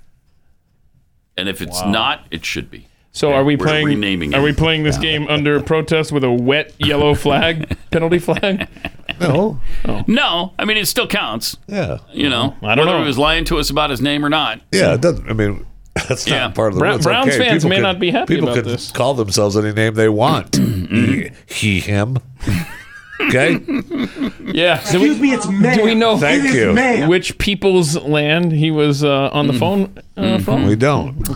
Speaker 3: And if it's
Speaker 4: Wow.
Speaker 3: not, it should be.
Speaker 4: So are we
Speaker 3: We're
Speaker 4: playing?
Speaker 3: renaming
Speaker 4: are
Speaker 3: him.
Speaker 4: we playing this game under protest with a wet yellow flag, penalty flag?
Speaker 5: No.
Speaker 3: No, I mean it still counts.
Speaker 5: Yeah.
Speaker 3: You know,
Speaker 4: I don't
Speaker 3: whether
Speaker 4: know.
Speaker 3: he was lying to us about his name or not.
Speaker 5: Yeah, it doesn't. I mean, that's not
Speaker 3: Yeah.
Speaker 5: part of the
Speaker 3: Brown-
Speaker 5: rules.
Speaker 3: Browns
Speaker 5: okay.
Speaker 3: fans
Speaker 5: people
Speaker 3: may
Speaker 5: can-
Speaker 3: not be happy
Speaker 5: People
Speaker 3: about
Speaker 5: can
Speaker 3: this.
Speaker 5: call themselves any name they want. he, he, him. Okay.
Speaker 4: Yeah. Excuse do we, me, it's
Speaker 10: ma'am.
Speaker 4: Do we know
Speaker 5: Thank It is you. ma'am.
Speaker 4: which people's land he was uh, on
Speaker 5: Mm.
Speaker 4: the phone uh, from?
Speaker 5: We don't.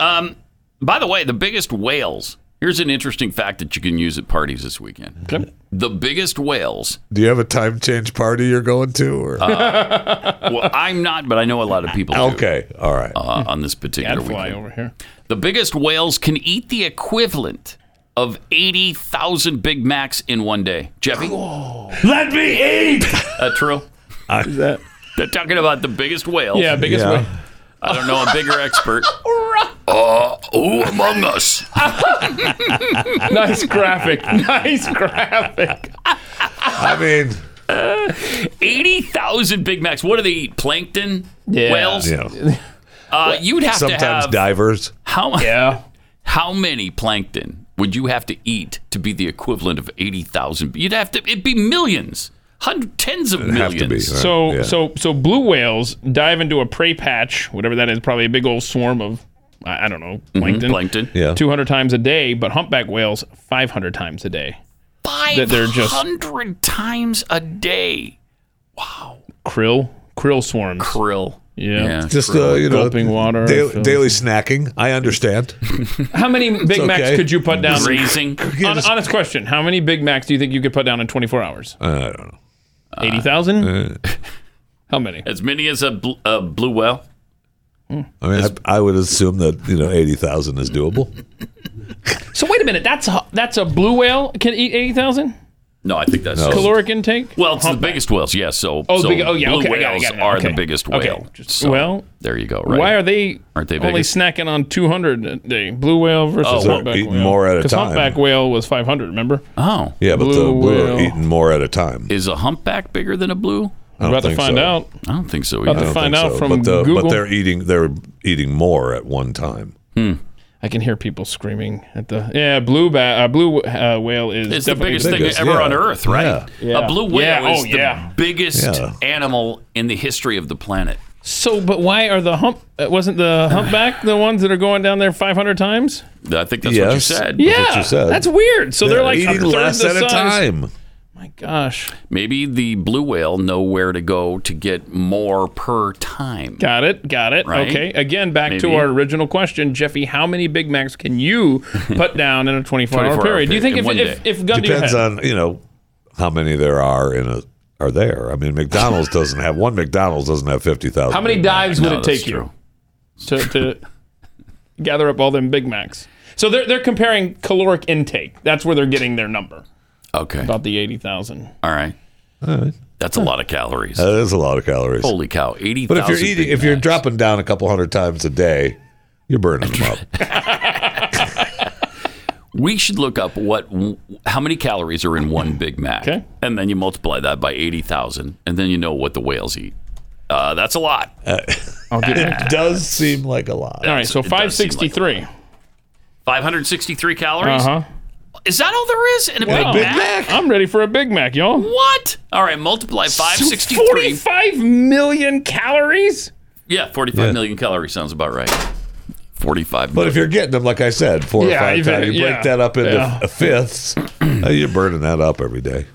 Speaker 3: Um, by the way, the biggest whales. Here's an interesting fact that you can use at parties this weekend. The biggest whales.
Speaker 5: Do you have a time change party you're going to? Or
Speaker 3: Well, I'm not, but I know a lot of people. Do,
Speaker 5: okay, all right.
Speaker 3: Uh, on this particular
Speaker 4: Gadfly
Speaker 3: weekend,
Speaker 4: over here.
Speaker 3: the biggest whales can eat the equivalent of eighty thousand Big Macs in one day. Jeffy,
Speaker 5: let me eat.
Speaker 3: that true?
Speaker 4: Is that?
Speaker 3: They're talking about the biggest whales.
Speaker 4: Yeah, biggest
Speaker 5: Yeah.
Speaker 4: whale.
Speaker 3: I don't know a bigger expert. uh, who among us?
Speaker 4: nice graphic. Nice graphic.
Speaker 5: I mean,
Speaker 3: Eighty thousand Big Macs. What do they eat? Plankton?
Speaker 4: Yeah.
Speaker 3: Whales?
Speaker 5: yeah.
Speaker 3: Uh, you would have
Speaker 5: Sometimes
Speaker 3: to have
Speaker 5: divers.
Speaker 3: how
Speaker 4: Yeah.
Speaker 3: how many plankton would you have to eat to be the equivalent of eighty thousand? You'd have to. It'd be millions, hundred, tens of
Speaker 5: It'd have to be,
Speaker 3: millions.
Speaker 5: right?
Speaker 4: So
Speaker 5: Yeah.
Speaker 4: so so blue whales dive into a prey patch, whatever that is, probably a big old swarm of I I don't know plankton,
Speaker 3: Plankton.
Speaker 5: Mm-hmm. Yeah.
Speaker 4: two hundred times a day. But humpback whales five hundred times a day.
Speaker 3: Five
Speaker 4: they're just-
Speaker 3: hundred times a day.
Speaker 4: Krill krill swarms.
Speaker 3: Krill.
Speaker 4: Yeah.
Speaker 5: Just
Speaker 3: krill.
Speaker 5: uh, you know,
Speaker 4: Gulping water.
Speaker 5: daily,
Speaker 4: so-
Speaker 5: daily snacking. I understand.
Speaker 4: How many Big Macs
Speaker 5: okay.
Speaker 4: could you put down?
Speaker 3: grazing.
Speaker 4: Hon- honest question: How many Big Macs do you think you could put down in twenty four hours? Uh,
Speaker 5: I don't know. Uh,
Speaker 4: Eighty thousand. How many?
Speaker 3: As many as a, bl- a blue whale.
Speaker 5: I mean, I, I would assume that you know eighty thousand is doable.
Speaker 4: So wait a minute. That's a, that's a blue whale can eat eighty thousand
Speaker 3: No, I think that's
Speaker 5: No.
Speaker 3: just-
Speaker 4: caloric intake.
Speaker 3: well, it's the biggest whales. Yes. so
Speaker 4: Oh, the
Speaker 3: so
Speaker 4: big- oh, yeah,
Speaker 3: blue
Speaker 4: okay, I
Speaker 3: whales
Speaker 4: got it, got it,
Speaker 3: are
Speaker 4: okay.
Speaker 3: the biggest
Speaker 4: Okay,
Speaker 3: whale.
Speaker 4: just-
Speaker 3: So,
Speaker 4: well,
Speaker 3: there you go. Right.
Speaker 4: Why are they,
Speaker 3: Aren't they
Speaker 4: only
Speaker 3: biggest?
Speaker 4: snacking on 200 a day? Blue whale versus
Speaker 3: Oh,
Speaker 5: So
Speaker 4: humpback
Speaker 5: eating
Speaker 4: whale.
Speaker 5: more at a
Speaker 4: Because
Speaker 5: time.
Speaker 4: humpback whale was 500, remember?
Speaker 3: Oh,
Speaker 5: Yeah, but the
Speaker 4: Blue
Speaker 5: blue
Speaker 4: whale.
Speaker 5: are eating more at a time.
Speaker 3: is a humpback bigger than a blue?
Speaker 5: I
Speaker 4: We're
Speaker 5: don't
Speaker 4: about to
Speaker 5: think
Speaker 4: find
Speaker 5: so.
Speaker 4: out.
Speaker 3: I don't think so.
Speaker 4: About
Speaker 3: Either.
Speaker 4: to
Speaker 5: I don't
Speaker 4: find
Speaker 5: think
Speaker 4: out
Speaker 5: so.
Speaker 4: from
Speaker 5: but the,
Speaker 4: Google.
Speaker 5: But they're eating they're eating more at one time.
Speaker 4: I can hear people screaming at the. Yeah, blue ba- uh, blue uh, whale is
Speaker 3: It's the
Speaker 4: definitely
Speaker 3: biggest thing
Speaker 5: biggest,
Speaker 3: ever
Speaker 5: yeah.
Speaker 3: on Earth, right?
Speaker 4: Yeah.
Speaker 3: A blue whale
Speaker 4: Yeah,
Speaker 3: is
Speaker 4: oh,
Speaker 3: the
Speaker 4: yeah.
Speaker 3: biggest
Speaker 5: Yeah.
Speaker 3: animal in the history of the planet.
Speaker 4: So, but why are the hump? uh, Wasn't the humpback the ones that are going down there 500 times?
Speaker 3: I think that's what you
Speaker 5: Yes.
Speaker 3: said.
Speaker 4: Yeah,
Speaker 5: what you said.
Speaker 4: that's weird. So they're like a
Speaker 5: eating
Speaker 4: third
Speaker 5: less
Speaker 4: the
Speaker 5: at a
Speaker 4: size.
Speaker 5: time.
Speaker 4: My gosh,
Speaker 3: Maybe the blue whale know where to go to get more per time.
Speaker 4: got it, got it.
Speaker 3: Right?
Speaker 4: Okay, again, back to
Speaker 3: Maybe.
Speaker 4: our original question, Jeffy. How many Big Macs can you put down in a 24 hour
Speaker 3: 24 hour
Speaker 4: period? Do you think
Speaker 3: period,
Speaker 4: if
Speaker 3: in one
Speaker 4: if,
Speaker 3: day.
Speaker 4: if gun to your
Speaker 5: Depends
Speaker 4: head-
Speaker 5: on you know how many there are in a are there. I mean, McDonald's doesn't have one. McDonald's doesn't have fifty thousand.
Speaker 4: how many dives would
Speaker 3: No,
Speaker 4: it
Speaker 3: that's
Speaker 4: take you to, to gather up all them Big Macs? So they're they're comparing caloric intake. That's where they're getting their number
Speaker 3: Okay.
Speaker 4: about the 80,000.
Speaker 3: All right. That's a lot of calories.
Speaker 5: That is Uh, a lot of calories.
Speaker 3: Holy cow! Eighty.
Speaker 5: But if you're eating, if you're dropping down a couple hundred times a day, you're burning them up.
Speaker 3: we should look up what how many calories are in one Big Mac, and then you multiply that by eighty thousand, and then you know what the whales eat. Uh, that's a lot.
Speaker 5: it does seem like a lot.
Speaker 4: All right, so five sixty three.
Speaker 3: Five hundred sixty-three calories.
Speaker 4: Uh-huh.
Speaker 3: Is that all there is in a Big, Mac?
Speaker 4: I'm ready for a Big Mac, y'all.
Speaker 3: What? All right, multiply five sixty-three.
Speaker 4: Forty-five million calories.
Speaker 3: Yeah, forty-five million calories sounds about right. Forty-five.
Speaker 5: But if you're getting them, like I said, four
Speaker 3: Yeah,
Speaker 5: or five
Speaker 3: if it-
Speaker 5: times, you break
Speaker 3: yeah.
Speaker 5: that up into
Speaker 3: Yeah.
Speaker 5: f- fifths, uh, you're burning that up every day.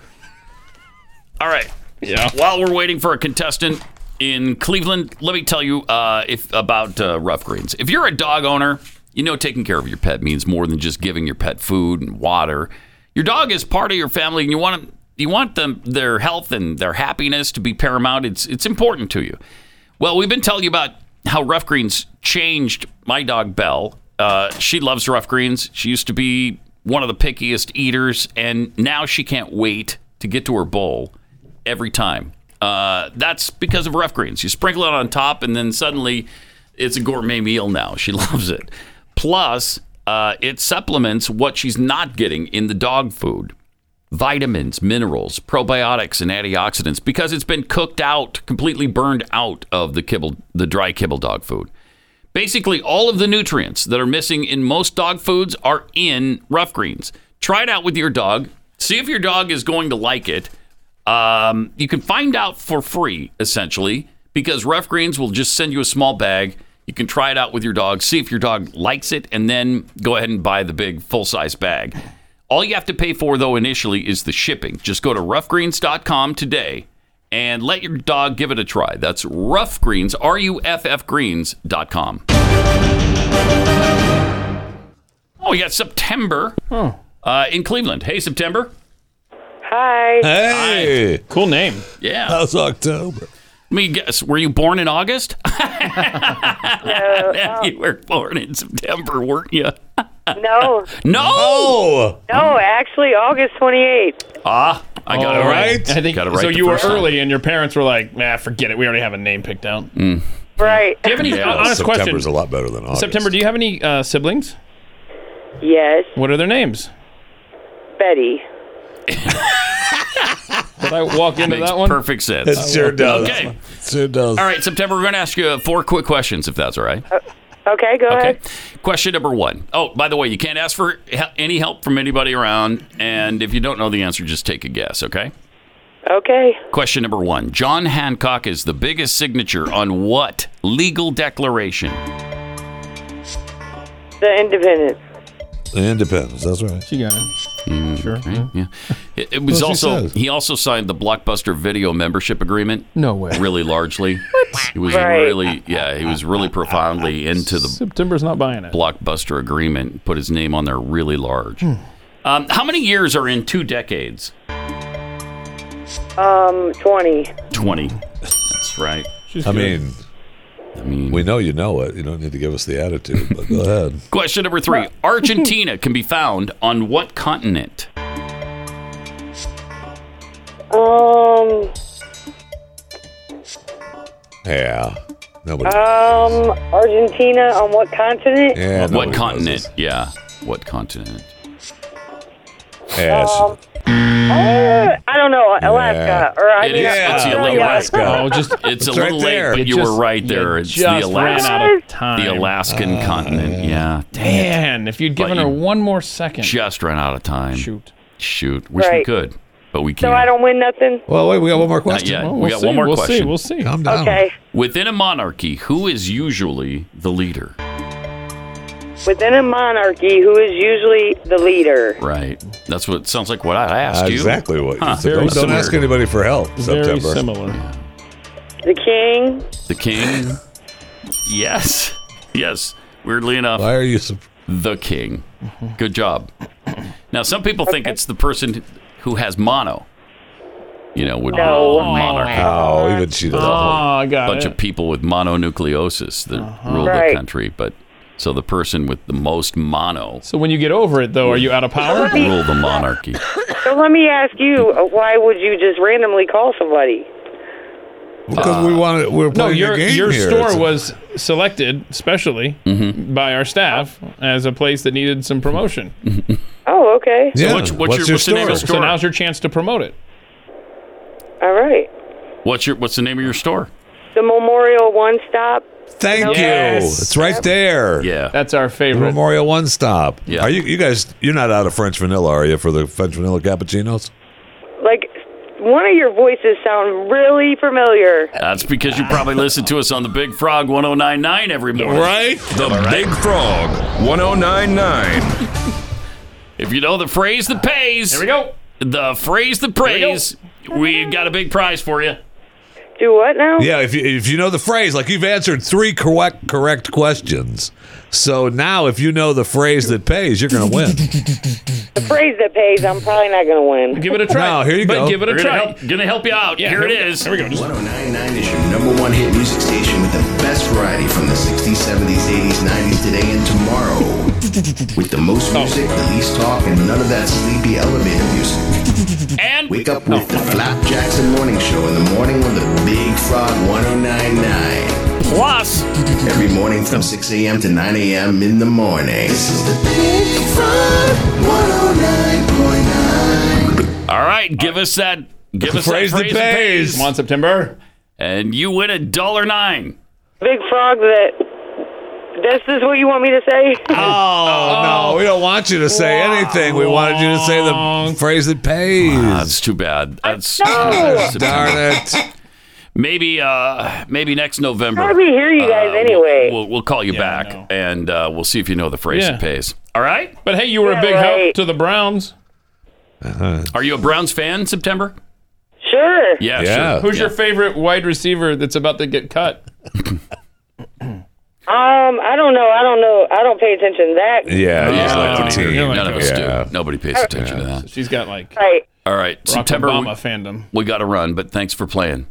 Speaker 3: All right. Yeah. While we're waiting for a contestant in Cleveland, let me tell you uh, if about uh, rough greens. If you're a dog owner, you know taking care of your pet means more than just giving your pet food and water. Your dog is part of your family, and you want 'em- you want them their health and their happiness to be paramount. It's it's important to you. Well, we've been telling you about how Rough Greens changed my dog Belle. Uh, she loves Rough Greens. She used to be one of the pickiest eaters, and now she can't wait to get to her bowl every time. Uh, that's because of Rough Greens. You sprinkle it on top, and then suddenly it's a gourmet meal now. She loves it. Plus, uh, it supplements what she's not getting in the dog food vitamins, minerals, probiotics, and antioxidants because it's been cooked out, completely burned out of the kibble, the dry kibble dog food. Basically, all of the nutrients that are missing in most dog foods are in rough greens. Try it out with your dog. See if your dog is going to like it. Um, you can find out for free, essentially, because rough greens will just send you a small bag. You can try it out with your dog, see if your dog likes it, and then go ahead and buy the big full size bag. All you have to pay for, though, initially is the shipping. Just go to roughgreens.com today and let your dog give it a try. That's roughgreens, R U F F greens.com. Oh, we got September uh, in Cleveland. Hey, September.
Speaker 10: Hi.
Speaker 5: Hey,
Speaker 4: cool name.
Speaker 3: Yeah.
Speaker 5: How's October?
Speaker 3: Let me guess. Were you born in August?
Speaker 10: No,
Speaker 3: you were born in September, weren't you?
Speaker 10: no,
Speaker 3: No.
Speaker 5: Oh!
Speaker 10: no. Actually, August 28th.
Speaker 3: Ah, I got it
Speaker 4: Oh,
Speaker 3: right.
Speaker 4: I think
Speaker 3: Got it right
Speaker 4: so.
Speaker 3: the
Speaker 4: You were
Speaker 3: first time.
Speaker 4: early, and your parents were like, "Nah, forget it. We already have a name picked out."
Speaker 3: Mm.
Speaker 10: Right.
Speaker 4: Do you have any honest question?
Speaker 5: September's a lot better than August.
Speaker 4: September. Do you have any uh, siblings?
Speaker 10: Yes,
Speaker 4: What are their names?
Speaker 10: Betty.
Speaker 4: Did I walk into
Speaker 3: Makes
Speaker 4: that one?
Speaker 3: Perfect sense.
Speaker 5: It sure does.
Speaker 3: Okay.
Speaker 5: Sure does.
Speaker 3: All right, September, we're going to ask you uh, four quick questions, if that's all right.
Speaker 10: Uh, Okay, go
Speaker 3: Okay.
Speaker 10: ahead.
Speaker 3: Question number one. Oh, by the way, you can't ask for he- any help from anybody around. And if you don't know the answer, just take a guess, okay?
Speaker 10: Okay.
Speaker 3: Question number one John Hancock is the biggest signature on what legal declaration?
Speaker 10: The Independence.
Speaker 5: Independence. That's right.
Speaker 4: She got it.
Speaker 3: Sure. Yeah. It, it was
Speaker 4: Well, she
Speaker 3: also
Speaker 4: says.
Speaker 3: he also signed the Blockbuster Video membership agreement.
Speaker 4: No way.
Speaker 3: Really largely. He was
Speaker 4: Right.
Speaker 3: really yeah, he was really profoundly into the
Speaker 4: September's not buying it.
Speaker 3: Blockbuster agreement, put his name on there really large. Um, how many years are in two decades?
Speaker 10: Um, 20.
Speaker 3: 20. That's right.
Speaker 5: I mean,
Speaker 3: I mean,
Speaker 5: we know you know it. You don't need to give us the attitude, but go ahead.
Speaker 3: Question number three Argentina can be found on what continent?
Speaker 10: Um,
Speaker 5: Yeah. Nobody.
Speaker 10: um, Argentina on what continent?
Speaker 5: Yeah,
Speaker 3: what
Speaker 5: nobody
Speaker 3: continent? Yeah. What continent?
Speaker 5: Yes.
Speaker 10: Um, uh, I don't know. Alaska. Or I
Speaker 3: It
Speaker 10: mean,
Speaker 3: is- it's the
Speaker 10: Australia.
Speaker 3: Alaska.
Speaker 4: Oh, just
Speaker 3: It's, a
Speaker 4: It's right
Speaker 3: little
Speaker 4: there.
Speaker 3: late, but
Speaker 4: It
Speaker 3: you
Speaker 4: just-
Speaker 3: were right there.
Speaker 4: you
Speaker 3: It's
Speaker 4: just
Speaker 3: the Alaska,
Speaker 4: ran out of time. Uh,
Speaker 3: the Alaskan continent. Yeah, dang it.
Speaker 4: Man, if you'd given her one more second.
Speaker 3: just ran out of time. Shoot, shoot. Wish we
Speaker 10: Right.
Speaker 3: could, but we
Speaker 10: So
Speaker 3: can't.
Speaker 10: I don't win nothing?
Speaker 5: Well, wait, we got one more
Speaker 3: Not yet. we got
Speaker 4: see,
Speaker 3: one more
Speaker 4: we'll see,
Speaker 3: question.
Speaker 4: we'll see.
Speaker 5: Calm
Speaker 10: Okay.
Speaker 3: Within a monarchy, who is usually the leader?
Speaker 10: Within a monarchy, who is usually the leader?
Speaker 3: Right. That's what sounds like. What I asked you.
Speaker 5: Uh, Exactly what you
Speaker 3: Huh.
Speaker 5: said. Don't, don't ask anybody for help.
Speaker 3: Very
Speaker 5: September.
Speaker 3: similar.
Speaker 10: The king?
Speaker 3: The king. yes. Yes. Weirdly enough. Why
Speaker 5: are you
Speaker 3: the king? Good job. Now, some people think it's the person who has mono. You know, would
Speaker 5: No.
Speaker 3: rule a monarchy.
Speaker 5: Oh, even she doesn't.
Speaker 3: But a
Speaker 4: Ah,
Speaker 5: Oh, I got
Speaker 3: bunch
Speaker 5: it.
Speaker 3: of people with mononucleosis that rule the
Speaker 4: Right.
Speaker 3: country, but so the person with the most mono
Speaker 4: So when you get over it, though, are you out of power?
Speaker 3: rule the monarchy.
Speaker 10: So let me ask you, uh, why would you just randomly call somebody?
Speaker 5: Because we wanted, we're
Speaker 4: No,
Speaker 5: playing
Speaker 4: your
Speaker 5: a game
Speaker 4: your
Speaker 5: here.
Speaker 4: store
Speaker 5: It's-
Speaker 4: was selected specially
Speaker 3: Mm-hmm.
Speaker 4: by our staff as a place that needed some promotion.
Speaker 10: Oh, okay.
Speaker 3: So what's, what's, your, what's the name of your
Speaker 4: So
Speaker 3: store?
Speaker 4: now's your chance to promote it.
Speaker 10: All right.
Speaker 3: what's your What's the name of your store?
Speaker 10: The Memorial One Stop.
Speaker 5: Thank you.
Speaker 10: Yes.
Speaker 5: It's right there.
Speaker 3: Yeah,
Speaker 4: that's our favorite.
Speaker 5: Memorial One Stop.
Speaker 3: Yeah.
Speaker 5: Are you you guys? You're not out of French vanilla, are you? For the French vanilla cappuccinos?
Speaker 10: Like, one of your voices sound really familiar.
Speaker 3: That's because you probably listen to us on the Big Frog 1099 every morning.
Speaker 7: Right? The Big Frog 1099.
Speaker 3: If you know the phrase that pays, there we
Speaker 4: go.
Speaker 3: The phrase that prays, we got a big prize for you.
Speaker 10: Do what now?
Speaker 5: Yeah. If you, if you know the phrase, like you've answered three correct correct questions, so now if you know the phrase that pays, you're going to win.
Speaker 10: The phrase that pays, I'm probably not going to win.
Speaker 4: Give it a
Speaker 5: try. No, here you But go. give it a
Speaker 3: We're
Speaker 5: try.
Speaker 3: Gonna help, gonna help you out. here, it is.
Speaker 4: Here we go.
Speaker 22: 1099 is your number one hit music station with the best variety from the 60s, 70s, 80s, 90s, today, and tomorrow. with the most music, the least talk, and none of that sleepy elevator music.
Speaker 3: And
Speaker 22: wake up with the Flap Jackson Morning Show in the morning on the Big Frog 1099.
Speaker 3: Plus,
Speaker 22: every morning from 6 a.m. to 9 a.m. in the morning. This is the Big Frog 109.9.
Speaker 3: All right, give us that. Give us
Speaker 4: Phrase
Speaker 3: that phrase that
Speaker 4: that pays.
Speaker 3: pays.
Speaker 4: Come on, September.
Speaker 3: And you win a dollar nine.
Speaker 10: Big Frog, that. This is what you want me to say?
Speaker 5: Oh, no, we don't want you to say anything. We wanted you to say the phrase that pays.
Speaker 3: that's too bad. That's
Speaker 10: No.
Speaker 3: Ah,
Speaker 5: darn it.
Speaker 3: Maybe, uh, maybe next November.
Speaker 10: Glad we hear you
Speaker 5: Uh,
Speaker 10: guys anyway.
Speaker 3: We'll, we'll call you back and uh, we'll see if you know the phrase
Speaker 4: Yeah.
Speaker 3: that pays. All right.
Speaker 4: But hey, you were a big help to the Browns.
Speaker 3: Are you a Browns fan? September.
Speaker 10: Sure.
Speaker 3: Yeah. sure.
Speaker 4: Who's
Speaker 3: Yeah.
Speaker 4: your favorite wide receiver that's about to get cut?
Speaker 10: Um, I don't know. I don't know. I don't pay attention to that.
Speaker 5: Yeah,
Speaker 3: No,
Speaker 5: he's like
Speaker 3: I
Speaker 5: the
Speaker 3: don't either.
Speaker 5: team.
Speaker 3: None of us
Speaker 5: Yeah.
Speaker 3: do. Nobody pays attention to that.
Speaker 4: She's got like
Speaker 10: Right.
Speaker 3: All right,
Speaker 4: Barack
Speaker 3: September.
Speaker 4: Obama
Speaker 3: we,
Speaker 4: fandom.
Speaker 3: we got to run, but thanks for playing.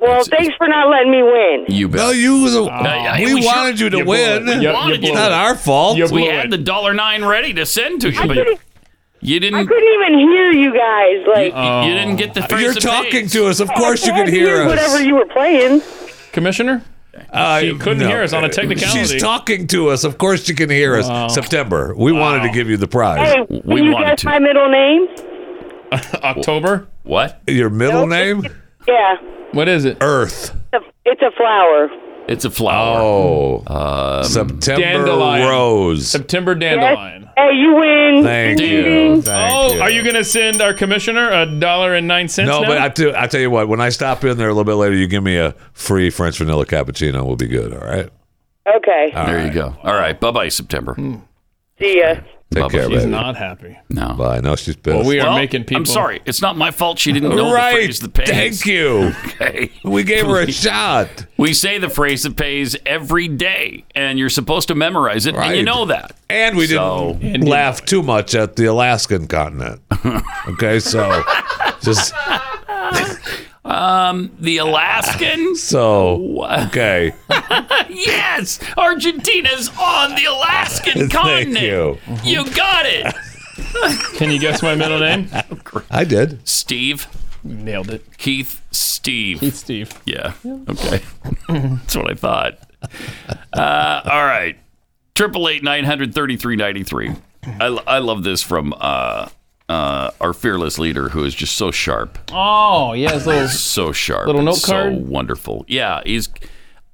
Speaker 10: Well, thanks for not letting me win.
Speaker 3: You bet.
Speaker 5: No, you was a,
Speaker 3: I-
Speaker 5: we
Speaker 3: we
Speaker 5: wanted
Speaker 3: sure-
Speaker 5: you to
Speaker 3: you blew
Speaker 5: win.
Speaker 3: it. You- you
Speaker 5: it's
Speaker 3: blew
Speaker 5: not
Speaker 3: it.
Speaker 5: our fault.
Speaker 3: we had the dollar nine ready to send to you, but you
Speaker 10: I
Speaker 3: didn't.
Speaker 10: couldn't even hear you guys. Like
Speaker 3: You didn't get the phrase.
Speaker 5: Oh. You're
Speaker 3: that
Speaker 5: talking
Speaker 3: pays.
Speaker 5: to us. Of course you could hear us.
Speaker 10: whatever you were playing.
Speaker 4: Commissioner?
Speaker 5: Uh,
Speaker 4: She couldn't hear us on a technicality.
Speaker 5: She's talking to us. Of course she can hear us. September. We wanted to give you the prize.
Speaker 10: Hey, can you guess my middle name?
Speaker 4: October?
Speaker 3: What?
Speaker 5: Your middle name?
Speaker 10: Yeah,
Speaker 4: What is it?
Speaker 5: Earth.
Speaker 10: it's a- it's a flower.
Speaker 3: It's a flower.
Speaker 5: Oh.
Speaker 3: Um,
Speaker 5: September
Speaker 4: Dandelion.
Speaker 5: Rose.
Speaker 4: September Dandelion.
Speaker 10: Hey, you win.
Speaker 5: Thank
Speaker 10: Ding,
Speaker 5: you.
Speaker 10: ding.
Speaker 5: Thank
Speaker 4: oh,
Speaker 5: you.
Speaker 4: are you going to send our commissioner a dollar and nine cents
Speaker 5: No,
Speaker 4: now?
Speaker 5: but I, tell- I tell you what, when I stop in there a little bit later, you give me a free French vanilla cappuccino. We'll be good. All right.
Speaker 10: Okay.
Speaker 5: All
Speaker 3: there
Speaker 5: right.
Speaker 3: you go. All right. Bye bye, September.
Speaker 10: See ya.
Speaker 5: Take
Speaker 3: Bubba,
Speaker 5: care,
Speaker 3: she's
Speaker 5: baby.
Speaker 4: not happy.
Speaker 3: No.
Speaker 5: Bye. No, she's pissed.
Speaker 4: Well, we are
Speaker 3: Well,
Speaker 4: making people.
Speaker 3: I'm sorry. It's not my fault she didn't know
Speaker 5: Right.
Speaker 3: the phrase that pays.
Speaker 5: Thank you.
Speaker 3: Okay.
Speaker 5: We gave her a shot.
Speaker 3: We say the phrase that pays every day, and you're supposed to memorize it, and you
Speaker 5: Right.
Speaker 3: know that.
Speaker 5: And we
Speaker 3: So-
Speaker 5: didn't laugh too much at the Alaskan continent. Okay, so just
Speaker 3: Um, the Alaskan.
Speaker 5: so okay.
Speaker 3: yes, Argentina's on the Alaskan
Speaker 5: Thank
Speaker 3: continent.
Speaker 5: you.
Speaker 3: You got it,
Speaker 4: Can you guess my middle name?
Speaker 5: I did.
Speaker 3: Steve.
Speaker 4: Nailed it.
Speaker 3: Keith Steve.
Speaker 4: Keith Steve.
Speaker 3: Yeah. Okay. That's what I thought. Uh, all right. Triple eight nine hundred thirty three ninety three. I I love this from uh, uh, our fearless leader who is just so sharp.
Speaker 4: Oh, yeah, his little
Speaker 3: so sharp.
Speaker 4: Little
Speaker 3: and
Speaker 4: note
Speaker 3: so
Speaker 4: card?
Speaker 3: wonderful. Yeah, he's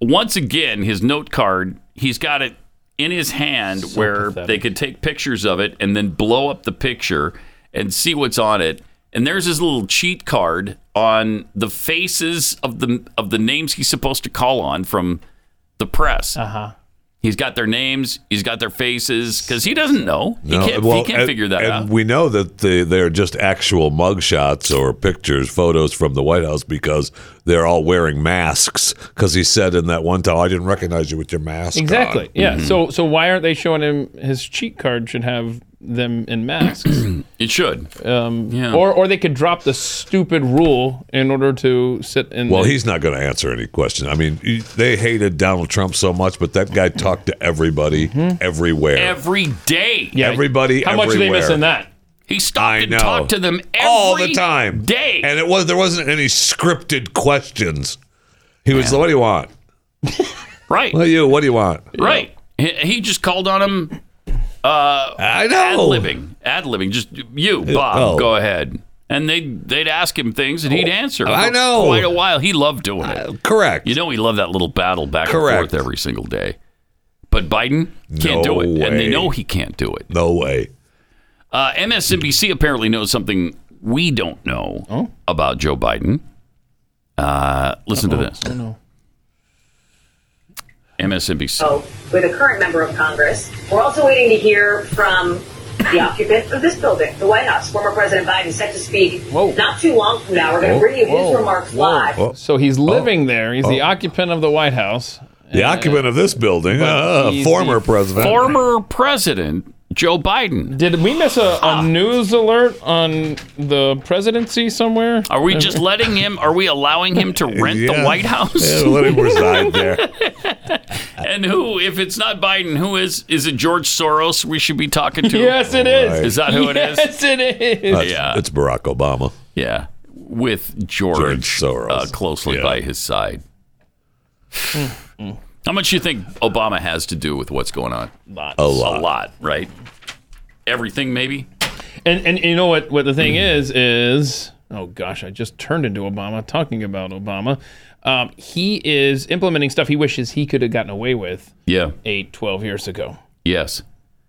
Speaker 3: once again his note card. He's got it in his hand where they could take pictures of it and then blow up the picture and see what's on it. And there's his little cheat card on the faces of the of the names he's supposed to call on from the press. Uh
Speaker 4: huh.
Speaker 3: He's got their names. He's got their faces because he doesn't know. He can't. he can't
Speaker 5: and,
Speaker 3: figure that
Speaker 5: and
Speaker 3: out.
Speaker 5: we know that the, they're just actual mugshots or pictures, photos from the White House because they're all wearing masks. Because he said in that one time, "I didn't recognize you with your mask." on."
Speaker 4: Exactly. Yeah.
Speaker 5: mm-hmm.
Speaker 4: So so why aren't they showing him his cheat card should have them in masks?
Speaker 3: It should.
Speaker 4: Um,
Speaker 3: Yeah.
Speaker 4: Or or they could drop the stupid rule in order to sit in.
Speaker 5: Well,
Speaker 4: the-
Speaker 5: he's not going to answer any question. I mean, he- they hated Donald Trump so much, but that guy talked to everybody, everywhere,
Speaker 3: Every day.
Speaker 5: everybody.
Speaker 4: How much are they
Speaker 5: everywhere.
Speaker 4: missing that?
Speaker 3: He stopped and
Speaker 5: know.
Speaker 3: talked to them every
Speaker 5: all the time,
Speaker 3: day.
Speaker 5: and it was there wasn't any scripted questions. He was, "What do you want?"
Speaker 3: right.
Speaker 5: What do you? What do you want?
Speaker 3: Right. He, he just called on him. Uh, I
Speaker 5: know.
Speaker 3: Ad libbing. Ad libbing. Just you,
Speaker 5: Uh,
Speaker 3: Bob.
Speaker 5: oh.
Speaker 3: Go ahead. And they'd they'd ask him things, and he'd answer.
Speaker 5: I
Speaker 3: for
Speaker 5: know.
Speaker 3: Quite a while. He loved doing it.
Speaker 5: correct.
Speaker 3: You know, he loved that little battle back and
Speaker 5: Correct.
Speaker 3: forth every single day. But Biden can't
Speaker 5: No
Speaker 3: do it, and they
Speaker 5: way.
Speaker 3: know he can't do it.
Speaker 5: No way.
Speaker 3: Uh, MSNBC apparently knows something we don't know
Speaker 4: Oh.
Speaker 3: about Joe Biden. Uh, listen to this. MSNBC.
Speaker 13: Oh.
Speaker 6: with a current member of Congress. We're also waiting to hear from the occupant of this building, the White House. Former President Biden set to speak not too long from now. We're going to bring you his remarks live.
Speaker 4: So
Speaker 5: Oh.
Speaker 4: he's living there. He's the occupant of the White House.
Speaker 5: The occupant of this building,
Speaker 4: But
Speaker 5: uh,
Speaker 4: he's
Speaker 5: former
Speaker 4: the
Speaker 5: president.
Speaker 3: Former president Joe Biden.
Speaker 4: Did we miss a, a news alert on the presidency somewhere?
Speaker 3: Are we just letting him? Are we allowing him to rent the
Speaker 4: Yeah.
Speaker 3: White House?
Speaker 4: Yeah, let him reside
Speaker 5: there.
Speaker 3: and who, if it's not Biden, who is? Is it George Soros? We should be talking to.
Speaker 4: Yes, it is.
Speaker 3: Is that who it is?
Speaker 4: Yes, it is.
Speaker 5: Uh, it's- It's Barack Obama.
Speaker 3: Yeah, with George,
Speaker 5: Soros
Speaker 3: uh, closely by his side. How much do you think Obama has to do with what's going on?
Speaker 4: Lots.
Speaker 3: A lot. A lot, right? Everything, maybe?
Speaker 4: And and you know what what the thing is is oh gosh I just turned into Obama talking about Obama. Um, he is implementing stuff he wishes he could have gotten away with
Speaker 3: Yeah.
Speaker 4: eight twelve years ago,
Speaker 3: Yes.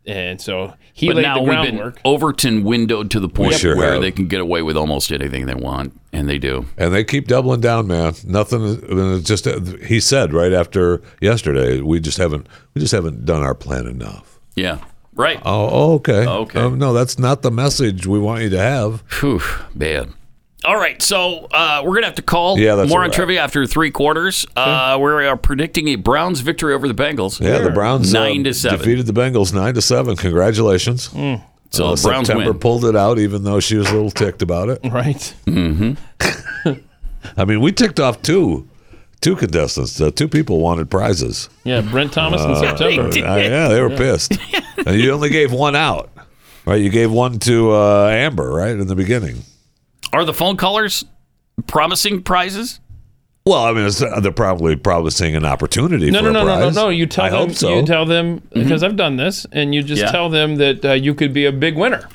Speaker 4: and so he
Speaker 3: but
Speaker 4: laid
Speaker 3: now
Speaker 4: the
Speaker 3: we've been
Speaker 4: groundwork.
Speaker 3: Overton windowed to the point
Speaker 5: sure
Speaker 3: where
Speaker 5: have.
Speaker 3: they can get away with almost anything they want, and they do.
Speaker 5: And they keep doubling down, man. Nothing. I mean, it's Just uh, he said right after yesterday, we just haven't we just haven't done our plan enough.
Speaker 3: Yeah. Right.
Speaker 5: Oh, oh, okay.
Speaker 3: Okay.
Speaker 5: Um, no, that's not the message we want you to have.
Speaker 3: Whew, man. All right, so uh, we're gonna have to call.
Speaker 5: Yeah, that's
Speaker 3: more
Speaker 5: a
Speaker 3: on
Speaker 5: wrap.
Speaker 3: trivia after three quarters. Uh, we are predicting a Browns victory over the Bengals.
Speaker 5: Yeah, the Browns uh,
Speaker 3: nine to seven.
Speaker 5: defeated the Bengals nine to seven. Congratulations.
Speaker 4: Hmm,
Speaker 3: So
Speaker 5: Uh,
Speaker 3: the Browns
Speaker 5: September
Speaker 3: win.
Speaker 5: pulled it out, even though she was a little ticked about it.
Speaker 4: Right.
Speaker 5: Mm-hmm. I mean, we ticked off two two contestants. Uh, two people wanted prizes.
Speaker 4: Yeah, Brent Thomas in
Speaker 5: Uh,
Speaker 4: September.
Speaker 5: uh, yeah, they were pissed. and you only gave one out, right? You gave one to uh, Amber, right, in the beginning.
Speaker 3: Are the phone callers promising prizes?
Speaker 5: Well, I mean, it's, uh, they're probably promising an opportunity.
Speaker 4: No,
Speaker 5: for
Speaker 4: no,
Speaker 5: a
Speaker 4: no, no, no,
Speaker 5: prize.
Speaker 4: no. You tell
Speaker 5: I
Speaker 4: them.
Speaker 5: hope so.
Speaker 4: You tell them because I've done this, and you just
Speaker 5: Yeah.
Speaker 4: tell them that uh, you could be a big winner.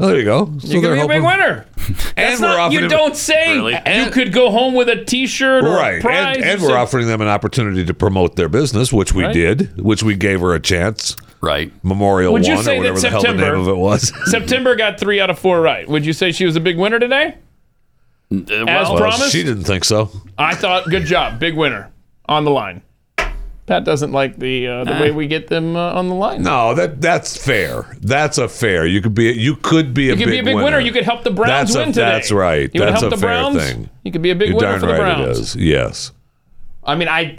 Speaker 5: Oh, there you go. So
Speaker 4: you could
Speaker 5: they're
Speaker 4: be a big
Speaker 5: hoping-
Speaker 4: winner. That's
Speaker 5: we're
Speaker 4: not,
Speaker 5: offering
Speaker 4: you
Speaker 5: them-
Speaker 4: don't say.
Speaker 5: Really?
Speaker 4: You could go home with a T-shirt or a
Speaker 5: Right,
Speaker 4: prize.
Speaker 5: and, and
Speaker 4: or
Speaker 5: we're
Speaker 4: something.
Speaker 5: offering them an opportunity to promote their business, which we
Speaker 4: Right.
Speaker 5: did, which we gave her a chance.
Speaker 3: Right,
Speaker 5: Memorial
Speaker 4: Would you
Speaker 5: One
Speaker 4: say
Speaker 5: or
Speaker 4: that
Speaker 5: whatever the hell the
Speaker 4: September-
Speaker 5: name of it was.
Speaker 4: September got three out of four right. Would you say she was a big winner today? As
Speaker 5: Uh, Well,
Speaker 4: promised,
Speaker 5: she didn't think so.
Speaker 4: I thought good job, big winner on the line. Pat doesn't like the uh, the way we get them uh, on the line.
Speaker 5: No, that that's fair. That's a fair. You could be you could be a
Speaker 4: you could
Speaker 5: big
Speaker 4: be a big winner. You could help the Browns
Speaker 5: That's a-
Speaker 4: win today.
Speaker 5: that's right.
Speaker 4: You would
Speaker 5: That's
Speaker 4: help
Speaker 5: a
Speaker 4: the
Speaker 5: fair
Speaker 4: Browns.
Speaker 5: thing.
Speaker 4: You could be a big
Speaker 5: You're
Speaker 4: winner
Speaker 5: darn
Speaker 4: for the
Speaker 5: right it
Speaker 4: Browns.
Speaker 5: is. Yes.
Speaker 4: I mean, I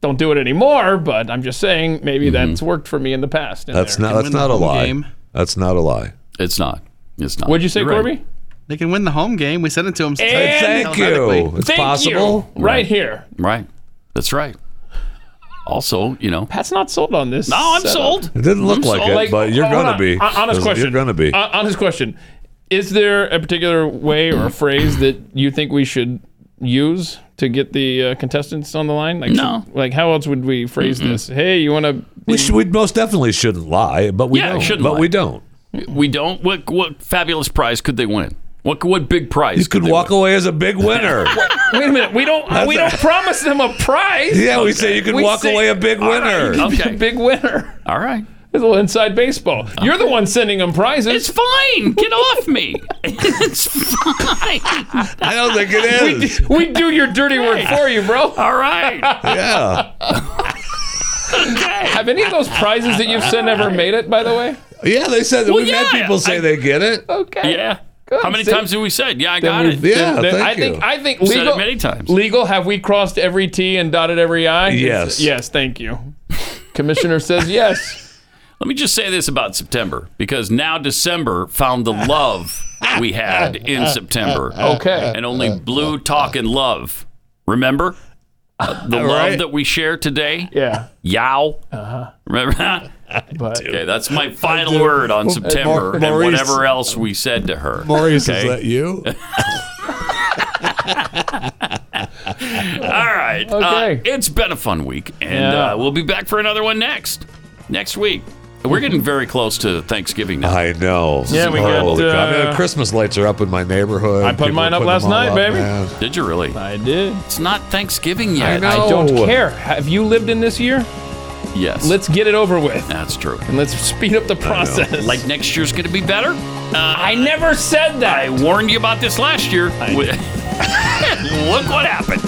Speaker 4: don't do it anymore, but I'm just saying maybe that's worked for me in the past. in
Speaker 5: Mm-hmm. That's
Speaker 4: there.
Speaker 5: not that's not a lie. That's not a lie.
Speaker 3: It's not. It's not.
Speaker 4: What'd you say, Corby?
Speaker 8: They can win the home game. We sent it to them.
Speaker 4: And
Speaker 5: Thank you. It's
Speaker 4: Thank you.
Speaker 5: possible.
Speaker 4: Right, here.
Speaker 3: Right. That's right. Also, you know,
Speaker 4: Pat's not sold on this.
Speaker 3: No, I'm
Speaker 4: setup.
Speaker 3: sold.
Speaker 5: It didn't look like it, but you're
Speaker 4: hold
Speaker 5: gonna
Speaker 4: on.
Speaker 5: be.
Speaker 4: Hon- Honest
Speaker 5: You're
Speaker 4: question.
Speaker 5: gonna be.
Speaker 4: Hon- Uh, Honest question. Is there a particular way or a phrase that you think we should use to get the uh, contestants on the line? Like,
Speaker 3: No.
Speaker 4: Like, how else would we phrase this? Hey, you want to?
Speaker 5: We should, we most definitely shouldn't lie, but we
Speaker 3: Yeah,
Speaker 5: don't.
Speaker 3: shouldn't
Speaker 5: but
Speaker 3: lie.
Speaker 5: we don't.
Speaker 3: we don't. What what fabulous prize could they win? What what big prize? You
Speaker 5: could, walk away as a big winner.
Speaker 4: Wait a minute. We don't. we don't promise them a prize.
Speaker 5: Yeah, we say you can walk away a big
Speaker 4: All right,
Speaker 5: winner.
Speaker 4: you can be a big winner.
Speaker 3: All right.
Speaker 4: It's a little inside baseball. You're the one sending them prizes.
Speaker 3: It's fine. Get off me. it's fine.
Speaker 5: I don't think it
Speaker 4: We
Speaker 5: is.
Speaker 4: do, we do your dirty work for you, bro.
Speaker 3: All right.
Speaker 5: yeah.
Speaker 4: Have any of those prizes that you've sent ever made it? By the way.
Speaker 5: Yeah, they said that
Speaker 4: Well,
Speaker 5: we've had
Speaker 4: yeah,
Speaker 5: people say
Speaker 4: I-
Speaker 5: they get it.
Speaker 4: Okay.
Speaker 3: Yeah.
Speaker 4: Good,
Speaker 3: How many
Speaker 4: see?
Speaker 3: times have we said? Yeah, I
Speaker 4: Then
Speaker 3: got
Speaker 4: we-
Speaker 3: it.
Speaker 4: then- then I think I think legal
Speaker 3: Said it many times.
Speaker 4: Legal, have we crossed every T and dotted every I?
Speaker 3: Yes.
Speaker 4: Yes, thank you. Commissioner says yes.
Speaker 3: Let me just say this about September because now December found the love we had in September.
Speaker 4: Okay.
Speaker 3: And only blue talk and love. Remember? Uh, the love
Speaker 4: Right.
Speaker 3: that we share today?
Speaker 4: Yeah.
Speaker 3: Yow. Uh-huh. Remember that?
Speaker 4: But
Speaker 3: Okay, that's my final word on
Speaker 5: Hey,
Speaker 3: September
Speaker 5: Maurice-
Speaker 3: and whatever else we said to her.
Speaker 5: Maurice, is
Speaker 3: okay?
Speaker 5: that you?
Speaker 3: All right. uh,
Speaker 5: Okay.
Speaker 3: it's been a fun week, and
Speaker 5: Yeah.
Speaker 3: uh, we'll be back for another one next next week. We're getting very close to Thanksgiving
Speaker 4: Uh-huh.
Speaker 3: now.
Speaker 5: I know.
Speaker 3: Yeah, we got,
Speaker 5: Holy crap. I mean,
Speaker 3: uh,
Speaker 5: the Christmas lights are up in my neighborhood.
Speaker 3: I put
Speaker 5: People
Speaker 3: mine
Speaker 5: are
Speaker 3: up
Speaker 5: putting
Speaker 3: last
Speaker 5: them all
Speaker 3: night,
Speaker 5: up,
Speaker 3: baby.
Speaker 5: man.
Speaker 3: Did you really?
Speaker 4: I did.
Speaker 3: It's not Thanksgiving yet.
Speaker 4: I don't care. Have you lived in this year?
Speaker 3: Yes.
Speaker 4: Let's get it over with.
Speaker 3: That's true.
Speaker 4: And let's speed up the process.
Speaker 3: Like next year's going to be better.
Speaker 4: I never said that.
Speaker 3: I warned you about this last year. Look what happened.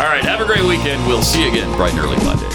Speaker 3: All right. Have a great weekend. We'll see you again bright and early Monday.